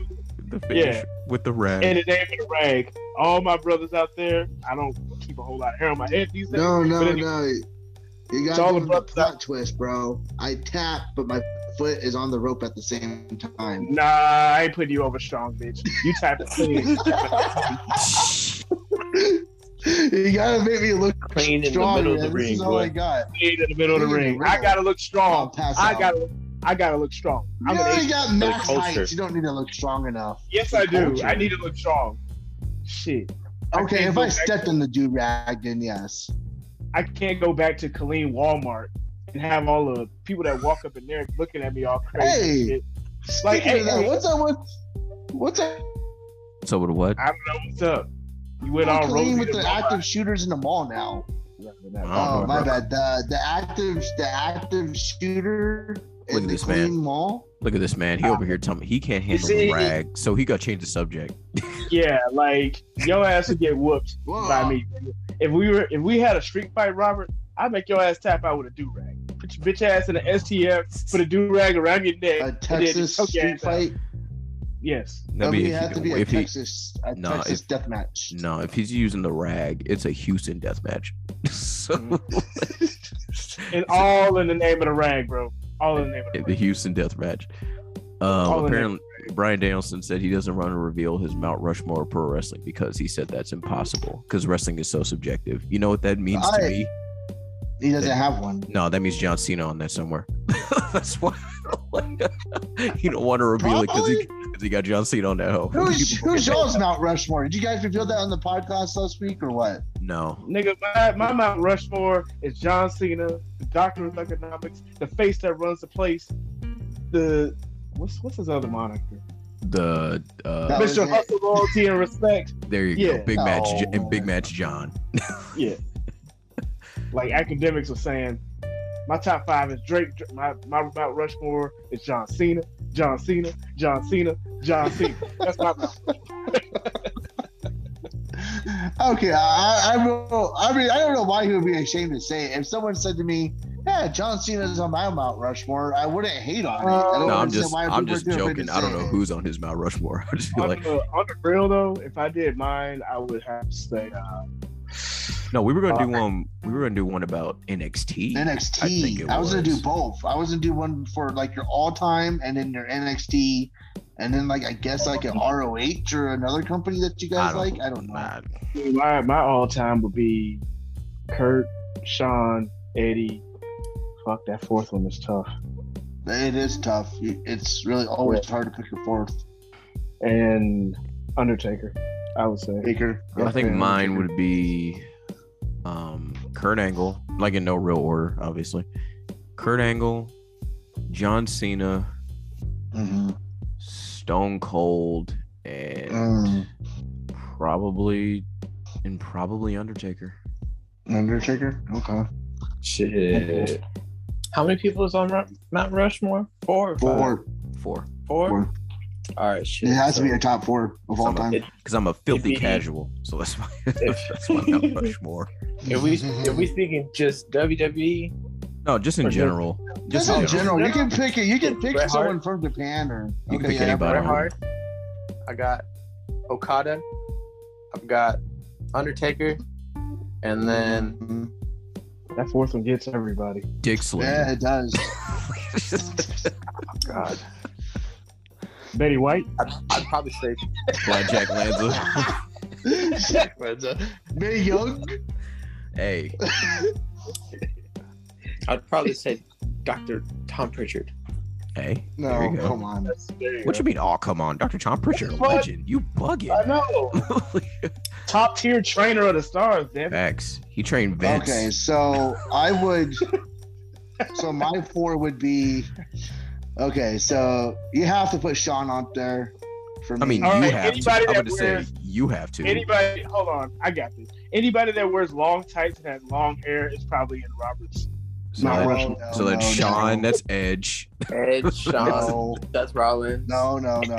Speaker 1: the finish with the rag.
Speaker 2: in the name of the rag. All my brothers out there, I don't keep a whole lot of hair on my head these days.
Speaker 3: No,
Speaker 2: But
Speaker 3: no,
Speaker 2: anyway,
Speaker 3: no. You
Speaker 2: It's all
Speaker 3: got the
Speaker 2: about
Speaker 3: plot twist, bro. I tap, but my foot is on the rope at the same time.
Speaker 2: Nah, I ain't putting you over strong, bitch. You type of clean.
Speaker 3: you gotta make me look
Speaker 5: Clean in the
Speaker 3: strong,
Speaker 5: middle of
Speaker 3: man.
Speaker 5: the
Speaker 3: This is
Speaker 5: ring,
Speaker 3: all
Speaker 5: boy.
Speaker 3: I got.
Speaker 2: clean in the middle of the ring. I gotta look
Speaker 3: I'll
Speaker 2: strong.
Speaker 3: pass
Speaker 2: Oh, I
Speaker 3: out.
Speaker 2: gotta, I gotta look strong. I'm
Speaker 3: You
Speaker 2: an
Speaker 3: already
Speaker 2: Asian.
Speaker 3: got max
Speaker 4: culture.
Speaker 3: heights. You don't need to look strong enough.
Speaker 2: Yes, I do.
Speaker 3: Culture.
Speaker 2: I need to look strong. Shit. I
Speaker 3: Okay,
Speaker 2: can't
Speaker 3: if
Speaker 2: go
Speaker 3: I
Speaker 2: back-
Speaker 3: stepped on the do rag, then yes.
Speaker 2: I can't go back to Colleen Walmart and have all the people that walk up in there looking at me all crazy.
Speaker 3: Hey.
Speaker 2: and shit.
Speaker 3: Speaking
Speaker 2: Like, hey,
Speaker 3: of that,
Speaker 2: hey.
Speaker 3: what's up with what's up
Speaker 1: so with what?
Speaker 2: I don't know what's up. You
Speaker 3: with
Speaker 2: went all rosy.
Speaker 3: Colleen with
Speaker 2: to
Speaker 3: the
Speaker 2: Walmart.
Speaker 3: active shooters in the mall now?
Speaker 1: I don't
Speaker 3: Oh
Speaker 1: know,
Speaker 3: my
Speaker 1: bro.
Speaker 3: bad. The the active the active shooter
Speaker 1: Look
Speaker 3: in
Speaker 1: at
Speaker 3: the
Speaker 1: this man.
Speaker 3: Colleen Mall.
Speaker 1: Look at this man. He over here telling me he can't handle
Speaker 2: see-
Speaker 1: a rag, so he got to change the subject.
Speaker 2: Yeah, like your ass would get whooped.
Speaker 3: Whoa.
Speaker 2: by me. If we were, if we had a street fight, Robert, I'd make your ass tap out with a do rag. Put your bitch ass in an STF, put a do rag around your neck.
Speaker 3: a
Speaker 2: and then
Speaker 3: Texas
Speaker 2: just choke your
Speaker 3: street
Speaker 2: ass out.
Speaker 3: fight.
Speaker 2: Yes.
Speaker 1: That'd
Speaker 3: I
Speaker 1: be
Speaker 3: mean, it
Speaker 1: if,
Speaker 3: had
Speaker 1: he
Speaker 3: to
Speaker 1: can-
Speaker 3: be a
Speaker 1: if he
Speaker 3: Texas a
Speaker 1: No,
Speaker 3: Texas death match.
Speaker 1: No, if he's using the rag, it's a Houston death match. so
Speaker 2: And all in the name of the rag, bro. All in the name of the
Speaker 1: the
Speaker 2: rag.
Speaker 1: Houston death match. Um,
Speaker 2: All in
Speaker 1: apparently, Brian Danielson said he doesn't want to reveal his Mount Rushmore of pro wrestling because he said that's impossible because wrestling is so subjective. You know what that means to
Speaker 3: I-
Speaker 1: me?
Speaker 3: He doesn't have one.
Speaker 1: No, that means John Cena on there somewhere. that's why. like, you don't want to reveal it because he, 'cause he got John Cena on that hoe.
Speaker 3: Who's who's y'all's Mount Rushmore? Did you guys reveal that on the podcast last week or what?
Speaker 1: No.
Speaker 2: Nigga, my, my Mount Rushmore is John Cena, the Doctor of Economics, the face that runs the place, the what's what's his other moniker?
Speaker 1: The
Speaker 3: That
Speaker 1: uh,
Speaker 3: was
Speaker 2: Mr.
Speaker 3: it.
Speaker 2: Hustle, Loyalty, and Respect.
Speaker 1: there you
Speaker 2: yeah.
Speaker 1: go, big match
Speaker 3: Oh,
Speaker 1: J- and big
Speaker 3: man.
Speaker 1: match John.
Speaker 2: Yeah. Like academics are saying, my top five is Drake. Dr- My my Mount Rushmore is John Cena, John Cena, John Cena, John Cena. That's my Mount.
Speaker 3: Okay, I, I will. I mean, I don't know why he would be ashamed to say it. If someone said to me, "Yeah, John Cena's on my Mount Rushmore," I wouldn't hate on it. I don't
Speaker 1: No, I'm
Speaker 3: understand
Speaker 1: just
Speaker 3: Oh, why
Speaker 1: I'm
Speaker 3: people
Speaker 1: just
Speaker 3: are too afraid
Speaker 1: joking.
Speaker 3: to
Speaker 1: I don't
Speaker 3: say
Speaker 1: know
Speaker 3: it.
Speaker 1: who's on his Mount Rushmore. I just feel
Speaker 2: on,
Speaker 1: like
Speaker 2: the, on the real though, if I did mine, I would have to say uh,
Speaker 1: no, we were gonna do one. We were gonna do one about NXT. I think
Speaker 3: NXT.
Speaker 1: it
Speaker 3: I, was gonna do
Speaker 1: was.
Speaker 3: both. I was gonna do one for like your all time, and then your NXT, and then like I guess like an ROH or another company that you guys like. I don't know.
Speaker 1: nah,
Speaker 2: my my all time would be Kurt, Sean, Eddie. Fuck that fourth one is tough.
Speaker 3: It is tough. You- It's really always hard to pick a fourth.
Speaker 2: And Undertaker, I would say.
Speaker 3: Baker.
Speaker 1: I think mine would be um Kurt Angle, like in no real order, obviously. Kurt Angle, John Cena,
Speaker 3: Mhm.
Speaker 1: Stone Cold, and
Speaker 3: Mm.
Speaker 1: probably and probably Undertaker.
Speaker 3: Undertaker. Okay.
Speaker 4: Shit. How many people is on Ru- Mount Rushmore? Four. Or five?
Speaker 3: Four.
Speaker 1: Four.
Speaker 4: Four?
Speaker 3: Four.
Speaker 4: All right. Shit.
Speaker 3: It has
Speaker 4: so
Speaker 3: to be a top four of all
Speaker 1: Something.
Speaker 3: time.
Speaker 1: Because I'm a filthy
Speaker 4: If he-
Speaker 1: casual, so that's my that's my Mount Rushmore.
Speaker 4: If we if we speaking just WWE,
Speaker 1: No, just in
Speaker 4: Or just-
Speaker 1: general.
Speaker 3: Just
Speaker 1: Just
Speaker 3: in general, you can pick it. You can pick
Speaker 4: Bret Hart.
Speaker 3: someone from Japan or
Speaker 1: You can pick
Speaker 3: yeah,
Speaker 1: anybody.
Speaker 4: Bret Hart. I got Okada. I've got Undertaker, and then
Speaker 3: Mhm.
Speaker 2: That fourth one gets everybody.
Speaker 1: Dick
Speaker 3: Yeah,
Speaker 1: Slater.
Speaker 3: it does.
Speaker 4: God,
Speaker 2: Betty White.
Speaker 4: I'd, I'd probably say
Speaker 1: Blackjack Lanza.
Speaker 3: Jack Lanza. May Young.
Speaker 1: hey,
Speaker 4: I'd probably say Dr. Tom Pritchard.
Speaker 1: hey. there
Speaker 3: No,
Speaker 1: you go.
Speaker 3: come on.
Speaker 1: What you mean? Oh, come on, Dr. Tom Pritchard, a
Speaker 2: What?
Speaker 1: legend. You
Speaker 2: I
Speaker 1: bugging.
Speaker 2: know. Top tier trainer of the stars, damn it.
Speaker 1: Facts. He trained Vince.
Speaker 3: Okay, so I would. so my four would be. Okay, so you have to put Sean up there. For me.
Speaker 1: I mean, you
Speaker 2: All right,
Speaker 1: have to.
Speaker 2: anybody
Speaker 1: I'm
Speaker 2: that
Speaker 1: gonna say
Speaker 2: wears-
Speaker 1: you have to.
Speaker 2: Anybody, hold on, I got this. Anybody that wears long tights and has long hair is probably in Roberts.
Speaker 1: so
Speaker 3: No,
Speaker 1: that,
Speaker 3: no,
Speaker 1: so that's
Speaker 3: Oh, no,
Speaker 1: Sean.
Speaker 3: no.
Speaker 1: That's Edge.
Speaker 4: Ed, Sean,
Speaker 3: No,
Speaker 4: that's Rollins.
Speaker 3: no, no, no.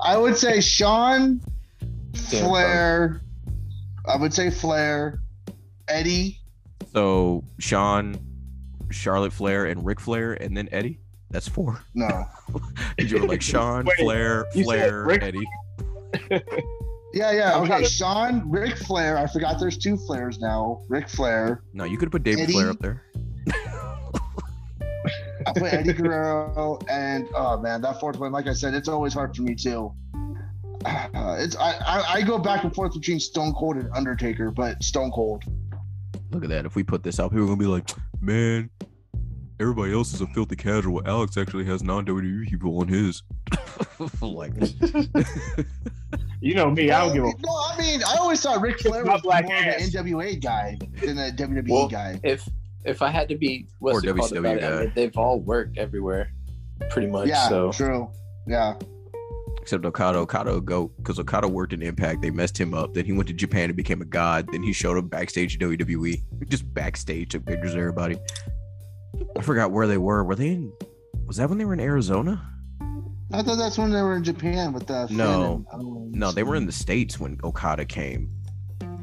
Speaker 3: I would say Sean,
Speaker 4: bro.
Speaker 3: Flair. I would say Flair, Eddie.
Speaker 1: So Sean, Charlotte Flair, and Ric Flair, and then Eddie. That's four.
Speaker 3: No.
Speaker 1: And you were like Sean,
Speaker 2: Wait,
Speaker 1: Flair,
Speaker 2: you said
Speaker 1: Flair,
Speaker 2: Ric-
Speaker 1: Eddie.
Speaker 3: Yeah, yeah.
Speaker 2: I'm
Speaker 3: Okay,
Speaker 2: trying to-
Speaker 3: Sean, Ric Flair. I forgot there's two Flairs now. Ric Flair.
Speaker 1: No, you could have put David
Speaker 3: Eddie?
Speaker 1: Flair up there.
Speaker 3: I put Eddie Guerrero, and oh man, that fourth one. Like I said, it's always hard for me too. Uh, it's I, I I go back and forth between Stone Cold and Undertaker, but Stone Cold.
Speaker 1: Look at that. If we put this out, people are gonna be like, man. Everybody else is a filthy casual. Alex actually has non WWE people on his. like,
Speaker 2: You know me, I don't give a
Speaker 3: No, I mean I always thought Ric Flair
Speaker 2: My
Speaker 3: was more
Speaker 2: black
Speaker 3: of
Speaker 2: ass.
Speaker 3: an NWA guy than a WWE
Speaker 4: Well,
Speaker 3: guy.
Speaker 4: If if I had to be
Speaker 1: Or
Speaker 4: what's it called
Speaker 1: WCW
Speaker 4: about it, I
Speaker 1: guy.
Speaker 4: mean, they've all worked everywhere, pretty much.
Speaker 3: Yeah,
Speaker 4: so
Speaker 3: true. Yeah,
Speaker 1: except Okada. Okada would go because Okada worked in Impact. They messed him up. Then he went to Japan and became a god. Then he showed up backstage at WWE. E. Just backstage, took pictures of everybody. I forgot where they were. Were they in? Was that when they were in Arizona?
Speaker 3: I thought that's when they were in Japan with the Finn
Speaker 1: No.
Speaker 3: and- oh,
Speaker 1: No, they were in the states when Okada came.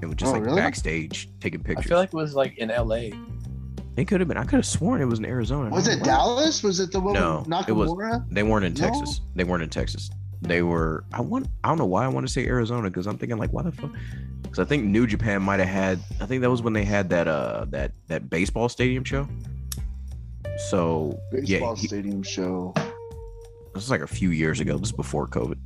Speaker 1: It was just
Speaker 3: Oh,
Speaker 1: like
Speaker 3: really?
Speaker 1: backstage taking
Speaker 4: I
Speaker 1: pictures.
Speaker 4: feel like it was like in LA.
Speaker 1: they could have been. I could have sworn it was in Arizona.
Speaker 3: Was it Dallas? Was it the one
Speaker 1: No,
Speaker 3: with
Speaker 1: it was-
Speaker 3: Nakamura?
Speaker 1: They weren't in
Speaker 3: No?
Speaker 1: Texas. They weren't in Texas. They were. I want. I don't know why I want to say Arizona because I'm thinking like, why the fuck? Because I think New Japan might have had. I think that was when they had that uh that that baseball stadium show. So
Speaker 3: Baseball
Speaker 1: yeah, he,
Speaker 3: stadium show.
Speaker 1: this is like a few years ago. This is before COVID.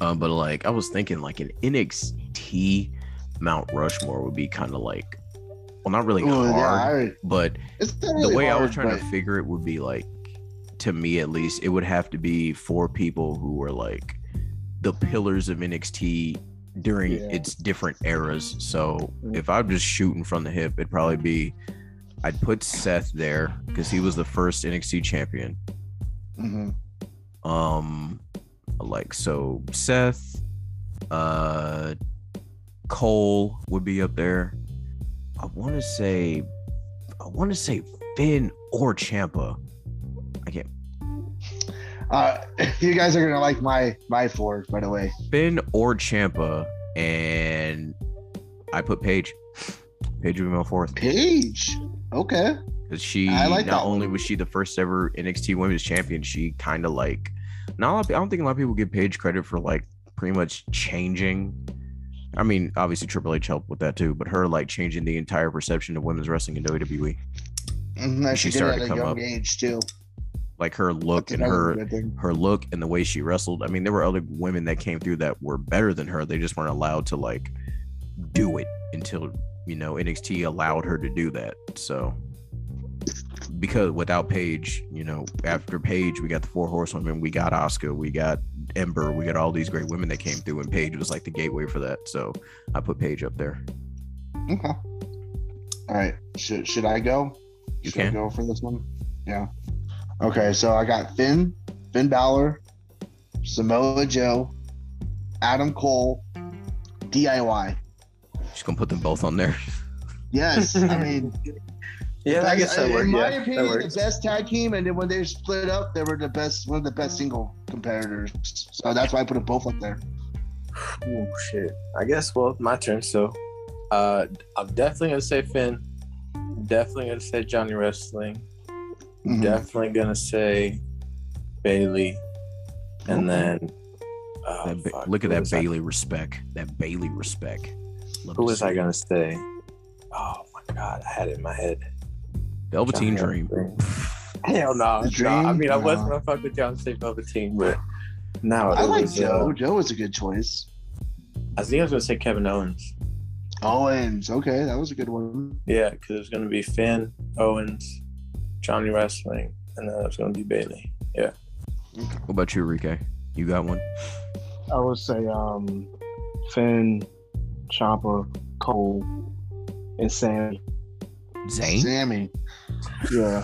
Speaker 1: Um, but like I was thinking, like an NXT Mount Rushmore would be kind of like, well, not really
Speaker 3: Ooh,
Speaker 1: hard,
Speaker 3: yeah, I-
Speaker 1: but
Speaker 3: it's not
Speaker 1: the
Speaker 3: really
Speaker 1: way I
Speaker 3: hard,
Speaker 1: was trying
Speaker 3: but-
Speaker 1: to figure it would be like to me at least, it would have to be four people who were like the pillars of NXT during
Speaker 2: Yeah.
Speaker 1: its different eras. So
Speaker 3: Mm.
Speaker 2: Mhm.
Speaker 1: if I'm just shooting from the hip, it'd probably be I'd put Seth there because he was the first NXT champion.
Speaker 3: Mm-hmm.
Speaker 1: Um, like so, Seth, uh, Cole would be up there. I want to say, I want to say Finn or Champa. I can't.
Speaker 3: Uh, you guys are gonna like my my four, by the way.
Speaker 1: Finn or Champa, and I put Paige. Paige would be my fourth
Speaker 3: Paige. Okay.
Speaker 1: because she
Speaker 3: I like
Speaker 1: not
Speaker 3: that
Speaker 1: only
Speaker 3: one.
Speaker 1: was she the first ever NXT Women's Champion, she kind of like not. A lot of, pe- I don't think a lot of people give Paige credit for like pretty much changing. I mean, obviously Triple H helped with that too, but her like changing the entire perception of women's wrestling in E. WWE,
Speaker 3: Mhm, and
Speaker 1: She
Speaker 3: she, did
Speaker 1: started
Speaker 3: it
Speaker 1: to
Speaker 3: at a
Speaker 1: come
Speaker 3: young
Speaker 1: up.
Speaker 3: age too.
Speaker 1: like her look
Speaker 3: That's
Speaker 1: and
Speaker 3: another
Speaker 1: her
Speaker 3: good thing.
Speaker 1: her look and the way she wrestled. I mean, there were other women that came through that were better than her. They just weren't allowed to like do it until you know NXT allowed her to do that. So because without Paige, you know, after Paige, we got the Four Horsewomen, we got Oscar, we got Ember, we got all these great women that came through, and Paige was like the gateway for that. So I put Paige up there.
Speaker 3: Okay. All right. Should should I go?
Speaker 1: You
Speaker 3: should I
Speaker 1: can.
Speaker 3: go for this one? Yeah. Okay. So I got Finn, Finn Balor, Samoa Joe, Adam Cole, DIY.
Speaker 1: Just gonna put them both on there.
Speaker 3: Yes. I mean,
Speaker 5: Yeah, I guess that
Speaker 3: in
Speaker 5: works.
Speaker 3: my
Speaker 5: yeah, that
Speaker 3: opinion, the
Speaker 5: works.
Speaker 3: best tag team, and then when they split up, they were the best, one of the best single competitors. So that's why I put them both up there.
Speaker 4: Oh shit. I guess well, my turn. So, uh, I'm definitely gonna say Finn. Definitely gonna say Johnny Wrestling.
Speaker 1: Mm-hmm.
Speaker 3: Mhm.
Speaker 4: Definitely gonna say Bailey. And then, uh,
Speaker 1: Mm-hmm. That Ba-
Speaker 4: fuck,
Speaker 1: look at
Speaker 4: who
Speaker 1: that
Speaker 4: was I-
Speaker 1: Bailey respect. That Bailey respect. Love
Speaker 4: Who
Speaker 1: to
Speaker 4: was
Speaker 1: see
Speaker 4: I
Speaker 1: it.
Speaker 4: gonna say? Oh my god, I had it in my head.
Speaker 1: Velveteen
Speaker 4: Johnny
Speaker 1: Dream.
Speaker 4: Wrestling. Hell no.
Speaker 3: Dream?
Speaker 4: no. I mean, I was
Speaker 3: No.
Speaker 4: gonna fuck with y'all and say Velveteen, but no,
Speaker 3: I
Speaker 4: it
Speaker 3: like
Speaker 4: was,
Speaker 3: Joe.
Speaker 4: uh,
Speaker 3: Joe was a good choice.
Speaker 4: I think I was gonna say Kevin Owens.
Speaker 3: Owens. Okay, that was a good one.
Speaker 4: Yeah, because it was gonna be Finn Owens, Johnny Wrestling, and then it was gonna be Bailey. Yeah.
Speaker 1: What about you, Rike? You got one?
Speaker 2: I would say um, Finn, Champa, Cole, and Sammy.
Speaker 1: Zane?
Speaker 3: Sammy.
Speaker 2: Yeah,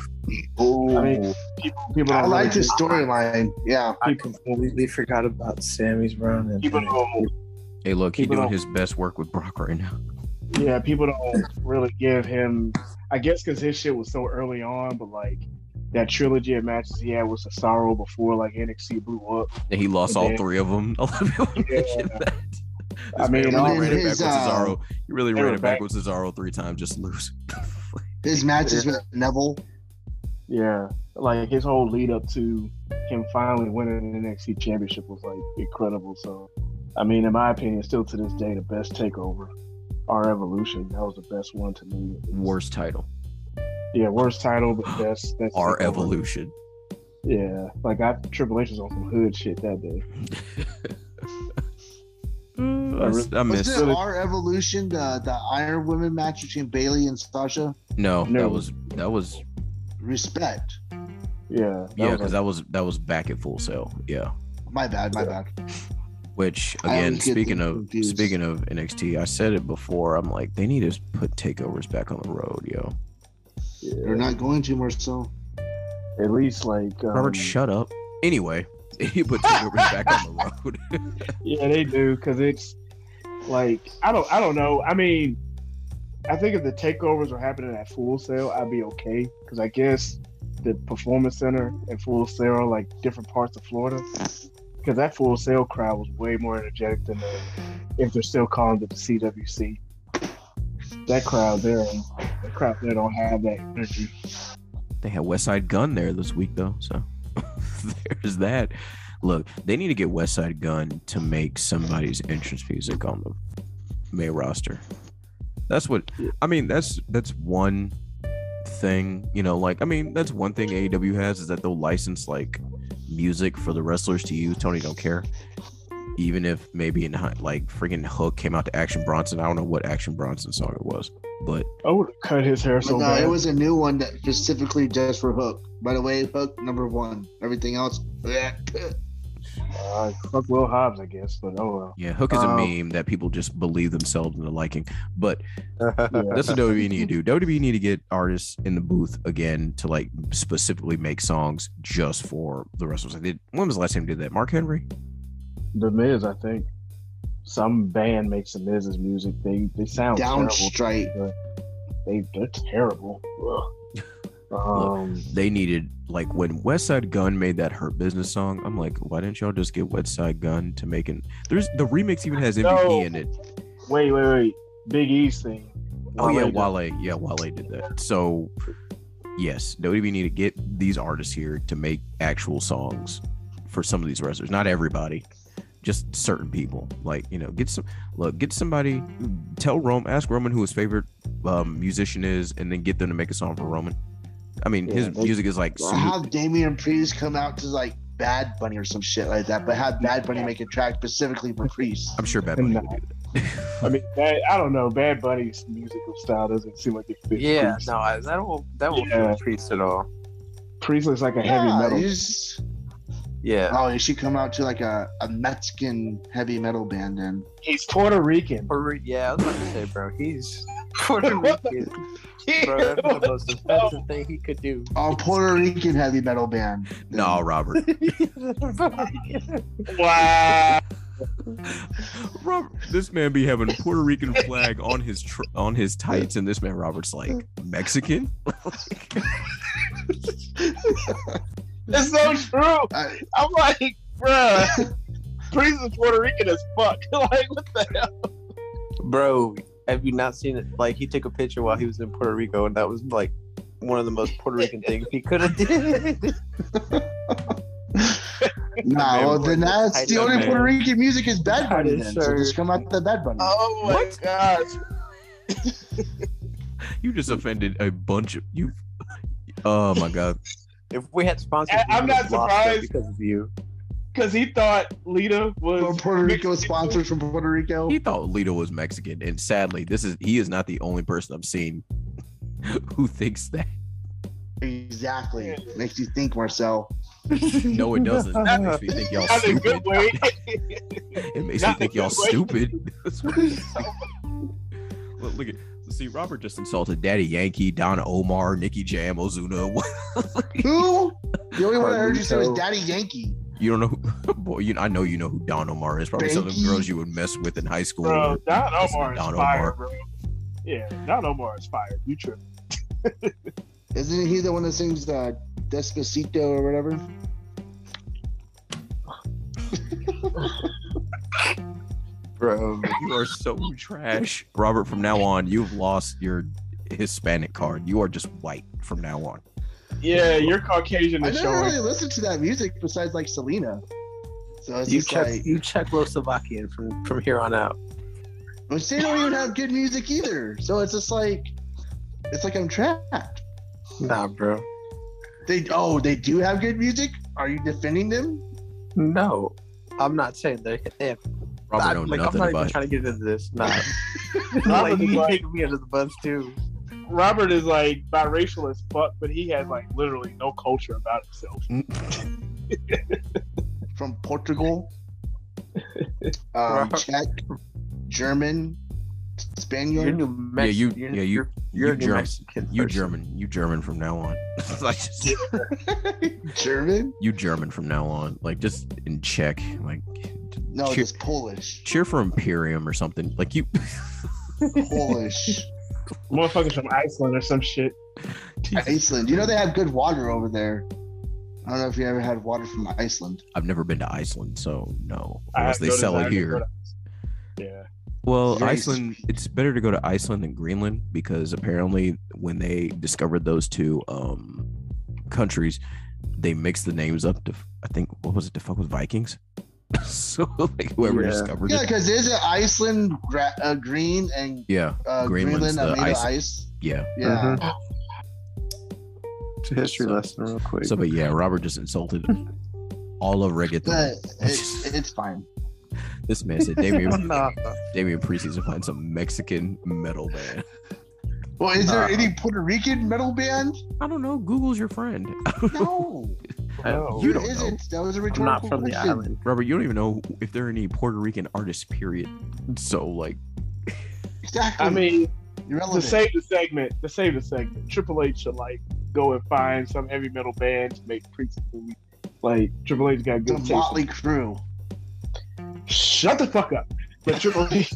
Speaker 3: Oh,
Speaker 2: I
Speaker 3: I,
Speaker 2: mean, people, people don't
Speaker 3: like
Speaker 2: really-
Speaker 3: his storyline. Yeah.
Speaker 4: I completely forgot about Sammy's run and
Speaker 2: People don't,
Speaker 1: Hey, look, he
Speaker 2: People
Speaker 1: doing
Speaker 2: don't-
Speaker 1: his best work with Brock right now.
Speaker 2: yeah, people don't really give him. I guess because his shit was so early on, but like that trilogy of matches he had with Cesaro before like NXT blew up.
Speaker 1: And he lost all
Speaker 2: Yeah.
Speaker 1: three of them. A lot of people mentioned that.
Speaker 2: I
Speaker 1: This
Speaker 2: mean,
Speaker 1: man
Speaker 2: and
Speaker 1: really
Speaker 2: then
Speaker 1: ran it back
Speaker 3: his,
Speaker 1: with
Speaker 3: uh,
Speaker 1: Cesaro. He really
Speaker 2: they
Speaker 1: ran
Speaker 2: were
Speaker 1: it back
Speaker 2: back-
Speaker 1: with Cesaro three times, just lose.
Speaker 3: His matches with Neville.
Speaker 2: Yeah, like his whole lead up to him finally winning the NXT championship was like incredible. So, I mean, in my opinion, still to this day, the best takeover, our evolution. That was the best one to me.
Speaker 1: Worst title.
Speaker 2: Yeah, worst title, but best. best
Speaker 1: Our
Speaker 2: takeover.
Speaker 1: evolution.
Speaker 2: Yeah, like I Triple H was on some hood shit that day. Mm,
Speaker 1: I s- I
Speaker 3: Was
Speaker 1: missed.
Speaker 3: it our evolution, the the Iron Women match between Bailey and Sasha?
Speaker 1: No, that
Speaker 2: No.
Speaker 1: was that was
Speaker 3: Respect.
Speaker 2: Yeah, that
Speaker 1: yeah,
Speaker 2: was
Speaker 1: because that was that was back at full sale. Yeah.
Speaker 3: My bad, my bad.
Speaker 1: Which
Speaker 3: I always
Speaker 1: again,
Speaker 3: get
Speaker 1: speaking
Speaker 3: them
Speaker 1: of
Speaker 3: confused.
Speaker 1: speaking of NXT, I said it before. I'm like, they need to put takeovers back on the road, yo.
Speaker 3: They're not going to Marcel.
Speaker 2: at least like um,
Speaker 1: Robert, shut up. Anyway, he put takeovers back on the road.
Speaker 2: Yeah, they do because it's like I don't I don't know. I mean, I think if the takeovers were happening at Full Sail, I'd be okay because I guess the Performance Center and Full Sail are like different parts of Florida because that Full Sail crowd was way more energetic than the, if they're still calling it the CWC. That crowd there, that crowd there don't have that energy.
Speaker 1: They had West Side Gun there this week though, so there's that. Look, they need to get West Side Gun to make somebody's entrance music on the May roster. That's what I mean. That's that's one thing, you know. Like I mean, that's one thing AEW has is that they'll license like music for the wrestlers to use. Tony don't care. Even if maybe in hi- like freaking Hook came out to Action Bronson, I don't know what Action Bronson song it was. But
Speaker 2: I would have cut his hair
Speaker 3: But
Speaker 2: so
Speaker 3: no,
Speaker 2: bad.
Speaker 3: it was a new one that specifically just for Hook. By the way, Hook number one. Everything else, yeah.
Speaker 2: Uh, fuck Will Hobbs, I guess. But oh
Speaker 1: yeah, Hook is a
Speaker 3: Um,
Speaker 1: meme that people just believe themselves into liking. But
Speaker 2: well. Yeah.
Speaker 1: that's what WWE need to do. WWE need to get artists in the booth again to like specifically make songs just for the wrestlers. I did. When was the last time they did that? Mark Henry.
Speaker 2: The Miz, I think. Some band makes the Miz's music. They they sound
Speaker 3: Down
Speaker 2: terrible.
Speaker 3: straight.
Speaker 2: They they're terrible. Ugh. Um,
Speaker 1: They needed like when West Side Gun made that Hurt Business song. I'm like, why didn't y'all just get West Side Gun to make it? There's the remix even has MVP
Speaker 2: No.
Speaker 1: in it.
Speaker 2: wait, wait, wait. Big E's thing.
Speaker 1: Oh yeah,
Speaker 2: Wale did-
Speaker 1: Wale. Yeah, Wale did that. So yes, WWE need to get these artists here to make actual songs for some of these wrestlers. Not everybody, just certain people. Like you know, get some look, get somebody. Tell Rome, ask Roman who his favorite um, musician is, and then get them to make a song for Roman. I mean,
Speaker 2: Yeah,
Speaker 1: his
Speaker 2: they-
Speaker 1: music is like Snoop-
Speaker 3: Have Damian Priest come out to like Bad Bunny or some shit like that, but have Bad Bunny make a track specifically for Priest.
Speaker 1: I'm sure Bad Bunny
Speaker 2: No.
Speaker 1: would do that.
Speaker 2: I mean, that, I don't know. Bad Bunny's musical style doesn't seem like it fits.
Speaker 5: Yeah,
Speaker 2: Priest.
Speaker 5: no, I, that will that will
Speaker 2: Yeah.
Speaker 5: yeah. priest at all.
Speaker 2: Priest looks like a heavy
Speaker 3: Yeah,
Speaker 2: metal.
Speaker 3: you just-
Speaker 5: Yeah,
Speaker 3: Oh, you should come out to like a, a Mexican heavy metal band then.
Speaker 2: He's Puerto Rican.
Speaker 5: Puerto Ri- yeah, I was about to say, bro, he's Puerto Rican, bro. That's the most offensive thing he could do.
Speaker 3: Oh, Puerto Rican heavy metal band.
Speaker 1: No, Robert.
Speaker 2: wow.
Speaker 1: Robert, this man be having a Puerto Rican flag on his tr- on his tights, and this man Robert's like Mexican.
Speaker 2: It's so true.
Speaker 3: I-
Speaker 2: I'm like, bruh, Priest is Puerto Rican as fuck. like, what the hell?
Speaker 5: Bro, have you not seen it? Like he took a picture while he was in Puerto Rico, and that was like one of the most Puerto Rican things he could have did.
Speaker 3: Nah,
Speaker 5: Man,
Speaker 3: well then
Speaker 5: what-
Speaker 3: that's the
Speaker 5: I-
Speaker 3: only
Speaker 5: man.
Speaker 3: Puerto Rican music is Bad Bunny
Speaker 5: I'm
Speaker 3: then. So
Speaker 5: sure.
Speaker 3: just come out to Bad Bunny.
Speaker 2: Oh my gosh.
Speaker 1: You just offended a bunch of you. Oh my god!
Speaker 5: If we had sponsors,
Speaker 2: I-
Speaker 5: we
Speaker 2: I'm
Speaker 5: would've
Speaker 2: not
Speaker 5: lost it
Speaker 2: surprised.
Speaker 5: because of you.
Speaker 2: Because he thought Lita
Speaker 3: Well,
Speaker 2: was
Speaker 3: Puerto Rico sponsors from Puerto Rico.
Speaker 1: He thought Lito was Mexican, and sadly, this is he is not the only person I've seen who thinks that.
Speaker 3: Exactly. Makes you think, Marcel.
Speaker 1: No, it doesn't. It makes me think y'all
Speaker 2: Not in a good
Speaker 1: stupid.
Speaker 2: way.
Speaker 1: It makes me
Speaker 2: Not in a
Speaker 1: think y'all
Speaker 2: good way.
Speaker 1: stupid. That's what it is. Look, look at. See, Robert just insulted Daddy Yankee, Don Omar, Nicky Jam, Ozuna.
Speaker 3: Who? The only one I heard you say was
Speaker 2: Carlito.
Speaker 3: Daddy Yankee.
Speaker 1: You don't know, who, boy. You, I know you know who Don Omar is. Probably some of the
Speaker 3: Banky.
Speaker 1: girls you would mess with in high school.
Speaker 2: bro,
Speaker 1: or-
Speaker 2: Don
Speaker 1: listen to
Speaker 2: Omar is
Speaker 1: Don
Speaker 2: fire,
Speaker 1: Omar.
Speaker 2: bro. Yeah, Don Omar is fire. You tripping.
Speaker 3: Isn't he the one that sings uh, Despacito or whatever?
Speaker 5: Bro,
Speaker 1: You are so trash, Robert. From now on, you've lost your Hispanic card. You are just white from now on.
Speaker 2: Yeah, you're Caucasian
Speaker 3: I
Speaker 2: is
Speaker 3: never
Speaker 2: showing.
Speaker 3: really listened to that music besides like Selena. So it's
Speaker 5: you
Speaker 3: just
Speaker 5: check
Speaker 3: like,
Speaker 5: you Czechoslovakian from from here on out.
Speaker 3: which they don't even have good music either. So it's just like, it's like I'm trapped.
Speaker 5: Nah, bro.
Speaker 3: They oh they do have good music. Are you defending them?
Speaker 5: No, I'm not saying they they have.
Speaker 1: Robert
Speaker 5: I,
Speaker 1: know
Speaker 5: like, I'm
Speaker 1: nothing
Speaker 5: not
Speaker 1: about
Speaker 5: even
Speaker 1: it.
Speaker 5: trying to get into this. Nah,
Speaker 2: Robert is
Speaker 5: like you
Speaker 2: like-
Speaker 5: taking me under the bus too.
Speaker 2: Robert is like biracial as fuck, but he has like literally no culture about himself.
Speaker 3: From Portugal, um,
Speaker 5: Right.
Speaker 3: Czech, German,
Speaker 5: You're
Speaker 3: Spaniard.
Speaker 5: New Mexican.
Speaker 1: you- yeah, you-
Speaker 5: You're,
Speaker 1: you
Speaker 5: a New
Speaker 1: Germ-
Speaker 5: Mexican.
Speaker 1: You
Speaker 5: person.
Speaker 1: German. You German from now on. like just,
Speaker 3: German?
Speaker 1: you German from now on. Like just in Czech. Like
Speaker 3: No,
Speaker 1: cheer,
Speaker 3: it's Polish.
Speaker 1: cheer for Imperium or something. Like you.
Speaker 3: Polish.
Speaker 2: Motherfuckers from Iceland or some shit.
Speaker 3: Iceland. You know they have good water over there. I don't know if you ever had water from Iceland.
Speaker 1: I've never been to Iceland, so no.
Speaker 2: I
Speaker 1: Unless
Speaker 2: have
Speaker 1: they
Speaker 2: no
Speaker 1: sell
Speaker 2: desire
Speaker 1: it
Speaker 2: to
Speaker 1: here.
Speaker 2: go to Iceland. Yeah.
Speaker 1: Well,
Speaker 3: Very
Speaker 1: Iceland, it's better to go to Iceland than Greenland because apparently when they discovered those two um, countries, they mixed the names up to, I think, what was it, to fuck with Vikings? so, like, whoever
Speaker 5: Yeah.
Speaker 1: discovered
Speaker 3: Yeah,
Speaker 1: it.
Speaker 3: because there's an Iceland gra- uh, green and
Speaker 1: Yeah,
Speaker 3: uh,
Speaker 1: Greenland's
Speaker 3: Greenland are
Speaker 1: the
Speaker 3: made
Speaker 1: ice.
Speaker 3: of ice.
Speaker 1: yeah.
Speaker 3: Yeah.
Speaker 5: Uh-huh.
Speaker 4: It's a history lesson, real quick.
Speaker 1: So, but yeah, Robert just insulted all of reggaeton.
Speaker 3: But it, it's fine.
Speaker 1: This man said
Speaker 5: Oh,
Speaker 4: Uh,
Speaker 1: Damien,
Speaker 5: nah.
Speaker 1: Damien Priest needs to find some Mexican metal band.
Speaker 3: Well, is there
Speaker 5: Uh,
Speaker 3: any Puerto Rican metal band?
Speaker 1: I don't know. Google's your friend.
Speaker 3: No. Oh.
Speaker 2: No.
Speaker 1: You
Speaker 3: there
Speaker 1: don't know.
Speaker 3: isn't. That was a
Speaker 5: I'm
Speaker 3: rhetorical
Speaker 5: not from the
Speaker 3: question.
Speaker 5: island.
Speaker 1: Robert, you don't even know if there are any Puerto Rican artists, period. So, like,
Speaker 3: Exactly.
Speaker 2: I mean, to
Speaker 3: irrelevant.
Speaker 2: save the segment, to save the segment, Triple H should like go and find some heavy metal band to make preaching movie. Like Triple H got
Speaker 3: the
Speaker 2: good taste.
Speaker 3: Motley Crew.
Speaker 2: Shut the fuck up. But Triple H,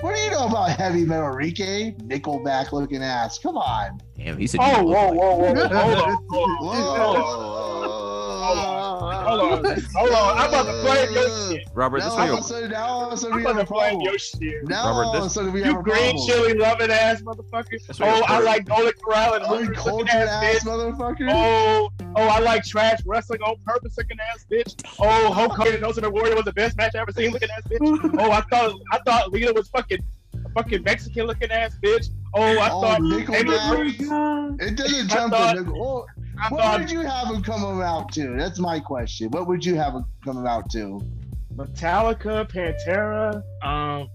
Speaker 3: What do you know about heavy metal, Rike? Nickelback looking ass. Come on.
Speaker 1: damn, he said.
Speaker 2: oh
Speaker 1: you look
Speaker 2: whoa,
Speaker 1: like-
Speaker 2: whoa, whoa, whoa, hold on, hold on,
Speaker 3: Whoa.
Speaker 2: hold on, hold on. I'm about to play your shit.
Speaker 1: Robert,
Speaker 3: Now
Speaker 1: this
Speaker 3: all
Speaker 1: way.
Speaker 3: of a sudden, now all of a sudden
Speaker 2: I'm
Speaker 3: we
Speaker 2: about
Speaker 3: have
Speaker 2: to
Speaker 3: a
Speaker 2: play
Speaker 3: problem.
Speaker 2: your shit.
Speaker 3: Now
Speaker 1: Robert,
Speaker 3: all of a
Speaker 1: this-
Speaker 3: sudden we have
Speaker 2: You
Speaker 3: a
Speaker 2: green
Speaker 3: problem.
Speaker 2: chili loving ass motherfucker.
Speaker 5: That's what
Speaker 2: Oh,
Speaker 5: you're
Speaker 2: I
Speaker 5: Puerto
Speaker 2: like Golden Corral and
Speaker 3: Uncultured
Speaker 2: hookers looking ass
Speaker 3: ass
Speaker 2: bitch.
Speaker 3: motherfucker.
Speaker 2: Oh, oh, I like trash wrestling on purpose, looking ass bitch. Oh, Hulk Hogan and the Warrior was the best match I ever seen, looking ass bitch. Oh, I thought I thought Lita was fucking fucking Mexican looking ass bitch. Oh, I
Speaker 3: Oh,
Speaker 2: thought
Speaker 3: Nickelback.
Speaker 2: Ava Marie-
Speaker 3: It doesn't
Speaker 2: I
Speaker 3: jump
Speaker 2: thought-
Speaker 3: from Nickel. oh,
Speaker 2: I
Speaker 3: What
Speaker 2: thought
Speaker 3: would you have him come out to? That's my question. What would you have him come out to?
Speaker 2: Metallica, Pantera, um,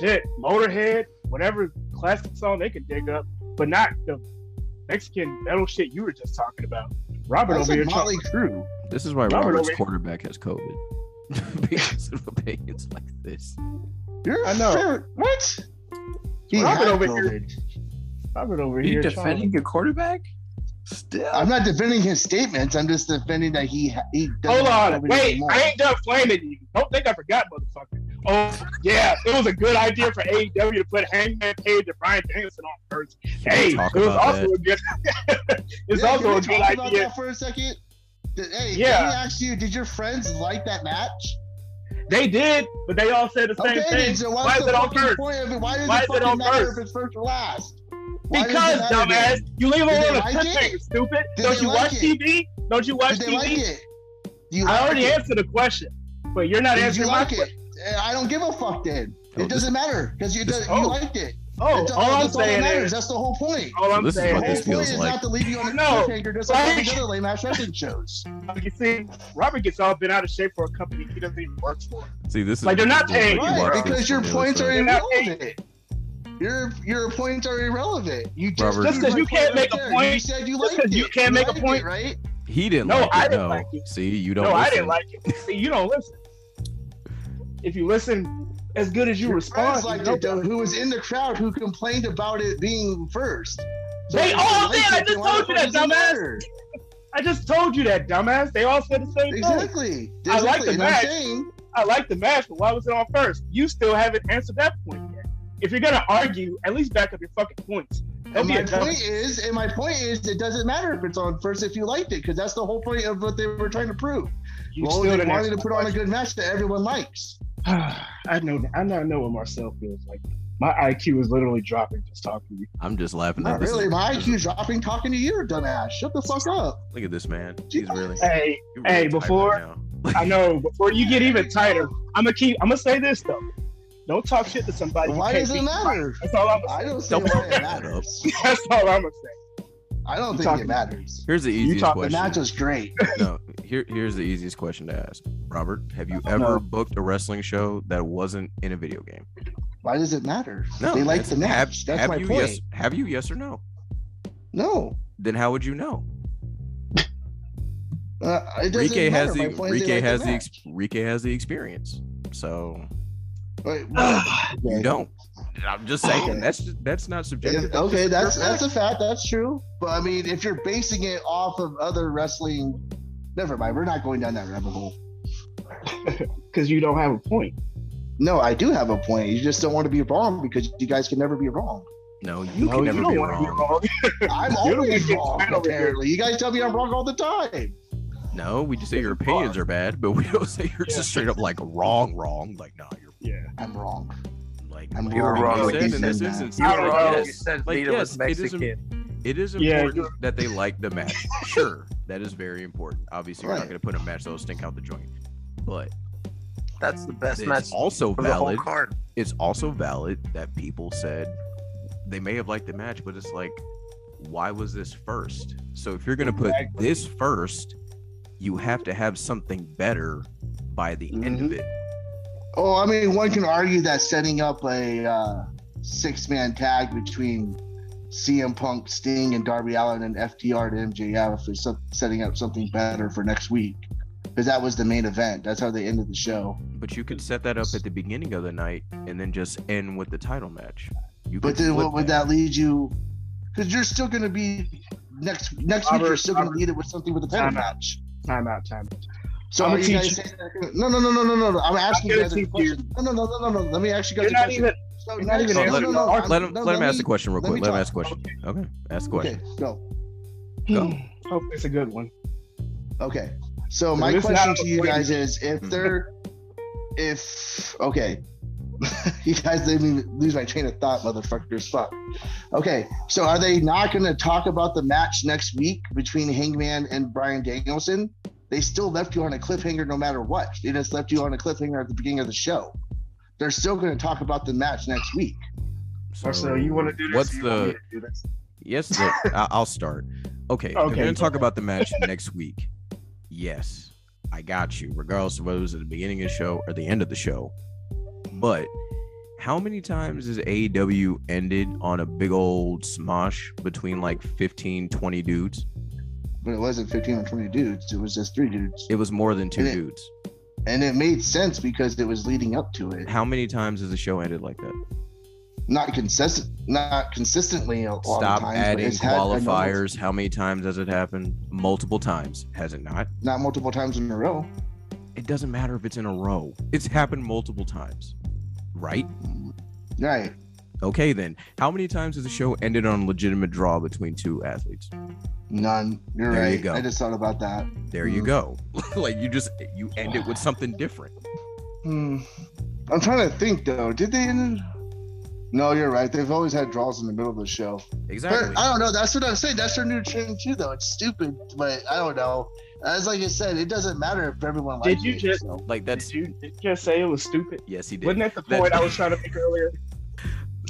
Speaker 2: shit, Motorhead, whatever classic song they could dig up, but not the Mexican metal shit you were just talking about. Robert
Speaker 3: That's
Speaker 2: over here,
Speaker 3: like
Speaker 2: trying-
Speaker 3: Motley Crue.
Speaker 1: This is why
Speaker 2: Robert
Speaker 1: Robert's
Speaker 2: over-
Speaker 1: quarterback has COVID because of opinions like this.
Speaker 3: You're
Speaker 2: I know.
Speaker 3: fair- What? He
Speaker 2: Robert
Speaker 3: had
Speaker 2: over here.
Speaker 3: COVID.
Speaker 2: Robert over
Speaker 5: Are
Speaker 2: here.
Speaker 5: you
Speaker 2: trying-
Speaker 5: defending your quarterback? Still.
Speaker 3: I'm not defending his statements. I'm just defending that he he. doesn't
Speaker 2: Hold
Speaker 3: have
Speaker 2: on,
Speaker 3: COVID
Speaker 2: wait,
Speaker 3: anymore.
Speaker 2: I ain't done flaming you. Don't think I forgot, motherfucker. Oh yeah, it was a good idea for AEW to put Hangman Page and Brian Danielson on first. Hey, it
Speaker 1: talk
Speaker 2: was
Speaker 1: about
Speaker 2: also
Speaker 1: that?
Speaker 2: a good. it's
Speaker 3: Yeah,
Speaker 2: also
Speaker 3: can
Speaker 2: a
Speaker 3: we
Speaker 2: good
Speaker 3: talk about
Speaker 2: idea.
Speaker 3: that for a second? Did, hey,
Speaker 2: Yeah.
Speaker 3: let me ask you: Did your friends like that match?
Speaker 2: They did, but they all said the same
Speaker 3: okay,
Speaker 2: thing.
Speaker 3: then, so
Speaker 2: Why
Speaker 3: what's
Speaker 2: is
Speaker 3: the
Speaker 2: it on
Speaker 3: fucking
Speaker 2: first?
Speaker 3: point of it? Why does
Speaker 2: Why
Speaker 3: it
Speaker 2: is it
Speaker 3: fucking
Speaker 2: on
Speaker 3: matter
Speaker 2: first?
Speaker 3: if it's first or last? Why does it
Speaker 2: Because
Speaker 3: matter
Speaker 2: dumbass,
Speaker 3: then?
Speaker 2: you leave them
Speaker 3: Did
Speaker 2: on
Speaker 3: they
Speaker 2: a
Speaker 3: like
Speaker 2: cliffhanger, stupid.
Speaker 3: Did
Speaker 2: Don't
Speaker 3: they
Speaker 2: you
Speaker 3: like
Speaker 2: watch
Speaker 3: it?
Speaker 2: TV? Don't you watch
Speaker 3: Did they like
Speaker 2: TV?
Speaker 3: it? Do you
Speaker 2: I
Speaker 3: like
Speaker 2: already
Speaker 3: it?
Speaker 2: answered the question, but you're not
Speaker 3: Did you
Speaker 2: answering my
Speaker 3: like
Speaker 2: question.
Speaker 3: it? Eh, I don't give a fuck then.
Speaker 1: Oh,
Speaker 3: it doesn't matter because you
Speaker 1: this-
Speaker 3: does, you
Speaker 2: oh.
Speaker 3: liked it.
Speaker 2: Oh,
Speaker 3: That's
Speaker 2: all I'm
Speaker 3: that's that
Speaker 2: saying
Speaker 3: matters.
Speaker 2: is,
Speaker 3: That's the whole point.
Speaker 2: all I'm
Speaker 1: This is
Speaker 3: The
Speaker 2: saying
Speaker 1: what
Speaker 3: whole
Speaker 1: this
Speaker 2: is,
Speaker 3: point
Speaker 1: feels
Speaker 3: is
Speaker 1: like.
Speaker 3: not to leave you on a
Speaker 2: No.
Speaker 3: cliffhanger just like all
Speaker 2: Like-
Speaker 3: these other lame ass wrestling shows.
Speaker 2: you see, Robert gets all bent out of shape for a company he doesn't even work for.
Speaker 1: See, this is
Speaker 2: Like, they're not
Speaker 1: this is
Speaker 2: paying
Speaker 1: what
Speaker 2: you,
Speaker 1: you
Speaker 3: Right,
Speaker 1: watch
Speaker 3: because
Speaker 1: this
Speaker 3: your
Speaker 1: for,
Speaker 3: points
Speaker 1: so-
Speaker 3: are
Speaker 2: They're not
Speaker 3: irrelevant. Your your points are irrelevant. You just
Speaker 1: Robert-
Speaker 2: Just 'cause
Speaker 3: my
Speaker 2: you
Speaker 3: point
Speaker 2: can't
Speaker 3: right
Speaker 2: make a
Speaker 3: there.
Speaker 2: point-
Speaker 3: You said you
Speaker 2: just
Speaker 3: liked
Speaker 2: 'cause
Speaker 3: it.
Speaker 2: you can't make a
Speaker 3: liked it,
Speaker 2: point.
Speaker 3: right?
Speaker 1: He didn't.
Speaker 2: No,
Speaker 1: like
Speaker 2: I
Speaker 1: it,
Speaker 2: didn't
Speaker 1: no.
Speaker 2: like it.
Speaker 1: See, you
Speaker 2: No,
Speaker 1: don't.
Speaker 2: I
Speaker 1: listen.
Speaker 2: didn't like it. See, you don't listen. If you listen as good as you respond,
Speaker 3: Friends
Speaker 2: you
Speaker 3: liked
Speaker 2: know
Speaker 3: it though. Who was in the crowd? Who complained about it being first?
Speaker 2: They
Speaker 3: if
Speaker 2: all
Speaker 3: liked
Speaker 2: did. I
Speaker 3: it, then
Speaker 2: just
Speaker 3: why the
Speaker 2: told you
Speaker 3: fuck
Speaker 2: that,
Speaker 3: does it
Speaker 2: dumbass.
Speaker 3: matter?
Speaker 2: I just told you that, dumbass. They all said the same thing.
Speaker 3: Exactly.
Speaker 2: I like
Speaker 3: Exactly.
Speaker 2: the
Speaker 3: And I'm
Speaker 2: match.
Speaker 3: saying-
Speaker 2: I like the match, but why was it on first? You still haven't answered that point yet. If you're gonna argue, at least back up your fucking points. Don't
Speaker 3: And
Speaker 2: be a
Speaker 3: my
Speaker 2: dumb-
Speaker 3: point is, and my point is, it doesn't matter if it's on first if you liked it, because that's the whole point of what they were trying to prove.
Speaker 2: You
Speaker 3: Well,
Speaker 2: still
Speaker 3: they
Speaker 2: didn't
Speaker 3: wanted to
Speaker 2: answer
Speaker 3: put
Speaker 2: my
Speaker 3: on a good match that everyone likes.
Speaker 2: question. I know. I now know what Marcel feels like. My IQ is literally dropping just talking to you.
Speaker 1: I'm just laughing.
Speaker 3: Not
Speaker 1: At this
Speaker 3: really.
Speaker 1: is-
Speaker 3: My
Speaker 1: this is-
Speaker 3: IQ's dropping talking to you, dumbass. Shut the fuck up.
Speaker 1: Look at this man. He's really.
Speaker 2: Hey,
Speaker 1: you're
Speaker 2: Hey,
Speaker 1: really tight
Speaker 2: before-
Speaker 1: right now.
Speaker 2: I know. Before you get even tighter, I'm gonna keep. I'm gonna say this though. Don't talk shit to somebody. you
Speaker 3: Why
Speaker 2: can't
Speaker 3: does it
Speaker 2: beat.
Speaker 3: matter?
Speaker 2: That's all I'm gonna
Speaker 3: I don't see
Speaker 1: Don't
Speaker 3: why
Speaker 1: bring
Speaker 3: it
Speaker 1: that up.
Speaker 3: matters.
Speaker 2: say. That's all I'm gonna say.
Speaker 3: I don't
Speaker 2: You
Speaker 3: think
Speaker 2: talking-
Speaker 3: it matters.
Speaker 1: Here's the
Speaker 2: You
Speaker 1: easiest
Speaker 2: talking
Speaker 3: The
Speaker 1: question.
Speaker 3: match was great.
Speaker 1: no, here here's the easiest question to ask. Robert, have you
Speaker 2: don't
Speaker 1: ever
Speaker 2: know.
Speaker 1: booked a wrestling show that wasn't in a video game?
Speaker 3: Why does it matter?
Speaker 1: No,
Speaker 3: they liked
Speaker 1: that's-
Speaker 3: the
Speaker 1: have-
Speaker 3: match. That's
Speaker 1: have
Speaker 3: my
Speaker 1: you
Speaker 3: point.
Speaker 1: Yes, have you? Yes or no?
Speaker 3: No.
Speaker 1: Then how would you know?
Speaker 3: Uh, it doesn't
Speaker 1: Rike
Speaker 3: matter.
Speaker 1: has
Speaker 3: My
Speaker 1: the
Speaker 3: point is they
Speaker 1: Rike
Speaker 3: liked
Speaker 1: has the
Speaker 3: match.
Speaker 1: ex- Rike has the experience. So
Speaker 3: Wait,
Speaker 1: you
Speaker 3: okay.
Speaker 1: don't. I'm just saying that's that's not subjective.
Speaker 3: If- okay, that's
Speaker 1: That's
Speaker 3: that's a fact. That's true. But I mean, if you're basing it off of other wrestling, never mind. We're not going down that rabbit hole.
Speaker 2: Because you don't have a point.
Speaker 3: No, I do have a point. You just don't want to be wrong because you guys can never be wrong.
Speaker 1: No, you
Speaker 2: No,
Speaker 1: can never
Speaker 2: you don't
Speaker 1: be
Speaker 2: wanna
Speaker 1: wrong.
Speaker 3: I'm
Speaker 2: You're the
Speaker 3: always
Speaker 2: wicked
Speaker 3: wrong.
Speaker 2: man over here.
Speaker 3: Apparently, you guys tell me I'm wrong all the time.
Speaker 1: No, we just say your opinions are bad, but we don't say you're
Speaker 2: Yeah.
Speaker 1: just straight up like wrong, wrong. Like, nah, you're
Speaker 2: Yeah.
Speaker 3: I'm wrong.
Speaker 1: like
Speaker 3: I'm
Speaker 1: you
Speaker 3: wrong.
Speaker 1: were
Speaker 5: You
Speaker 1: You said
Speaker 5: said
Speaker 3: that.
Speaker 1: in this instance,
Speaker 5: You
Speaker 2: I
Speaker 5: were
Speaker 2: don't
Speaker 5: wrong.
Speaker 2: know.
Speaker 5: You said
Speaker 1: Oh, Like,
Speaker 5: Lita was
Speaker 1: yes, it is a-
Speaker 5: Mexican.
Speaker 1: It is
Speaker 2: Yeah,
Speaker 1: important
Speaker 2: you're-
Speaker 1: that they like the match. Sure, that is very important. Obviously, you're not
Speaker 3: Right.
Speaker 1: going to put in a match that'll stink out the joint. But
Speaker 5: That's the best
Speaker 1: it's
Speaker 5: match
Speaker 1: also
Speaker 5: for the whole
Speaker 1: valid.
Speaker 5: card.
Speaker 1: It's also valid that people said they may have liked the match, but it's like, why was this first? So if you're going to put
Speaker 2: Exactly.
Speaker 1: this first, you have to have something better
Speaker 2: Mm-hmm.
Speaker 1: by the end of it.
Speaker 3: Oh, I mean, one can argue that setting up a uh, six man tag between CM Punk, Sting, and Darby Allen and FTR to MJF for some, setting up something better for next week. Because that was the main event. That's how they ended the show.
Speaker 1: But you could set that up at the beginning of the night and then just end with the title match. You
Speaker 3: But
Speaker 1: could
Speaker 3: then
Speaker 1: flip
Speaker 3: what would that lead you? Because you're still going to be next next week. You're
Speaker 2: Robert,
Speaker 3: still going to
Speaker 2: Robert.
Speaker 3: lead it with something with a title
Speaker 2: Time out.
Speaker 3: match.
Speaker 2: Time out, time out.
Speaker 3: So
Speaker 2: I'm
Speaker 3: are
Speaker 2: a
Speaker 3: you guys
Speaker 2: teacher.
Speaker 3: saying- no, no, no, no, no, no, no. I'm asking you
Speaker 2: gonna
Speaker 3: guys a
Speaker 2: teach
Speaker 3: question. No, no, no, no, no, no. Let me ask you
Speaker 2: You're
Speaker 3: guys a
Speaker 2: not
Speaker 3: question.
Speaker 2: even.
Speaker 3: So
Speaker 2: you're not
Speaker 3: next-
Speaker 2: even
Speaker 1: No,
Speaker 2: answering
Speaker 3: no,
Speaker 1: let,
Speaker 3: no,
Speaker 1: him,
Speaker 3: no, I'm-
Speaker 1: let him,
Speaker 3: no,
Speaker 1: let him
Speaker 3: let
Speaker 1: ask the
Speaker 3: me-
Speaker 1: question real
Speaker 3: let me
Speaker 1: quick. Let him
Speaker 3: talk.
Speaker 1: ask the question. Okay. Ask the question.
Speaker 3: Okay, go.
Speaker 1: Go.
Speaker 2: Hope it's a good one.
Speaker 3: Okay. So
Speaker 2: So
Speaker 3: my
Speaker 2: this is
Speaker 3: question
Speaker 2: not Hmm.
Speaker 3: to you
Speaker 2: avoiding-
Speaker 3: guys is if they're if okay. you guys made me lose my train of thought, motherfuckers. Fuck. Okay. So are they not gonna talk about the match next week between Hangman and Brian Danielson? They still left you on a cliffhanger no matter what. They just left you on a cliffhanger at the beginning of the show. They're still gonna talk about the match next week.
Speaker 2: Marcel, you want to do this?
Speaker 1: What's
Speaker 2: You want me
Speaker 1: the
Speaker 2: to do this?
Speaker 1: yes? The, I- I'll start. Okay, we're
Speaker 2: Okay,
Speaker 1: gonna
Speaker 2: go
Speaker 1: talk about the match next week. Yes, I got you. Regardless of whether it was at the beginning of the show or the end of the show, but how many times has AEW ended on a big old smosh between like 15, 20 dudes?
Speaker 3: But it wasn't 15 or 20 dudes, it was just three dudes.
Speaker 1: It was more than two
Speaker 3: And it-
Speaker 1: dudes.
Speaker 3: And it made sense because it was leading up to it.
Speaker 1: How many times has the show ended like that?
Speaker 3: not consistent, not consistently a lot
Speaker 1: Stop
Speaker 3: of times. but
Speaker 1: adding
Speaker 3: it's had a number-
Speaker 1: qualifiers. How many times has it happened? Multiple times. Has it not?
Speaker 3: not multiple times in a row.
Speaker 1: It doesn't matter if it's in a row. It's happened multiple times. Right?
Speaker 3: Right.
Speaker 1: Okay, then. How many times has the show ended on a legitimate draw between two athletes?
Speaker 3: None. You're
Speaker 1: There you
Speaker 3: right.
Speaker 1: go.
Speaker 3: I just thought about that.
Speaker 1: There you
Speaker 3: Mm.
Speaker 1: go. like you just you end it with something different.
Speaker 3: Hmm. I'm trying to think though. Did they? No, you're right. They've always had draws in the middle of the show.
Speaker 1: Exactly.
Speaker 3: But uh, I don't know. That's what I'm saying. That's their new trend too, though. It's stupid, but I don't know. As like I said, it doesn't matter if everyone
Speaker 2: Did
Speaker 3: likes
Speaker 2: you
Speaker 3: it,
Speaker 2: just-
Speaker 3: so.
Speaker 1: Like
Speaker 2: Did
Speaker 1: that's
Speaker 2: you, did you just say it was stupid?
Speaker 1: yes he
Speaker 2: Wasn't
Speaker 1: did.
Speaker 2: that the
Speaker 1: That-
Speaker 2: point I was trying to make earlier?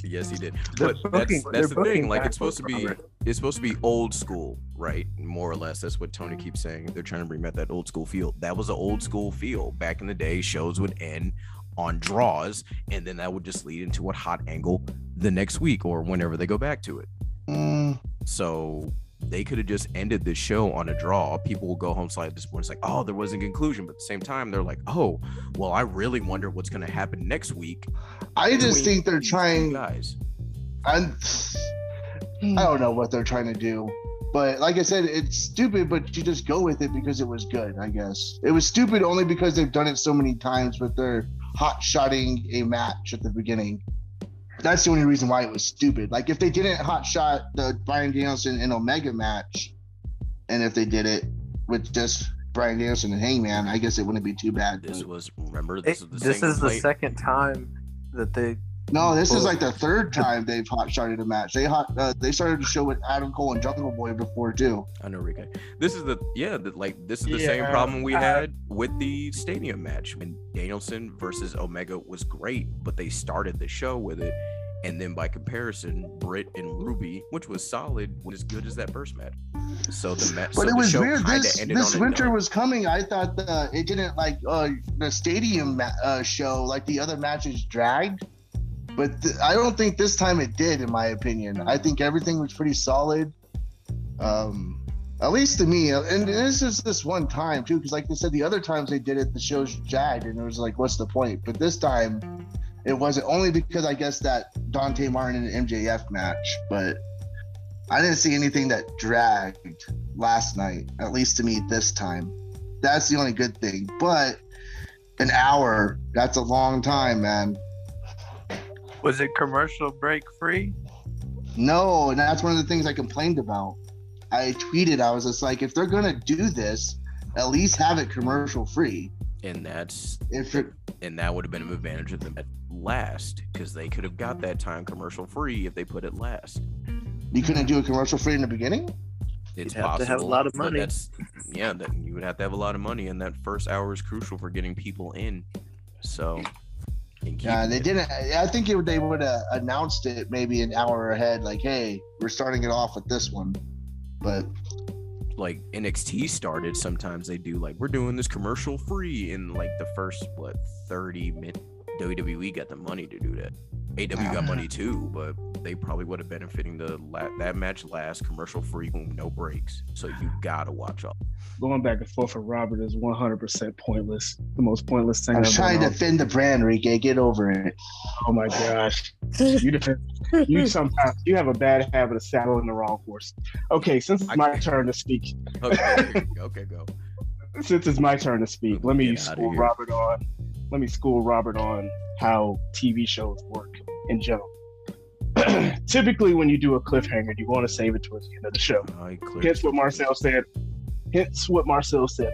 Speaker 1: Yes he did.
Speaker 2: They're
Speaker 1: But
Speaker 2: booking-
Speaker 1: that's that's
Speaker 2: they're
Speaker 1: the thing.
Speaker 2: booking
Speaker 1: Like it's supposed to
Speaker 2: backwards,
Speaker 1: be
Speaker 2: Robert.
Speaker 1: it's supposed to be old school, right? More or less. That's what Tony keeps saying. They're trying to bring back that old school feel. That was an old school feel. Back in the day, shows would end on draws, and then that would just lead into a hot angle the next week or whenever they go back to it.
Speaker 3: Mm,
Speaker 1: So they could have just ended this show on a draw. People will go home it's like this morning. It's like, oh, there wasn't a conclusion. But at the same time, they're like, oh, well, I really wonder what's gonna happen next week.
Speaker 3: I just
Speaker 1: between
Speaker 3: think they're
Speaker 1: these two
Speaker 3: trying.
Speaker 1: guys.
Speaker 3: I'm, I don't know what they're trying to do. But like I said, it's stupid, but you just go with it because it was good, I guess. It was stupid only because they've done it so many times, but they're hot shotting a match at the beginning. That's the only reason why it was stupid. Like if they didn't hot shot the Brian Danielson and Omega match, and if they did it with just Brian Danielson and Hangman, I guess it wouldn't be too bad.
Speaker 1: This
Speaker 3: but-
Speaker 1: was remember
Speaker 5: It-
Speaker 1: this is the
Speaker 5: this
Speaker 1: same
Speaker 5: is the
Speaker 1: complaint-
Speaker 5: second time that they
Speaker 3: No, this is
Speaker 5: Well-
Speaker 3: like the third time they've hot shotted a match. They hot uh, they started to show with Adam Cole and Jungle Boy before too.
Speaker 1: I know Rico. This is the yeah, the, like this is the same
Speaker 2: Yeah,
Speaker 1: problem
Speaker 3: Uh,
Speaker 1: we
Speaker 2: I-
Speaker 1: had with the stadium match when Danielson versus Omega was great, but they started the show with it, and then by comparison, Britt and Ruby, which was solid, was as good as that first match. So the match, so
Speaker 3: But it
Speaker 1: the
Speaker 3: was
Speaker 1: show
Speaker 3: weird.
Speaker 1: kinda
Speaker 3: This,
Speaker 1: ended
Speaker 3: this
Speaker 1: on a
Speaker 3: winter
Speaker 1: note.
Speaker 3: was coming. I thought the it didn't like uh, the stadium ma- uh, show like the other matches dragged, but th- I don't think this time it did. In my opinion, I think everything was pretty solid. Um, at least to me, and this is this one time too, because like they said, the other times they did it, the shows dragged, and it was like, what's the point? But this time, it wasn't only because I guess that Dante Martin and MJF match, but I didn't see anything that dragged last night, at least to me this time. That's the only good thing. But an hour, that's a long time, man.
Speaker 5: was it commercial break free?
Speaker 3: No, and that's one of the things I complained about. I tweeted, I was just like, if they're going to do this, at least have it commercial free.
Speaker 1: and that's
Speaker 3: If it,
Speaker 1: and that would have been an advantage of them at last because they could have got that time commercial free if they put it last.
Speaker 3: you couldn't do a commercial free in the beginning,
Speaker 1: It's
Speaker 5: You'd have
Speaker 1: possible.
Speaker 5: to have a lot of
Speaker 1: but
Speaker 5: money.
Speaker 1: That's, yeah, that, you would have to have a lot of money, and that first hour is crucial for getting people in. So, and keep-
Speaker 3: yeah, Uh, they didn't. I I think it, would- they would have announced it maybe an hour ahead, like, hey, we're starting it off with this one. But
Speaker 1: like NXT started. Sometimes they do like we're doing this commercial free in like the first what thirty minutes. WWE got the E money to do that. AW got money too, but they probably would have been fitting the la- that match last commercial free with no breaks. So you gotta watch all.
Speaker 2: Going back and forth with Robert is 100% pointless. The most pointless thing
Speaker 3: I'm
Speaker 2: I've
Speaker 3: trying to
Speaker 2: done.
Speaker 3: defend the brand, Rike. Get over it.
Speaker 2: Oh my gosh. you defend, you sometimes you have a bad habit of saddling the wrong horse. Okay, since it's
Speaker 1: I-
Speaker 2: my turn to speak,
Speaker 1: Okay, okay, go.
Speaker 2: since it's my turn to speak, let me
Speaker 1: Get outta
Speaker 2: school
Speaker 1: here.
Speaker 2: Robert on. Let me school Robert on how TV shows work in general. Typically, when you do a cliffhanger, you want to save it towards the end of the show.
Speaker 1: I
Speaker 2: Hence what Marcel said. Hence what Marcel said.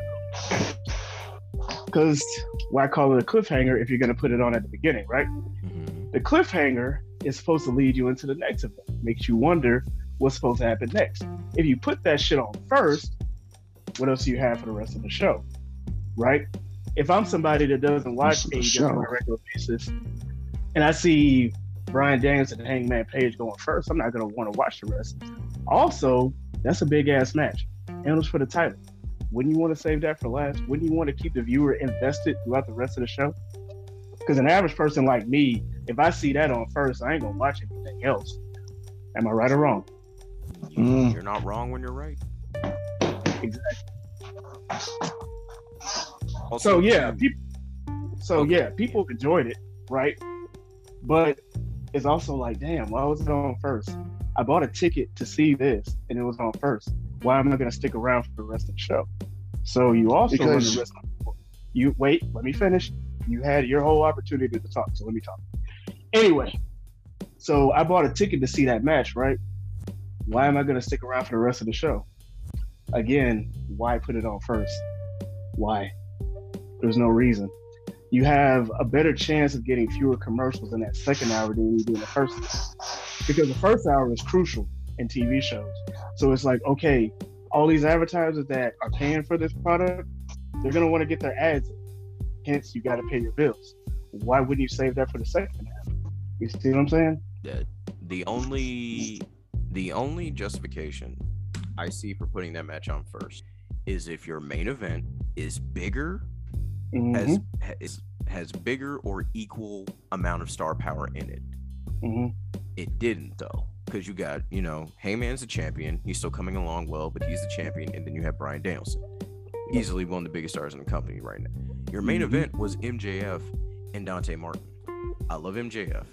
Speaker 2: Because why call it a cliffhanger if you're going to put it on at the beginning, right?
Speaker 1: Mhm.
Speaker 2: The cliffhanger is supposed to lead you into the next event, makes you wonder what's supposed to happen next. If you put that shit on first, what else do you have for the rest of the show, right? If I'm somebody that doesn't watch
Speaker 3: Rest of the
Speaker 2: AEW on
Speaker 3: show.
Speaker 2: a regular basis, and I see Brian Daniels and Hangman Page going first, I'm not gonna want to watch the rest. Also, that's a big ass match, and it was for the title. Wouldn't you want to save that for last? Wouldn't you want to keep the viewer invested throughout the rest of the show? Because an average person like me, if I see that on first, I ain't gonna watch anything else. Am I right or wrong?
Speaker 3: Mm.
Speaker 1: You're not wrong when you're right.
Speaker 2: Exactly.
Speaker 1: Also,
Speaker 2: So yeah,
Speaker 1: too,
Speaker 2: people. So
Speaker 1: Okay.
Speaker 2: yeah, people enjoyed it, right? But it's also like, damn, why was it on first? I bought a ticket to see this, and it was on first. Why am I going to stick around for the rest of the show? So you also run the
Speaker 3: Because-
Speaker 2: risk. You wait. Let me finish. You had your whole opportunity to talk, so let me talk. Anyway, so I bought a ticket to see that match, right? Why am I going to stick around for the rest of the show? Again, why put it on first? Why? There's no reason. You have a better chance of getting fewer commercials in that second hour than you do in the first hour. Because the first hour is crucial in TV shows. So it's like, okay, all these advertisers that are paying for this product, they're going to want to get their ads in. Hence, you got to pay your bills. Why wouldn't you save that for the second half? You see what I'm saying?
Speaker 1: the only the only justification I see for putting that match on first is if your main event is bigger
Speaker 2: Mhm,
Speaker 1: has ha- is, has bigger or equal amount of star power in it.
Speaker 2: mhm.
Speaker 1: It didn't though, because you got you know Heyman's the champion. He's still coming along well, but he's the champion, and then you have Brian Danielson, easily one of the biggest stars in the company right now. Your main
Speaker 2: Mhm.
Speaker 1: event was MJF and Dante Martin. I love MJF.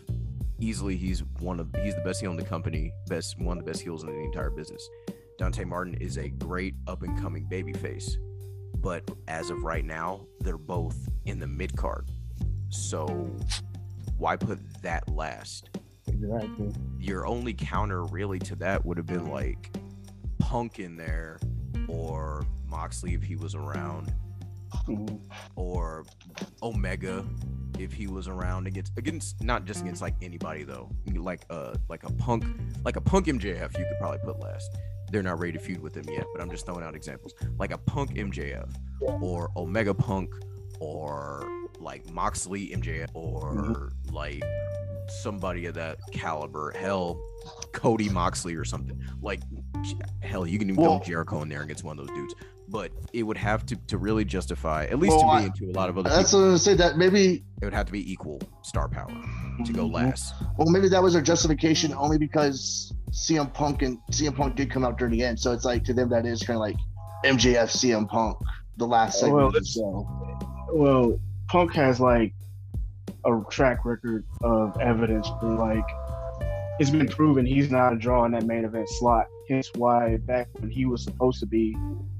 Speaker 1: Easily, he's one of he's the best heel in the company, best one of the best heels in the entire business. Dante Martin is a great up and coming babyface, but as of right now, they're both in the mid card. So why put that last?
Speaker 2: Exactly.
Speaker 1: your only counter really to that would have been like Punk in there or Moxley if he was around
Speaker 2: Mhm.
Speaker 1: or Omega if he was around against against not just against like anybody though like uh like a punk like a punk MJF you could probably put last they're not ready to feud with him yet but I'm just throwing out examples like a punk MJF or Omega Punk or like Moxley MJF or like somebody of that caliber hell Cody Moxley or something like hell you can even
Speaker 3: Well-
Speaker 1: throw Jericho in there against one of those dudes but it would have to to really justify at least to
Speaker 3: Well,
Speaker 1: me
Speaker 3: I-
Speaker 1: and to a lot of other
Speaker 3: That's
Speaker 1: people
Speaker 3: what I'm gonna say. That maybe,
Speaker 1: it would have to be equal star power to go
Speaker 2: mm-hmm.
Speaker 1: last
Speaker 3: well, maybe that was their justification only because CM Punk and CM Punk did come out during the end. So it's like to them that is kind of like MJF CM Punk, the last segment.
Speaker 2: Well,
Speaker 3: of the
Speaker 2: it's-
Speaker 3: show.
Speaker 2: Well, Punk has like a track record of evidence for like it's been proven he's not a draw in that main event slot. Hence why back when he was supposed to be,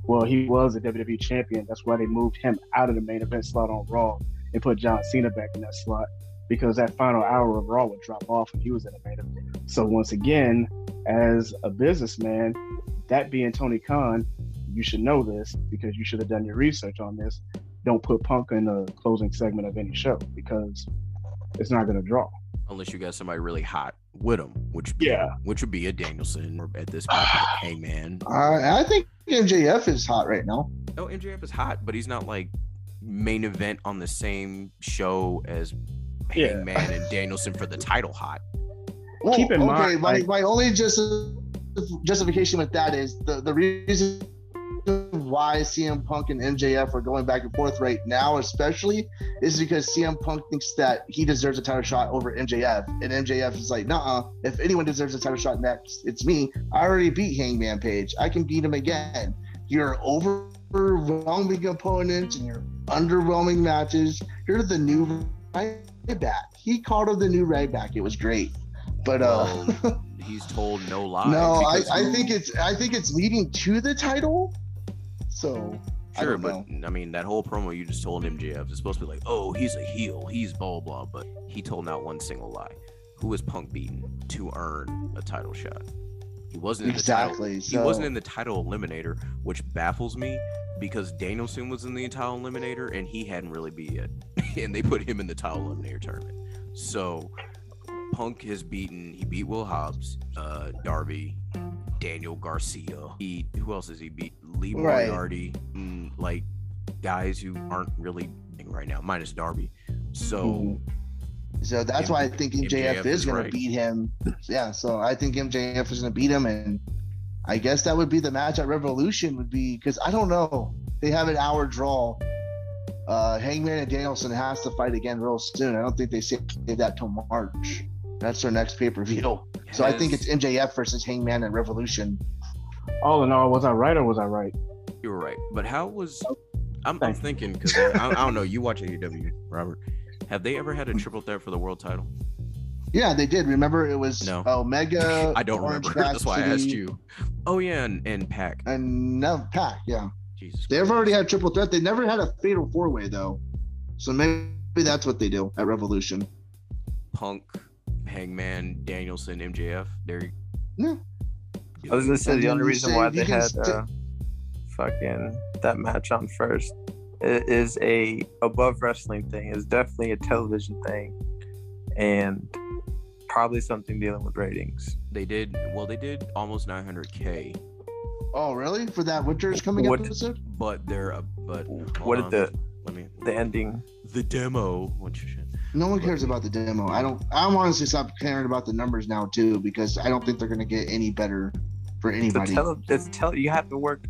Speaker 2: well, he was a WWE champion. That's why they moved him out of the main event slot on Raw and put John Cena back in that slot because that final hour of Raw would drop off when he was in the main event. So once again, as a businessman, that being Tony Khan, you should know this because you should have done your research on this don't put Punk in the closing segment of any show because it's not going to draw.
Speaker 1: unless you got somebody really hot with them which would be,
Speaker 2: Yeah.
Speaker 1: which would be a Danielson or at this point Hangman
Speaker 3: I, I think MJF is hot right now.
Speaker 1: no MJF is hot but he's not like main event on the same show as
Speaker 2: Yeah.
Speaker 1: Hangman and Danielson for the title hot
Speaker 3: Well,
Speaker 2: Keep in
Speaker 3: okay,
Speaker 2: mind,
Speaker 3: my,
Speaker 2: like-
Speaker 3: my only just justification with that is the, the reason why CM Punk and MJF are going back and forth right now, especially, is because CM Punk thinks that he deserves a title shot over MJF. And MJF is like, nah, if anyone deserves a title shot next, it's me. I already beat Hangman Page. I can beat him again. You're overwhelming opponents and your underwhelming matches. You're the new back. He called him the new right back. It was great. But uh
Speaker 1: Well, he's told no lies.
Speaker 3: No, I,
Speaker 1: because-
Speaker 3: I think it's I think it's leading to the title. So I
Speaker 1: Sure,
Speaker 3: don't
Speaker 1: but I mean that whole promo you just told MJF is supposed to be like, oh, he's a heel, he's blah blah, blah, but he told not one single lie. Who was Punk beaten to earn a title shot? He wasn't in the title.
Speaker 3: exactly.
Speaker 1: He
Speaker 3: so
Speaker 1: wasn't in the title eliminator, which baffles me because Danielson was in the title eliminator and he hadn't really beat yet, and they put him in the title eliminator tournament. So Punk has beaten. He beat Will Hobbs, uh, Darby, Daniel Garcia. He who else has he beat? Lee
Speaker 3: Right.
Speaker 1: Moriarty, mm, like guys who aren't really big right now, minus Darby. So
Speaker 3: Mm-hmm. so that's why I think MJF,
Speaker 1: MJF
Speaker 3: is,
Speaker 1: is
Speaker 3: gonna
Speaker 1: right.
Speaker 3: beat him. Yeah, so I think MJF is gonna beat him and I guess that would be the match at Revolution would be because I don't know. They have an hour draw. Uh Hangman and Danielson has to fight again real soon. I don't think they save that till March. That's their next pay per view. So I think it's
Speaker 1: has-
Speaker 3: MJF versus Hangman and Revolution.
Speaker 2: All in all, was I right or was I right?
Speaker 1: you were right. But how was? I'm, I'm
Speaker 2: Thanks.
Speaker 1: thinking because I, I don't know. You watch AEW, Robert. Have they ever had a triple threat for the world title?
Speaker 3: Yeah, they did. Remember, it was
Speaker 1: No.
Speaker 3: Omega.
Speaker 1: I don't
Speaker 3: Orange
Speaker 1: remember. That's why I asked
Speaker 3: Cassidy,
Speaker 1: you. Oh yeah, and, and Pack.
Speaker 3: And now Pack, yeah.
Speaker 1: Jesus.
Speaker 3: They've
Speaker 1: Christ.
Speaker 3: already had triple threat. They never had a fatal four way though, so maybe that's what they do at Revolution.
Speaker 1: Punk, Hangman, Danielson, MJF. There. you-
Speaker 5: I was gonna say
Speaker 3: And
Speaker 5: the
Speaker 3: then
Speaker 5: only
Speaker 3: you
Speaker 5: reason
Speaker 3: say
Speaker 5: why
Speaker 3: you
Speaker 5: they
Speaker 3: can
Speaker 5: had
Speaker 3: sti-
Speaker 5: uh, fucking that match on first i- is a above wrestling thing. It's definitely a television thing, and probably something dealing with ratings.
Speaker 1: They did well. They did almost 900k,
Speaker 3: Oh, really? For that Winters coming
Speaker 5: What-
Speaker 3: up episode?
Speaker 1: but they're a but. hold
Speaker 5: What did
Speaker 1: on,
Speaker 5: the
Speaker 1: Let me.
Speaker 5: the ending?
Speaker 1: The demo. What you should.
Speaker 3: No one cares about the demo. I don't. I'm honestly stop caring about the numbers now too because I don't think they're gonna get any better for
Speaker 5: The
Speaker 3: anybody.
Speaker 5: tele, it's tele, you have to work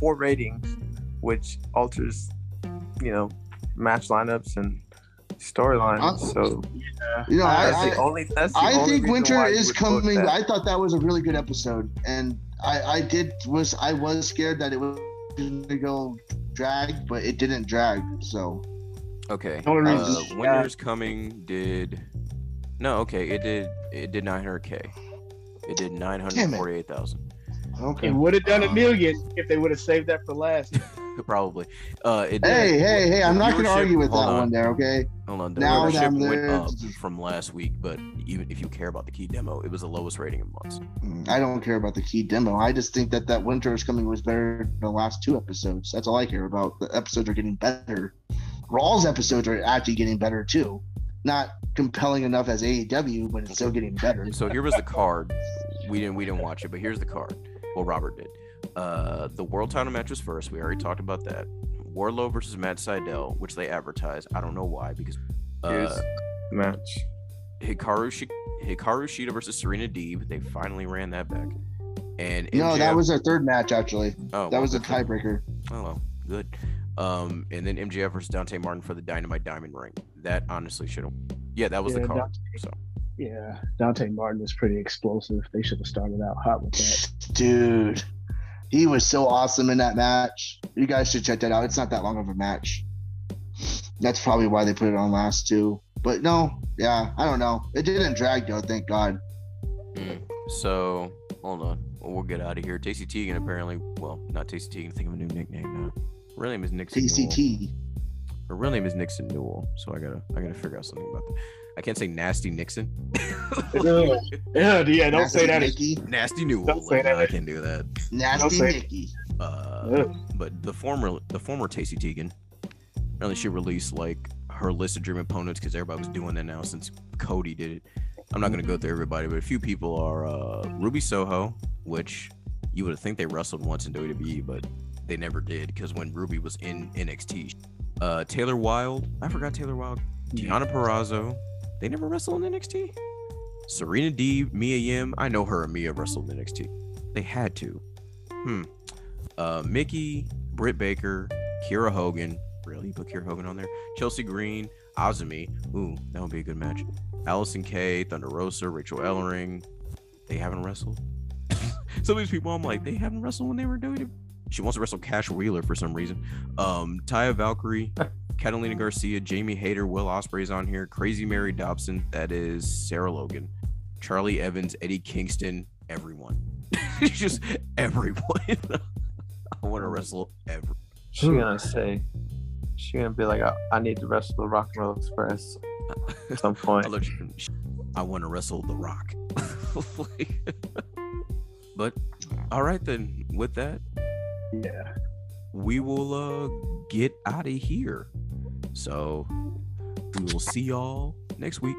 Speaker 5: for ratings, which alters, you know, match lineups and
Speaker 3: Uh,
Speaker 5: storylines. So
Speaker 3: you know, Uh, I,
Speaker 5: that's
Speaker 3: I,
Speaker 5: the only. That's the
Speaker 3: I
Speaker 5: only
Speaker 3: think
Speaker 5: reason
Speaker 3: winter
Speaker 5: why you
Speaker 3: is
Speaker 5: would vote
Speaker 3: coming.
Speaker 5: that.
Speaker 3: I thought that was a really good episode, and I, I did was I was scared that it was going to go drag, but it didn't drag. So
Speaker 1: Okay.
Speaker 2: The only
Speaker 1: Uh,
Speaker 2: reason-
Speaker 1: Winter's coming did. No. Okay. It did. It did 900k. It did 948,000.
Speaker 3: okay.
Speaker 2: It would have done a million if they would have saved that for last.
Speaker 1: Probably. Uh, it did,
Speaker 3: Hey, hey, hey! I'm not going to
Speaker 1: Viewership-
Speaker 3: argue with that
Speaker 1: hold on,
Speaker 3: one there. Okay.
Speaker 1: Hold on. The
Speaker 3: Now that
Speaker 1: viewership
Speaker 3: I'm
Speaker 1: went
Speaker 3: there-
Speaker 1: up from last week, but even if you care about the key demo, it was the lowest rating in months.
Speaker 3: I don't care about the key demo. I just think that that winter is coming was better than the last two episodes. That's all I care about. The episodes are getting better. Raw's episodes are actually getting better too. Not compelling enough as AEW, but it's still getting better.
Speaker 1: So here was the card. We didn't we didn't watch it, but here's the card. Well, Robert did. Uh, the world title match was first. We already talked about that. Warlow versus Matt Seidel, which they advertised. I don't know why because uh,
Speaker 5: Here's the match.
Speaker 1: Hikaru Shi- Hikaru Shida versus Serena Deeb. They finally ran that back. And
Speaker 3: No, that
Speaker 1: MJF
Speaker 3: was their third match actually.
Speaker 1: E oh,
Speaker 3: That was a
Speaker 1: the time.
Speaker 3: tiebreaker.
Speaker 1: Oh, well, good. Um, and then MJF versus Dante Martin for the Dynamite Diamond Ring. That honestly should have. Yeah, that was
Speaker 2: Yeah,
Speaker 1: the card.
Speaker 2: Dante-
Speaker 1: so
Speaker 2: yeah, Dante Martin was pretty explosive. They should have started out hot with that.
Speaker 3: Dude, he was so awesome in that match. You guys should check that out. It's not that long of a match. That's probably why they put it on last too. But no, yeah, I don't know. It didn't drag though, thank God.
Speaker 1: so hold on. Well, we'll get out of here. Tasty Tegan apparently. Well, not Tasty Tegan. Think of a new nickname now. Her real name is Nixon. Newell.
Speaker 3: TCT.
Speaker 1: Her real name is Nixon Newell. So I gotta I gotta figure out something about that. I can't say nasty Nixon.
Speaker 2: Ugh. Ugh, yeah, don't
Speaker 3: Nasty
Speaker 2: say that.
Speaker 3: Nikki.
Speaker 1: nasty Newell.
Speaker 2: Don't say
Speaker 1: like,
Speaker 2: that.
Speaker 1: I can't do that.
Speaker 3: Nasty
Speaker 2: say-
Speaker 3: Nikki.
Speaker 1: Uh,
Speaker 2: Ugh.
Speaker 1: but the former the former Tasty Tegan, apparently she released like her list of dream opponents because everybody was doing that now since Cody did it. I'm not gonna go through everybody, but a few people are uh, Ruby Soho, which you would think they wrestled once in WWE, but they never did because when Ruby was in NXT, uh, Taylor Wilde, I forgot Taylor Wilde, Tiana Perazzo, they never wrestled in NXT. Serena D, Mia Yim, I know her and Mia wrestled in NXT. They had to. Hmm. Uh, Mickey, Britt Baker, Kira Hogan. Really? You put Kira Hogan on there? Chelsea Green, Azumi. Ooh, that would be a good match. Allison Kay, Thunder Rosa, Rachel Ellering. They haven't wrestled. Some of these people, I'm like, they haven't wrestled when they were doing it. She wants to wrestle Cash Wheeler for some reason. Um, Taya Valkyrie, Catalina Garcia, Jamie Hayter, Will Osprey's on here. Crazy Mary Dobson, that is Sarah Logan, Charlie Evans, Eddie Kingston, everyone. It's just everyone. I want to wrestle every.
Speaker 5: She gonna say, she gonna be like, I, I need to wrestle the Rock and Roll Express at some
Speaker 1: I
Speaker 5: point.
Speaker 1: looked at him, I want to wrestle The Rock. Like- but all right then. With that,
Speaker 2: Yeah.
Speaker 1: we will uh, get out of here. So we will see y'all next week.